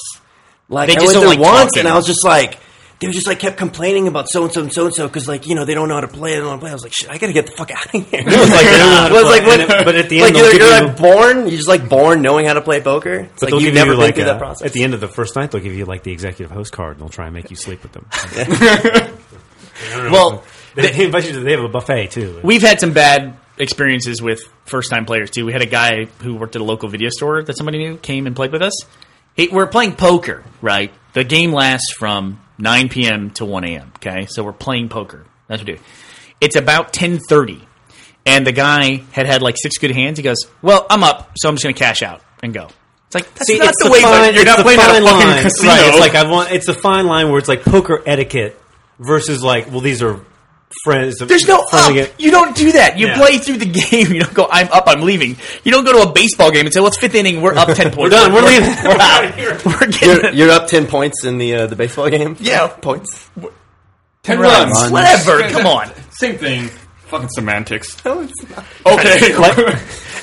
[SPEAKER 5] Like
[SPEAKER 3] They
[SPEAKER 5] I
[SPEAKER 3] just
[SPEAKER 5] went
[SPEAKER 3] don't
[SPEAKER 5] there
[SPEAKER 3] like
[SPEAKER 5] once,
[SPEAKER 3] talking.
[SPEAKER 5] and I was just like, they were just like kept complaining about so and so and so and so because like you know they don't know how to play. They don't know how to play. I was like, shit, I gotta get the fuck out of here.
[SPEAKER 6] was like, they don't know
[SPEAKER 5] [laughs]
[SPEAKER 6] how to
[SPEAKER 5] I was
[SPEAKER 6] play.
[SPEAKER 5] like, what-
[SPEAKER 6] And it- but at the
[SPEAKER 5] like
[SPEAKER 6] end,
[SPEAKER 5] you're,
[SPEAKER 6] they'll
[SPEAKER 5] you're
[SPEAKER 6] give
[SPEAKER 5] like born, you're just like born knowing how to play poker. It's
[SPEAKER 6] But
[SPEAKER 5] like
[SPEAKER 6] they'll
[SPEAKER 5] you've
[SPEAKER 6] give
[SPEAKER 5] never
[SPEAKER 6] you
[SPEAKER 5] been
[SPEAKER 6] like
[SPEAKER 5] through
[SPEAKER 6] a,
[SPEAKER 5] that process.
[SPEAKER 6] at the end of the first night, they'll give you like the executive host card, and they'll try and make you sleep with [laughs] them.
[SPEAKER 3] well,
[SPEAKER 6] they, they invite you. to- They have a buffet too.
[SPEAKER 3] we've had some bad experiences with first time players too. We had a guy who worked at a local video store that somebody knew came and played with us. He, we're playing poker, right? The game lasts from 9 p.m. to 1 a.m. Okay, so we're playing poker. That's what we do. It's about 10:30, and the guy had had like six good hands. He goes, "Well, I'm up, so I'm just going to cash out and go." It's like that's
[SPEAKER 6] See,
[SPEAKER 3] not
[SPEAKER 6] it's
[SPEAKER 3] the way.
[SPEAKER 6] fine,
[SPEAKER 2] you're
[SPEAKER 6] it's
[SPEAKER 2] not
[SPEAKER 6] the
[SPEAKER 2] playing at a
[SPEAKER 6] fine
[SPEAKER 2] fucking
[SPEAKER 6] line.
[SPEAKER 2] casino.
[SPEAKER 6] Right, it's like I want. It's a fine line where it's like poker etiquette versus like, well, these are friends.
[SPEAKER 3] There's no up.
[SPEAKER 6] friendly get-
[SPEAKER 3] You don't do that. You
[SPEAKER 6] Yeah.
[SPEAKER 3] play through the [laughs] game. You don't go. I'm up. I'm leaving. You don't go to a baseball game and say, "Let's fifth inning. We're up ten points. we're
[SPEAKER 6] done, [laughs] we're leaving.
[SPEAKER 3] [laughs] We're out. We're
[SPEAKER 5] you're,
[SPEAKER 3] getting
[SPEAKER 5] [laughs] you're up ten points in the uh, the baseball game.
[SPEAKER 3] Yeah.
[SPEAKER 5] points.
[SPEAKER 2] Ten
[SPEAKER 3] runs.
[SPEAKER 2] runs.
[SPEAKER 3] Whatever. Come on.
[SPEAKER 2] Same thing. Fucking semantics.
[SPEAKER 6] [laughs]
[SPEAKER 3] Like-
[SPEAKER 2] Okay.
[SPEAKER 3] [laughs]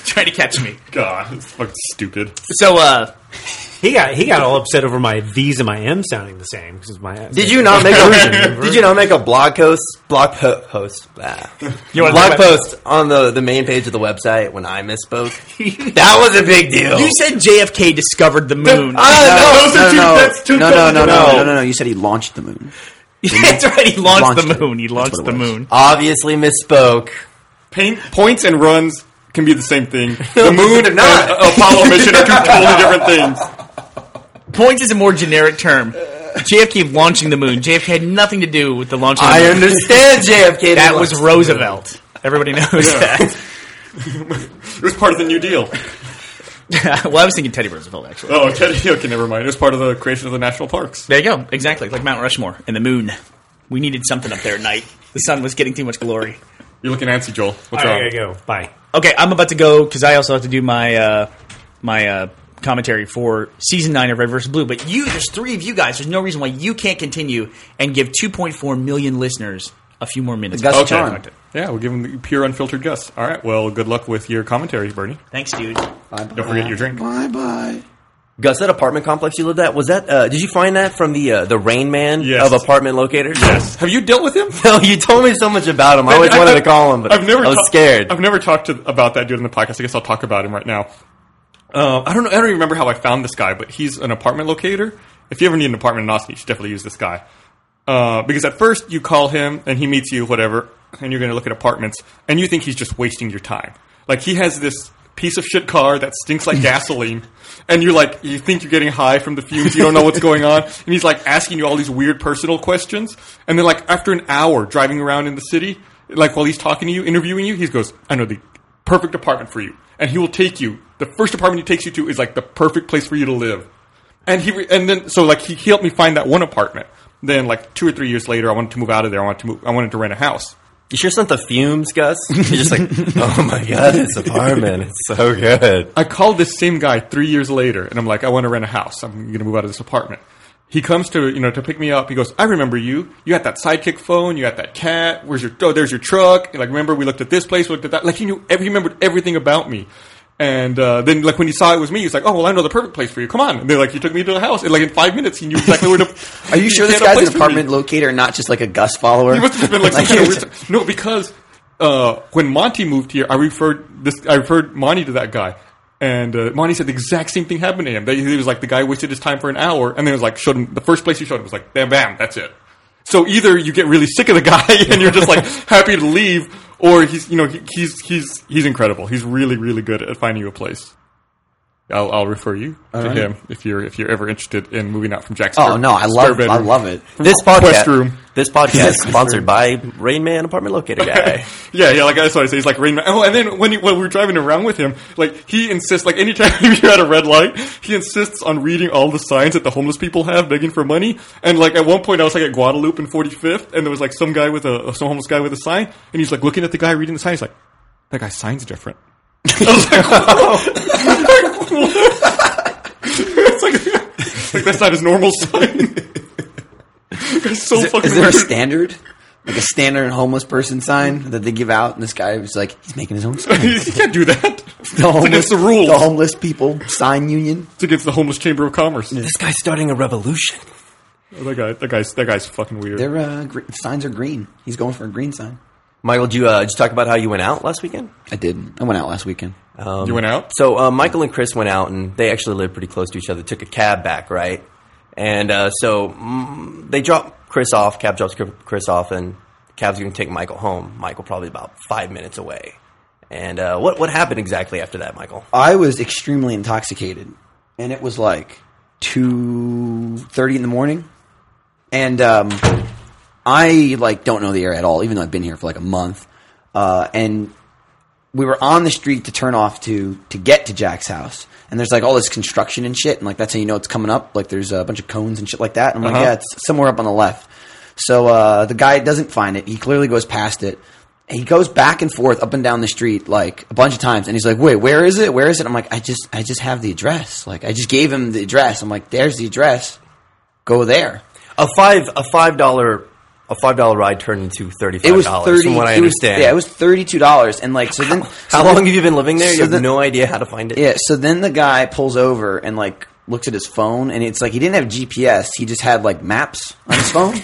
[SPEAKER 3] trying to catch me.
[SPEAKER 2] God, it's fucking
[SPEAKER 4] [laughs]
[SPEAKER 2] stupid.
[SPEAKER 3] So, uh,
[SPEAKER 6] He got he got all upset over my V's and my M sounding the same because my
[SPEAKER 5] Did you not make a [laughs] Did you not make a blog post blog po- [laughs] post ah.
[SPEAKER 3] wanna
[SPEAKER 5] blog
[SPEAKER 3] talk about-
[SPEAKER 5] post on the the main page of the website when I misspoke? [laughs] that was a big deal.
[SPEAKER 3] you said JFK discovered the moon.
[SPEAKER 5] Oh. Ah,
[SPEAKER 2] Those are two-
[SPEAKER 4] Oh, no,
[SPEAKER 2] that's two
[SPEAKER 4] no, no, no, no,
[SPEAKER 2] thousand
[SPEAKER 4] no,
[SPEAKER 2] dollars.
[SPEAKER 4] no, no, no. You said he launched the moon.
[SPEAKER 3] [laughs] That's right. He launched,
[SPEAKER 4] Launched
[SPEAKER 3] the
[SPEAKER 4] it.
[SPEAKER 3] moon. He
[SPEAKER 4] That's
[SPEAKER 3] launched
[SPEAKER 4] what it
[SPEAKER 3] the
[SPEAKER 4] was.
[SPEAKER 3] moon.
[SPEAKER 5] obviously misspoke.
[SPEAKER 2] Pain, points and runs can be the same
[SPEAKER 4] [laughs]
[SPEAKER 2] thing. The moon
[SPEAKER 5] they're
[SPEAKER 2] and
[SPEAKER 5] not.
[SPEAKER 2] uh, Apollo mission are two totally different things.
[SPEAKER 3] Points is a more generic term. JFK launching the moon. JFK had nothing to do with the launching. Of the
[SPEAKER 4] I
[SPEAKER 3] moon.
[SPEAKER 5] [laughs]
[SPEAKER 4] understand JFK.
[SPEAKER 3] That was Roosevelt. Everybody knows that.
[SPEAKER 2] It was part of the New Deal.
[SPEAKER 3] [laughs] well, I was thinking Teddy Roosevelt actually.
[SPEAKER 2] Oh, okay, [laughs] okay, never mind. It was part of the creation of the national parks.
[SPEAKER 3] There you go. Exactly like Mount Rushmore and the moon. We needed something up there at night. The sun was getting too much glory.
[SPEAKER 2] You're looking antsy, Joel. What's
[SPEAKER 6] All right,
[SPEAKER 2] wrong?
[SPEAKER 6] I gotta go. Bye.
[SPEAKER 3] Okay, I'm about to go because I also have to do my uh, my uh, commentary for season nine of Red vs. Blue. But you, there's three of you guys. There's no reason why you can't continue and give 2.4 million listeners a few more minutes.
[SPEAKER 4] Gus
[SPEAKER 2] Okay.
[SPEAKER 4] John.
[SPEAKER 2] Yeah, we'll give him the pure unfiltered Gus. All right. Well, good luck with your commentary, Bernie.
[SPEAKER 3] Thanks, dude.
[SPEAKER 2] Don't forget your drink.
[SPEAKER 4] Bye bye.
[SPEAKER 5] Gus, that apartment complex you lived at was that? Uh, did you find that from the uh, the Rain Man
[SPEAKER 2] Yes.
[SPEAKER 5] of apartment locator?
[SPEAKER 2] Yes. Have you dealt with him?
[SPEAKER 5] [laughs] No, you told me so much about him. I always wanted to call him, but
[SPEAKER 2] I've never
[SPEAKER 5] I was
[SPEAKER 2] ta-
[SPEAKER 5] scared.
[SPEAKER 2] I've never talked to, about that dude in the podcast. I guess I'll talk about him right now. Uh, I don't know. I don't even remember how I found this guy, but he's an apartment locator. If you ever need an apartment in Austin, you should definitely use this guy. Uh, because at first you call him and he meets you, whatever, and you're going to look at apartments, and you think he's just wasting your time. Like he has this piece of shit car that stinks like gasoline, and you're like, you think you're getting high from the fumes, you don't know what's going on, and he's like asking you all these weird personal questions, and then like after an hour driving around in the city, like while he's talking to you, interviewing you, he goes, I know the perfect apartment for you, and he will take you. The first apartment he takes you to is like the perfect place for you to live. And he and then so like he, he helped me find that one apartment. Then like two or three years later, I wanted to move out of there. I wanted to move, I wanted to rent a house.
[SPEAKER 5] You sure sent the fumes, Gus? [laughs] You're just like, oh my god, this apartment, it's so good.
[SPEAKER 2] I called this same guy three years later, and I'm like, I want to rent a house. I'm going to move out of this apartment. He comes to you know to pick me up. He goes, I remember you. You had that sidekick phone. You had that cat. Where's your oh? There's your truck. And, like remember we looked at this place. We looked at that. Like he knew. Every, he remembered everything about me. And uh, then like when he saw it was me, he's like, Oh well, I know the perfect place for you. Come on. And they're like, You took me to the house. And like in five minutes, he knew exactly where to.
[SPEAKER 4] [laughs] Are you
[SPEAKER 2] he
[SPEAKER 4] sure this
[SPEAKER 2] had a
[SPEAKER 4] guy's
[SPEAKER 2] place
[SPEAKER 4] an
[SPEAKER 2] for me.
[SPEAKER 4] apartment locator, not just like a Gus follower?
[SPEAKER 2] He must have
[SPEAKER 4] [laughs]
[SPEAKER 2] been like, some
[SPEAKER 4] Like,
[SPEAKER 2] kind of
[SPEAKER 4] he was-
[SPEAKER 2] weird st- no, because uh, when Monty moved here, I referred this. I referred Monty to that guy, and uh, Monty said the exact same thing happened to him. That he was like the guy wasted his time for an hour, and then it was like showed him the first place he showed him was like bam, bam, that's it. So either you get really sick of the [laughs] guy and you're just
[SPEAKER 4] [laughs]
[SPEAKER 2] like happy to leave, or he's you know he, he's he's he's incredible. He's really really good at finding you a place. I'll, I'll refer you to him if you're if you're ever interested in moving out from Jackson.
[SPEAKER 4] Oh no, I love, I love it.
[SPEAKER 5] This
[SPEAKER 2] Quest
[SPEAKER 5] podcast,
[SPEAKER 2] room.
[SPEAKER 5] this podcast [laughs] is sponsored by Rain Man apartment locator [laughs] guy.
[SPEAKER 2] [laughs] Yeah, yeah, like that's what I say. He's like Rain Man. Oh, and then when, he, when we were driving around with him, like he insists, like anytime [laughs] you're at a red light, he insists on reading all the signs that the homeless people have begging for money. And like at one point, I was like at Guadalupe and 45th, and there was like some guy with a some homeless guy with a sign, and he's like looking at the guy reading the sign. He's like, that guy's sign's different. [laughs] I was like, [laughs] it's like, [laughs] like that's not his normal sign. [laughs] That's so fucking
[SPEAKER 4] Is there a
[SPEAKER 2] weird.
[SPEAKER 4] standard? Like a standard homeless person sign that they give out, and this guy was like, he's making his own
[SPEAKER 2] [laughs]
[SPEAKER 4] sign.
[SPEAKER 2] you can't do that.
[SPEAKER 4] The homeless,
[SPEAKER 2] against the rules.
[SPEAKER 4] The homeless people sign union.
[SPEAKER 2] It's against the homeless chamber of commerce.
[SPEAKER 5] This guy's starting a revolution.
[SPEAKER 2] Oh, That guy, that guy's, that guy's fucking weird.
[SPEAKER 4] Their uh, gre- signs are green. He's going for a green sign.
[SPEAKER 5] Michael, did you, uh, did you talk about how you went out last weekend?
[SPEAKER 4] I didn't. I went out last weekend.
[SPEAKER 2] you went out.
[SPEAKER 5] So uh, Michael and Chris went out, and they actually lived pretty close to each other. Took a cab back, right? And uh, so mm, they drop Chris off. Cab drops Chr- Chris off, and cab's going to take Michael home. Michael probably about five minutes away. And uh, what what happened exactly after that, Michael?
[SPEAKER 4] I was extremely intoxicated, and it was like two thirty in the morning, and um, I like don't know the area at all, even though I've been here for like a month. Uh, and we were on the street to turn off to to get to Jack's house, and there's like all this construction and shit, and like that's how you know it's coming up. Like there's a bunch of cones and shit like that. And I'm
[SPEAKER 5] Uh-huh.
[SPEAKER 4] like, yeah, it's somewhere up on the left. So uh, the guy doesn't find it. He clearly goes past it. And He goes back and forth up and down the street like a bunch of times, and he's like, "Wait, where is it? Where is it?" I'm like, "I just, I just have the address. Like, I just gave him the address. I'm like, there's the address. Go there."
[SPEAKER 5] A five a five dollar a five dollar ride turned into thirty
[SPEAKER 4] It
[SPEAKER 5] five
[SPEAKER 4] was
[SPEAKER 5] dollars.
[SPEAKER 4] thirty.
[SPEAKER 5] From what I
[SPEAKER 4] it was-
[SPEAKER 5] understand,
[SPEAKER 4] yeah, it was thirty-two dollars, and like so then.
[SPEAKER 5] How
[SPEAKER 4] so
[SPEAKER 5] long
[SPEAKER 4] then-
[SPEAKER 5] have you been living there?
[SPEAKER 4] so
[SPEAKER 5] You have
[SPEAKER 4] then-
[SPEAKER 5] no idea how to find it.
[SPEAKER 4] Yeah, so then the guy pulls over and like looks at his phone, and it's like he didn't have GPS; he just had like maps on
[SPEAKER 2] [laughs]
[SPEAKER 4] his phone,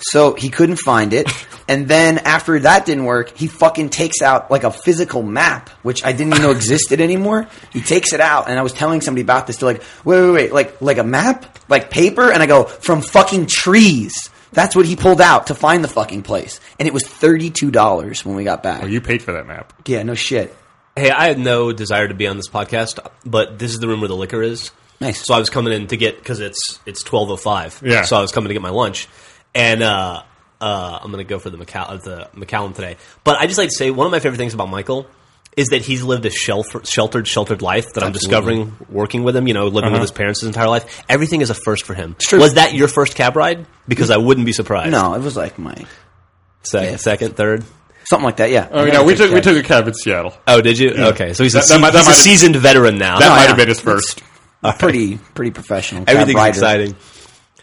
[SPEAKER 4] so he couldn't find it. And then after that didn't work, he fucking takes out like a physical map, which I didn't even know existed anymore. He takes it out, and I was telling somebody about this. They're like, "Wait, wait, wait! Like, like a map, like paper?" And I go, "From fucking trees." That's what he pulled out to find the fucking place, and it was thirty-two dollars when we got back.
[SPEAKER 2] Well, you paid for that map.
[SPEAKER 4] yeah, no shit.
[SPEAKER 7] Hey, I had no desire to be on this podcast, but this is the room where the liquor is.
[SPEAKER 4] Nice.
[SPEAKER 7] So I was coming in to get because it's it's twelve oh five.
[SPEAKER 2] Yeah.
[SPEAKER 7] So I was coming to get my lunch, and uh, uh, I'm gonna go for the McCall- the McCallum today. But I just like to say one of my favorite things about Michael is that he's lived a shelter, sheltered, sheltered life that I'm discovering working with him. You know, living
[SPEAKER 2] Uh-huh.
[SPEAKER 7] with his parents his entire life. Everything is a first for him.
[SPEAKER 4] true.
[SPEAKER 7] Was that your first cab ride? Because I wouldn't be surprised.
[SPEAKER 4] No, it was like my
[SPEAKER 7] Se- second, third.
[SPEAKER 4] something like that. Yeah.
[SPEAKER 2] I mean, no, Oh, we took we took a cab in Seattle.
[SPEAKER 7] Oh, did you? Okay, so he's,
[SPEAKER 2] That-
[SPEAKER 7] a,
[SPEAKER 2] that
[SPEAKER 7] se-
[SPEAKER 2] might- that
[SPEAKER 7] he's a
[SPEAKER 2] might-
[SPEAKER 7] seasoned veteran now.
[SPEAKER 2] That might
[SPEAKER 4] yeah.
[SPEAKER 2] have been his first.
[SPEAKER 4] a pretty pretty professional. cab
[SPEAKER 7] Everything's
[SPEAKER 4] rider.
[SPEAKER 7] exciting.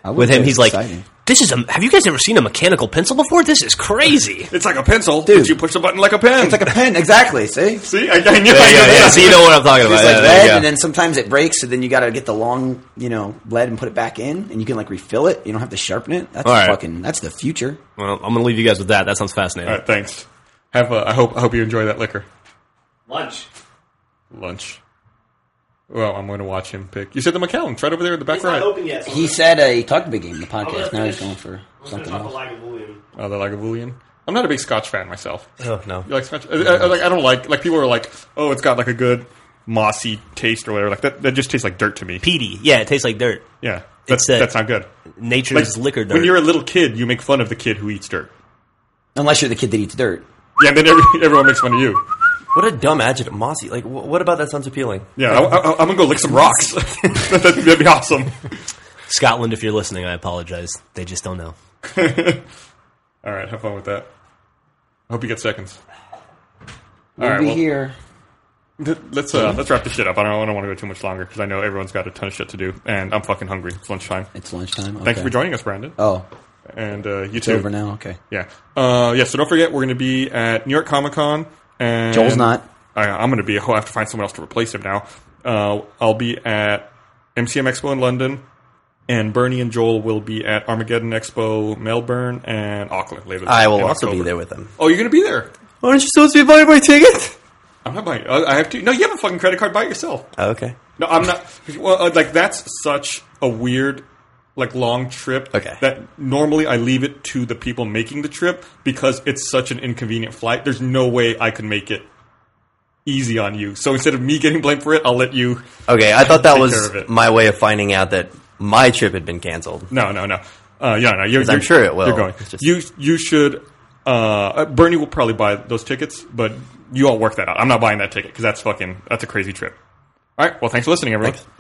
[SPEAKER 4] I wouldn't
[SPEAKER 7] With
[SPEAKER 4] say
[SPEAKER 7] him,
[SPEAKER 4] it's
[SPEAKER 7] he's
[SPEAKER 2] [laughs]
[SPEAKER 7] like,
[SPEAKER 4] exciting.
[SPEAKER 7] "This is a. Have you guys ever seen a mechanical pencil before? This
[SPEAKER 2] [laughs]
[SPEAKER 7] is [laughs] crazy."
[SPEAKER 2] It's like a pencil,
[SPEAKER 4] Dude.
[SPEAKER 2] but you push the button like a pen.
[SPEAKER 4] it's like a pen. Exactly. See. It's
[SPEAKER 2] See, I, I knew I
[SPEAKER 7] Yeah, yeah,
[SPEAKER 2] knew
[SPEAKER 7] yeah.
[SPEAKER 2] that.
[SPEAKER 7] So you know what I'm talking about.
[SPEAKER 4] like
[SPEAKER 7] Yeah,
[SPEAKER 4] lead,
[SPEAKER 7] there you go.
[SPEAKER 4] and then sometimes it breaks, so then you got to get the long, you know, lead and put it back in, and you can like refill it. You don't have to sharpen it. That's
[SPEAKER 7] All right.
[SPEAKER 4] fucking. That's the future.
[SPEAKER 7] well, I'm gonna leave you guys with that. That sounds fascinating.
[SPEAKER 2] All right, thanks. Have a, I hope I hope you enjoy that liquor
[SPEAKER 7] Lunch.
[SPEAKER 2] lunch. Well, I'm going to watch him pick. You said the McCallum. It's right over there in the back right.
[SPEAKER 7] yet.
[SPEAKER 4] He said uh, he talked a big game in the podcast.
[SPEAKER 7] that's
[SPEAKER 4] Now he's
[SPEAKER 7] finished.
[SPEAKER 4] going for something else.
[SPEAKER 2] Oh, the Lagavulin. I'm not a big Scotch fan myself.
[SPEAKER 5] Oh, no.
[SPEAKER 2] You like Scotch? I, I, I like, I don't like like people are like, oh, it's got like a good mossy taste or whatever. Like that, that just tastes like dirt to me.
[SPEAKER 7] Petey. Yeah, it tastes like dirt.
[SPEAKER 2] Yeah, that's
[SPEAKER 7] It's a-
[SPEAKER 2] that's not good. Like,
[SPEAKER 7] Nature's liquor dirt.
[SPEAKER 2] When you're a little kid, you make fun of the kid who eats dirt.
[SPEAKER 4] Unless you're the kid that eats dirt.
[SPEAKER 2] Yeah, and then every, [laughs] everyone makes fun of you.
[SPEAKER 5] What a dumb adjective, mossy. Like, wh- what about that sounds appealing?
[SPEAKER 2] Yeah, I, I, I'm gonna go lick some rocks. [laughs] that'd, that'd be awesome. [laughs]
[SPEAKER 7] Scotland, if you're listening, I apologize. They just don't know.
[SPEAKER 2] All right, have fun with that. I hope you get seconds. All
[SPEAKER 4] We'll
[SPEAKER 2] right,
[SPEAKER 4] be
[SPEAKER 2] well,
[SPEAKER 4] here.
[SPEAKER 2] th- let's uh, let's wrap this shit up. I don't, I don't want to go too much longer because I know everyone's got a ton of shit to do, and I'm fucking hungry. It's lunchtime.
[SPEAKER 4] It's lunchtime. Okay.
[SPEAKER 2] Thank you for joining us, Brandon.
[SPEAKER 4] Oh,
[SPEAKER 2] and uh, you
[SPEAKER 4] it's
[SPEAKER 2] too.
[SPEAKER 4] over now. Okay.
[SPEAKER 2] Yeah. Uh, yeah. So don't forget, we're going to be at New York Comic Con. And
[SPEAKER 4] Joel's not.
[SPEAKER 2] I, I'm going to be. I'll have to find someone else to replace him now. Uh, I'll be at MCM Expo in London, and Bernie and Joel will be at Armageddon Expo Melbourne and Auckland later.
[SPEAKER 5] I will
[SPEAKER 2] in
[SPEAKER 5] also be
[SPEAKER 2] October.
[SPEAKER 5] there with them.
[SPEAKER 2] Oh, you're going to be there.
[SPEAKER 5] Aren't you supposed to be buying my ticket?
[SPEAKER 2] I'm not buying. I I have to. No, you have a fucking credit card. Buy it yourself.
[SPEAKER 5] Oh, okay.
[SPEAKER 2] No, I'm not. Well, uh, like that's such a weird, like long trip.
[SPEAKER 5] Okay.
[SPEAKER 2] That normally I leave it to the people making the trip because it's such an inconvenient flight. There's no way I can make it easy on you. So instead of me getting blamed for it, I'll let you.
[SPEAKER 5] Okay, I thought that
[SPEAKER 2] Take care
[SPEAKER 5] was
[SPEAKER 2] of it.
[SPEAKER 5] my way of finding out that my trip had been canceled.
[SPEAKER 2] No, no, no. Uh, yeah, no. You're,
[SPEAKER 5] 'Cause I'm
[SPEAKER 2] you're-
[SPEAKER 5] sure it will.
[SPEAKER 2] You're going.
[SPEAKER 5] It's just-
[SPEAKER 2] You you should. Uh, uh, Bernie will probably buy those tickets, but you all work that out. I'm not buying that ticket because that's fucking that's a crazy trip. All right. Well, thanks for listening, everyone.
[SPEAKER 5] Thanks.